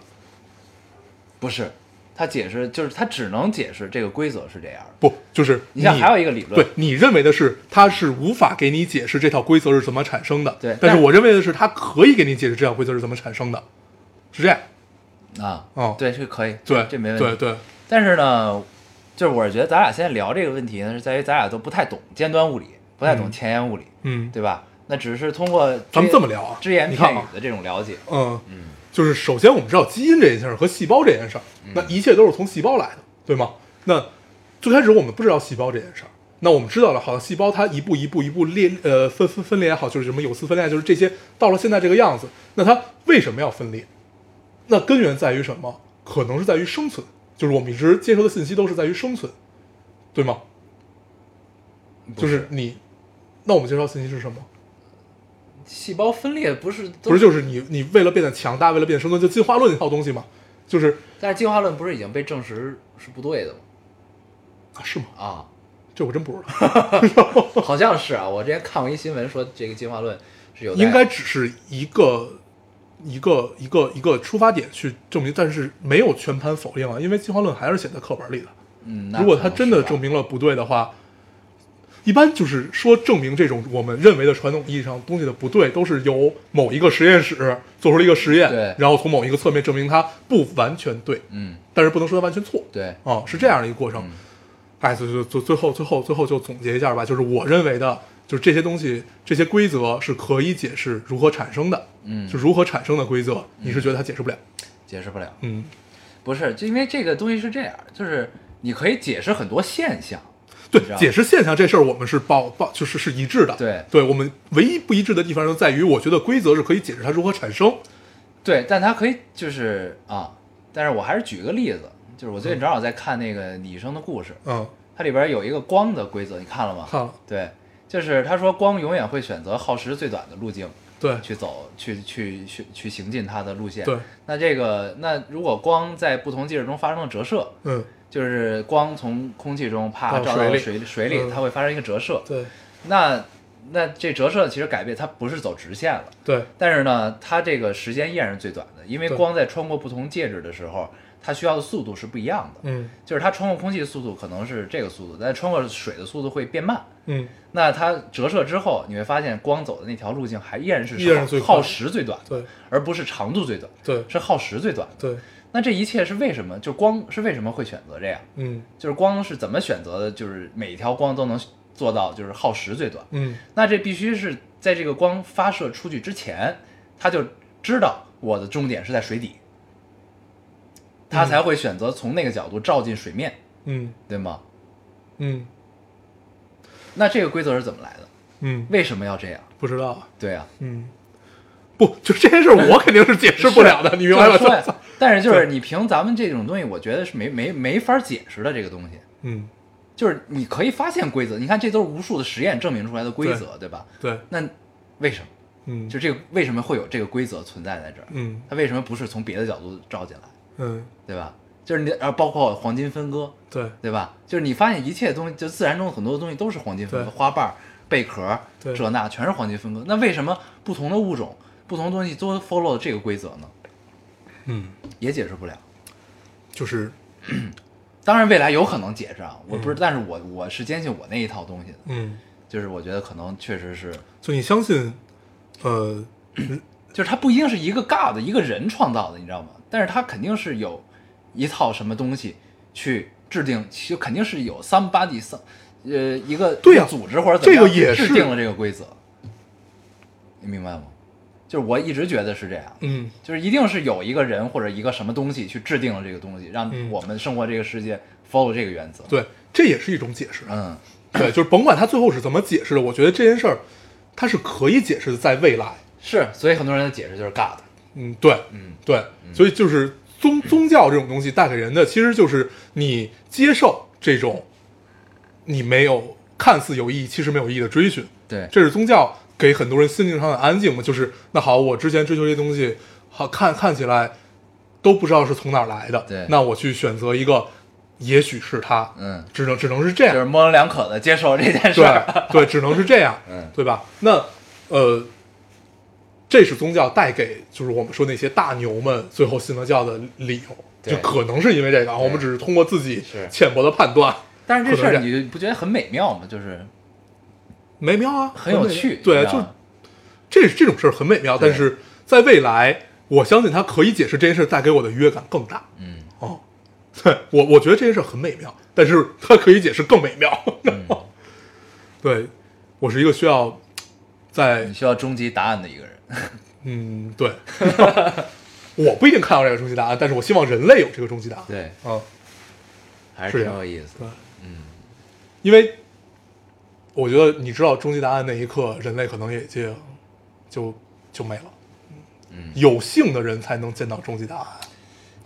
[SPEAKER 1] 不是，他解释就是他只能解释这个规则是这样的。
[SPEAKER 2] 不，就是
[SPEAKER 1] 你像还有一个理论
[SPEAKER 2] 对你认为的是它是无法给你解释这套规则是怎么产生的，
[SPEAKER 1] 对
[SPEAKER 2] 但是
[SPEAKER 1] 但
[SPEAKER 2] 我认为的是它可以给你解释这套规则是怎么产生的，是这样，
[SPEAKER 1] 啊，
[SPEAKER 2] 哦
[SPEAKER 1] 对，这可以，
[SPEAKER 2] 对，
[SPEAKER 1] 这没问题。
[SPEAKER 2] 对对，
[SPEAKER 1] 但是呢，就是我是觉得咱俩现在聊这个问题呢，是在于咱俩都不太懂尖端物理，不太懂前沿物理，
[SPEAKER 2] 嗯，
[SPEAKER 1] 对吧？那只是通过
[SPEAKER 2] 咱们
[SPEAKER 1] 只
[SPEAKER 2] 这么聊啊
[SPEAKER 1] 只言
[SPEAKER 2] 你看
[SPEAKER 1] 片
[SPEAKER 2] 啊
[SPEAKER 1] 语的这种了解，
[SPEAKER 2] 嗯，就是首先我们知道基因这件事儿和细胞这件事儿，那一切都是从细胞来的，对吗？那最开始我们不知道细胞这件事儿，那我们知道了，好像细胞它一步一步一步裂呃分分分裂也好，就是什么有丝分裂，就是这些到了现在这个样子，那它为什么要分裂？那根源在于什么？可能是在于生存，就是我们一直接收的信息都是在于生存，对吗？就是你，那我们接收到信息是什么？
[SPEAKER 1] 细胞分裂不是都
[SPEAKER 2] 不是，就是你你为了变得强大，为了变得生存，就进化论那套东西嘛，就是
[SPEAKER 1] 但是进化论不是已经被证实是不对的吗？
[SPEAKER 2] 啊是吗？
[SPEAKER 1] 啊，
[SPEAKER 2] 这我真不知 道，
[SPEAKER 1] 好像是啊，我之前看过一新闻说这个进化论是有待
[SPEAKER 2] 应该只是一个一个一个一个出发点去证明，但是没有全盘否定啊，因为进化论还是写在课本里的。
[SPEAKER 1] 嗯，那
[SPEAKER 2] 如果
[SPEAKER 1] 可
[SPEAKER 2] 它
[SPEAKER 1] 能
[SPEAKER 2] 真
[SPEAKER 1] 是
[SPEAKER 2] 的
[SPEAKER 1] 吧
[SPEAKER 2] 证明了不对的话，一般就是说证明这种我们认为的传统意义上东西的不对，都是由某一个实验室做出了一个实验，
[SPEAKER 1] 对
[SPEAKER 2] 然后从某一个侧面证明它不完全对，
[SPEAKER 1] 嗯，
[SPEAKER 2] 但是不能说它完全错。
[SPEAKER 1] 对，
[SPEAKER 2] 哦，是这样的一个过程。哎，就就就最后最后最后就总结一下吧，就是我认为的，就是这些东西这些规则是可以解释如何产生的，嗯，就如何产生的规则，你是
[SPEAKER 1] 嗯
[SPEAKER 2] 觉得它解释不了，
[SPEAKER 1] 解释不了。
[SPEAKER 2] 嗯，
[SPEAKER 1] 不是，就因为这个东西是这样，就是你可以解释很多现象，
[SPEAKER 2] 对
[SPEAKER 1] 知道，
[SPEAKER 2] 解释现象这事儿我们是抱抱就是是一致的，
[SPEAKER 1] 对
[SPEAKER 2] 对我们唯一不一致的地方就在于，我觉得规则是可以解释它如何产生，
[SPEAKER 1] 对，但它可以就是啊，但是我还是举个例子，就是我最近正好在看那个《你一生的故事》，
[SPEAKER 2] 嗯，
[SPEAKER 1] 它里边有一个光的规则，你看了吗？
[SPEAKER 2] 看了，
[SPEAKER 1] 对，就是他说光永远会选择耗时最短的路径
[SPEAKER 2] 对，
[SPEAKER 1] 去走，去去去去行进它的路线。
[SPEAKER 2] 对，
[SPEAKER 1] 那这个那如果光在不同介质中发生了折射，
[SPEAKER 2] 嗯，
[SPEAKER 1] 就是光从空气中啪
[SPEAKER 2] 到
[SPEAKER 1] 照
[SPEAKER 2] 水
[SPEAKER 1] 到
[SPEAKER 2] 里
[SPEAKER 1] 水水里
[SPEAKER 2] 嗯，
[SPEAKER 1] 它会发生一个折射。
[SPEAKER 2] 对
[SPEAKER 1] 那那这折射其实改变，它不是走直线了，
[SPEAKER 2] 对
[SPEAKER 1] 但是呢，它这个时间依然是最短的，因为
[SPEAKER 2] 对
[SPEAKER 1] 光在穿过不同介质的时候，它需要的速度是不一样的。
[SPEAKER 2] 嗯
[SPEAKER 1] 就是它穿过空气的速度可能是这个速度，但穿过水的速度会变慢。
[SPEAKER 2] 嗯，
[SPEAKER 1] 那它折射之后，你会发现光走的那条路径还依然是
[SPEAKER 2] 依然是最快
[SPEAKER 1] 耗时最短的，
[SPEAKER 2] 对
[SPEAKER 1] 而不是长度最短，
[SPEAKER 2] 对
[SPEAKER 1] 是耗时最短的。
[SPEAKER 2] 对，
[SPEAKER 1] 那这一切是为什么？就光是为什么会选择这样？
[SPEAKER 2] 嗯
[SPEAKER 1] 就是光是怎么选择的？就是每一条光都能做到，就是耗时最短。
[SPEAKER 2] 嗯
[SPEAKER 1] 那这必须是在这个光发射出去之前，他就知道我的终点是在水底，他才会选择从那个角度照进水面，
[SPEAKER 2] 嗯
[SPEAKER 1] 对吗？
[SPEAKER 2] 嗯
[SPEAKER 1] 那这个规则是怎么来的？
[SPEAKER 2] 嗯，
[SPEAKER 1] 为什么要这样？
[SPEAKER 2] 不知道，
[SPEAKER 1] 对啊，
[SPEAKER 2] 嗯，不，就这件事儿我肯定是解释不了的，你明白
[SPEAKER 1] 就是说呀
[SPEAKER 2] 吗？
[SPEAKER 1] 但是就是你凭咱们这种东西，我觉得是没没没法解释的这个东西。
[SPEAKER 2] 嗯，
[SPEAKER 1] 就是你可以发现规则，你看这都是无数的实验证明出来的规则，对吧？
[SPEAKER 2] 对，
[SPEAKER 1] 那为什么？
[SPEAKER 2] 嗯，
[SPEAKER 1] 就这个为什么会有这个规则存在在这儿？
[SPEAKER 2] 嗯
[SPEAKER 1] 它为什么不是从别的角度照进来？
[SPEAKER 2] 嗯，
[SPEAKER 1] 对吧？就是你，然后包括黄金分割，
[SPEAKER 2] 对
[SPEAKER 1] 对吧？就是你发现一切东西，就自然中很多东西都是黄金分割，
[SPEAKER 2] 对
[SPEAKER 1] 花瓣儿、贝壳
[SPEAKER 2] 对
[SPEAKER 1] 这那全是黄金分割。那为什么不同的物种、不同的东西都 follow 这个规则呢？
[SPEAKER 2] 嗯，
[SPEAKER 1] 也解释不了。
[SPEAKER 2] 就是
[SPEAKER 1] 当然，未来有可能解释啊，我不是，但是我我是坚信我那一套东西的，
[SPEAKER 2] 嗯，
[SPEAKER 1] 就是我觉得可能确实是，
[SPEAKER 2] 就你相信，呃，
[SPEAKER 1] 就是它不一定是一个 God 一个人创造的，你知道吗？但是它肯定是有一套什么东西去制定，就肯定是有 somebody some 呃一个
[SPEAKER 2] 对呀
[SPEAKER 1] 一个组织或者怎么样
[SPEAKER 2] 这个也
[SPEAKER 1] 去
[SPEAKER 2] 是
[SPEAKER 1] 制定了这个规则，你明白吗？就是我一直觉得是这样，
[SPEAKER 2] 嗯
[SPEAKER 1] 就是一定是有一个人或者一个什么东西去制定了这个东西，让
[SPEAKER 2] 嗯
[SPEAKER 1] 我们生活这个世界 follow 这个原则。，
[SPEAKER 2] 对，这也是一种解释。啊
[SPEAKER 1] 嗯，
[SPEAKER 2] 对，就是甭管他最后是怎么解释的，我觉得这件事儿它是可以解释的，在未来。
[SPEAKER 1] 是，所以很多人的解释就是 God。
[SPEAKER 2] 嗯，对，嗯对，所以就是宗宗教这种东西带给人的，其实就是你接受这种你没有看似有意义，其实没有意义的追寻。
[SPEAKER 1] 对
[SPEAKER 2] 这是宗教给很多人心灵上的安静嘛，就是那好，我之前追求这些东西，好看看起来都不知道是从哪儿来的，
[SPEAKER 1] 对
[SPEAKER 2] 那我去选择一个也许是他，
[SPEAKER 1] 嗯，
[SPEAKER 2] 只能只能是这样
[SPEAKER 1] 就，是模棱两可的接受这件事
[SPEAKER 2] 对
[SPEAKER 1] 儿。
[SPEAKER 2] 对，只能是这样，
[SPEAKER 1] 嗯
[SPEAKER 2] 对吧？那呃，这是宗教带给就是我们说那些大牛们最后信了教的理由，
[SPEAKER 1] 对
[SPEAKER 2] 就可能是因为这个，啊，我们只是通过自己
[SPEAKER 1] 是
[SPEAKER 2] 浅薄的判断，
[SPEAKER 1] 但是这事
[SPEAKER 2] 可
[SPEAKER 1] 儿
[SPEAKER 2] 能
[SPEAKER 1] 你不觉得很美妙吗？就是
[SPEAKER 2] 美妙啊，
[SPEAKER 1] 很有
[SPEAKER 2] 美妙
[SPEAKER 1] 趣，
[SPEAKER 2] 对，
[SPEAKER 1] 你知道
[SPEAKER 2] 就
[SPEAKER 1] 吗
[SPEAKER 2] 这这种事儿很美妙，
[SPEAKER 1] 对
[SPEAKER 2] 但是在未来，我相信它可以解释这件事带给我的愉悦感更大，
[SPEAKER 1] 嗯，
[SPEAKER 2] 哦，对我我觉得这件事很美妙，但是它可以解释更美妙，
[SPEAKER 1] 嗯
[SPEAKER 2] 对我是一个需要在
[SPEAKER 1] 你需要终极答案的一个人。
[SPEAKER 2] 嗯，对， 我不一定看到这个终极答案，但是我希望人类有这个终极答案。
[SPEAKER 1] 对，
[SPEAKER 2] 啊，
[SPEAKER 1] 还
[SPEAKER 2] 是
[SPEAKER 1] 是挺
[SPEAKER 2] 这样
[SPEAKER 1] 有意思的。
[SPEAKER 2] 因为我觉得你知道终极答案那一刻，人类可能也就就就没了。嗯，有幸的人才能见到终极答案。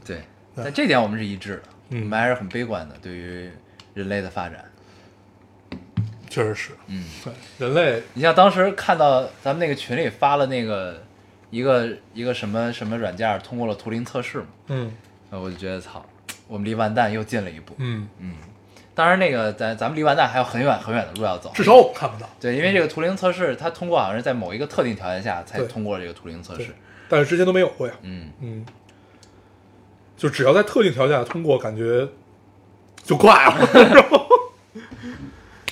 [SPEAKER 1] 对，但这点我们是一致的，
[SPEAKER 2] 嗯
[SPEAKER 1] 我们还是很悲观的，对于人类的发展。
[SPEAKER 2] 确实是，
[SPEAKER 1] 嗯，
[SPEAKER 2] 对，人类
[SPEAKER 1] 你像当时看到咱们那个群里发了那个一个一个什么什么软件通过了图灵测试嘛，
[SPEAKER 2] 嗯
[SPEAKER 1] 呃我就觉得操，我们离完蛋又近了一步。
[SPEAKER 2] 嗯，
[SPEAKER 1] 当然，那个咱咱们离完蛋还有很远很远的路要走。
[SPEAKER 2] 至少我们看不到。
[SPEAKER 1] 对，因为这个图灵测试它通过好像是在某一个特定条件下才
[SPEAKER 2] 对
[SPEAKER 1] 通过了这个图灵测
[SPEAKER 2] 对
[SPEAKER 1] 试。，
[SPEAKER 2] 但是之前都没有过呀。
[SPEAKER 1] 嗯，
[SPEAKER 2] 嗯，就只要在特定条件下通过，感觉就 快了，是吧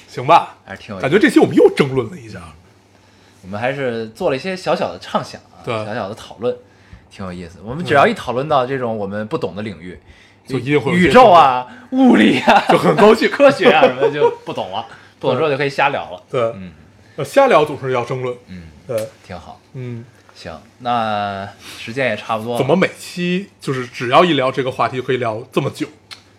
[SPEAKER 2] 行吧？
[SPEAKER 1] 还是挺有意思
[SPEAKER 2] 感觉这期我们又争论了一下，
[SPEAKER 1] 我们还是做了一些小小的畅想啊，
[SPEAKER 2] 对
[SPEAKER 1] 小小的讨论，挺有意思。我们只要一讨论到这种我们不懂的领域，
[SPEAKER 2] 就一定会有
[SPEAKER 1] 宇
[SPEAKER 2] 些
[SPEAKER 1] 宙啊、物理啊、
[SPEAKER 2] 就很高兴。
[SPEAKER 1] 科学啊什么的就不懂了，不懂之后就可以瞎聊了，
[SPEAKER 2] 对，
[SPEAKER 1] 嗯
[SPEAKER 2] 呃瞎聊总是要争论。
[SPEAKER 1] 嗯，
[SPEAKER 2] 对，
[SPEAKER 1] 挺好。
[SPEAKER 2] 嗯，
[SPEAKER 1] 行，那时间也差不多了，
[SPEAKER 2] 怎么？每期就是只要一聊这个话题，就可以聊这么久，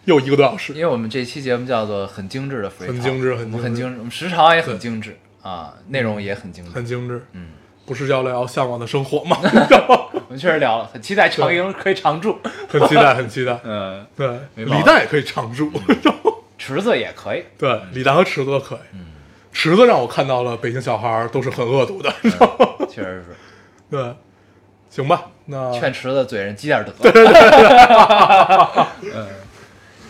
[SPEAKER 2] 又一个多小时
[SPEAKER 1] 因。为我们这期节目叫做很精致的 free，
[SPEAKER 2] 很
[SPEAKER 1] talk，
[SPEAKER 2] 精致
[SPEAKER 1] 我们
[SPEAKER 2] 很
[SPEAKER 1] 很
[SPEAKER 2] 精
[SPEAKER 1] 精致，我们时长也很
[SPEAKER 2] 对
[SPEAKER 1] 精致啊，内容也很精致，
[SPEAKER 2] 很精致，
[SPEAKER 1] 嗯，
[SPEAKER 2] 不是要聊向往的生活吗？
[SPEAKER 1] 我们确实聊了，很期待长营可以常驻，
[SPEAKER 2] 很期待，很期待。
[SPEAKER 1] 呃，
[SPEAKER 2] 对，
[SPEAKER 1] 没毛
[SPEAKER 2] 李
[SPEAKER 1] 病嗯
[SPEAKER 2] 诞也可以常驻。
[SPEAKER 1] 池子也可以，
[SPEAKER 2] 对，李诞和池子都可以。
[SPEAKER 1] 嗯
[SPEAKER 2] 池子让我看到了北京小孩儿都是很恶毒的。
[SPEAKER 1] 确实是。
[SPEAKER 2] 对，行吧，那
[SPEAKER 1] 劝池子嘴上积点德。对 嗯，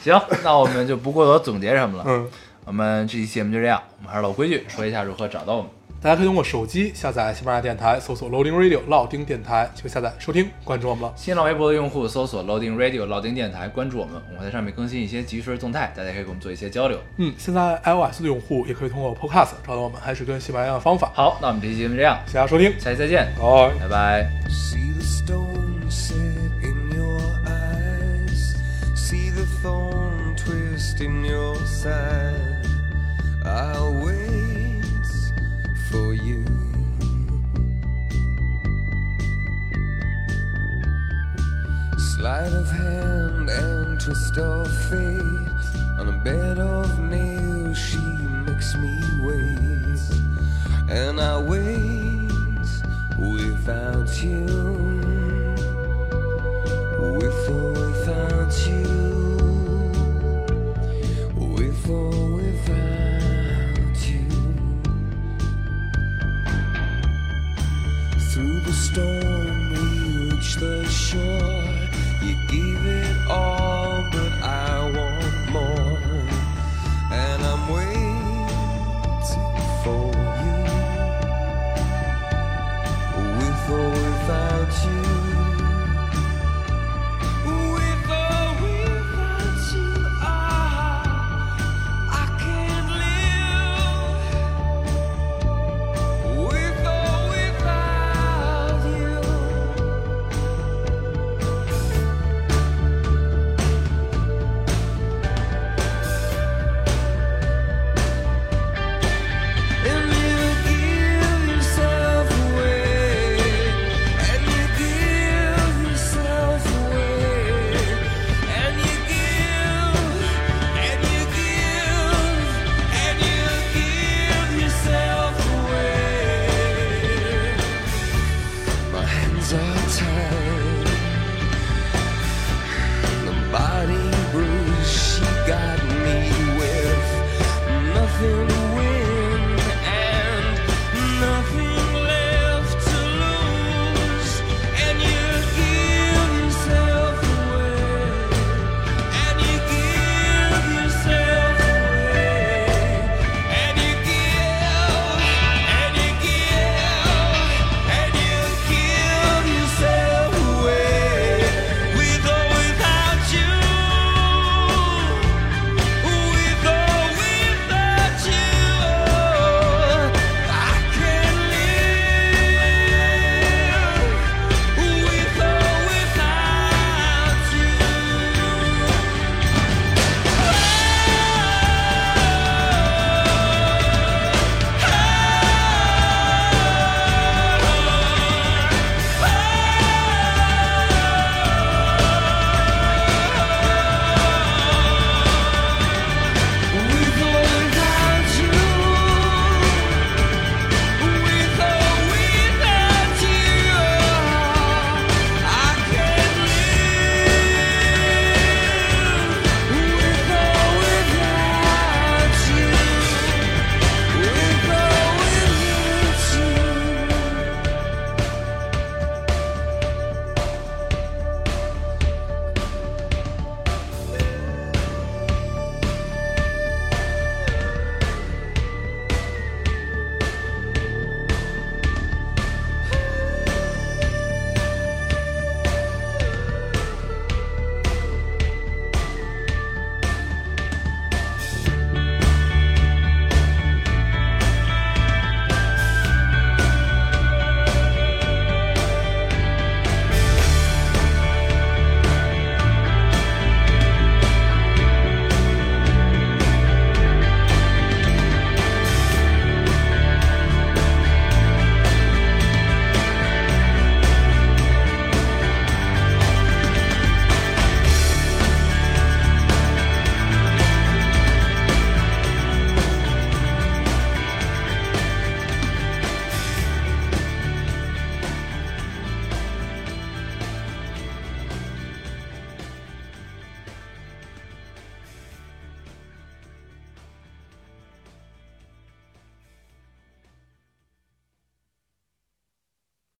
[SPEAKER 1] 行，那我们就不过多总结什么了。
[SPEAKER 2] 嗯，
[SPEAKER 1] 我们这期节目就这样，我们还是老规矩，说一下如何找到我们。
[SPEAKER 2] 大家可以通过手机下载喜马拉雅电台，搜索 Loading Radio 老丁电台就可以下载收听，关注我们了。
[SPEAKER 1] 新浪微博的用户搜索 Loading Radio 老丁电台，关注我们，我们会在上面更新一些即时动态，大家可以跟我们做一些交流。
[SPEAKER 2] 嗯，现在 iOS 的用户也可以通过 Podcast 找到我们，还是跟喜马拉雅的方法。
[SPEAKER 1] 好，那我们这期节目这样，
[SPEAKER 2] 谢谢大家收听，
[SPEAKER 1] 下期再见，
[SPEAKER 2] 好。
[SPEAKER 1] 拜拜。
[SPEAKER 5] See the stone set in your eyes. See the thorn twist in your side. I'll wait for you. Sleight of hand and twist of fate. On a bed of nails, she makes me wait and I wait without you, with or without you, with or without you. Through the storm, we reach the shore. You gave it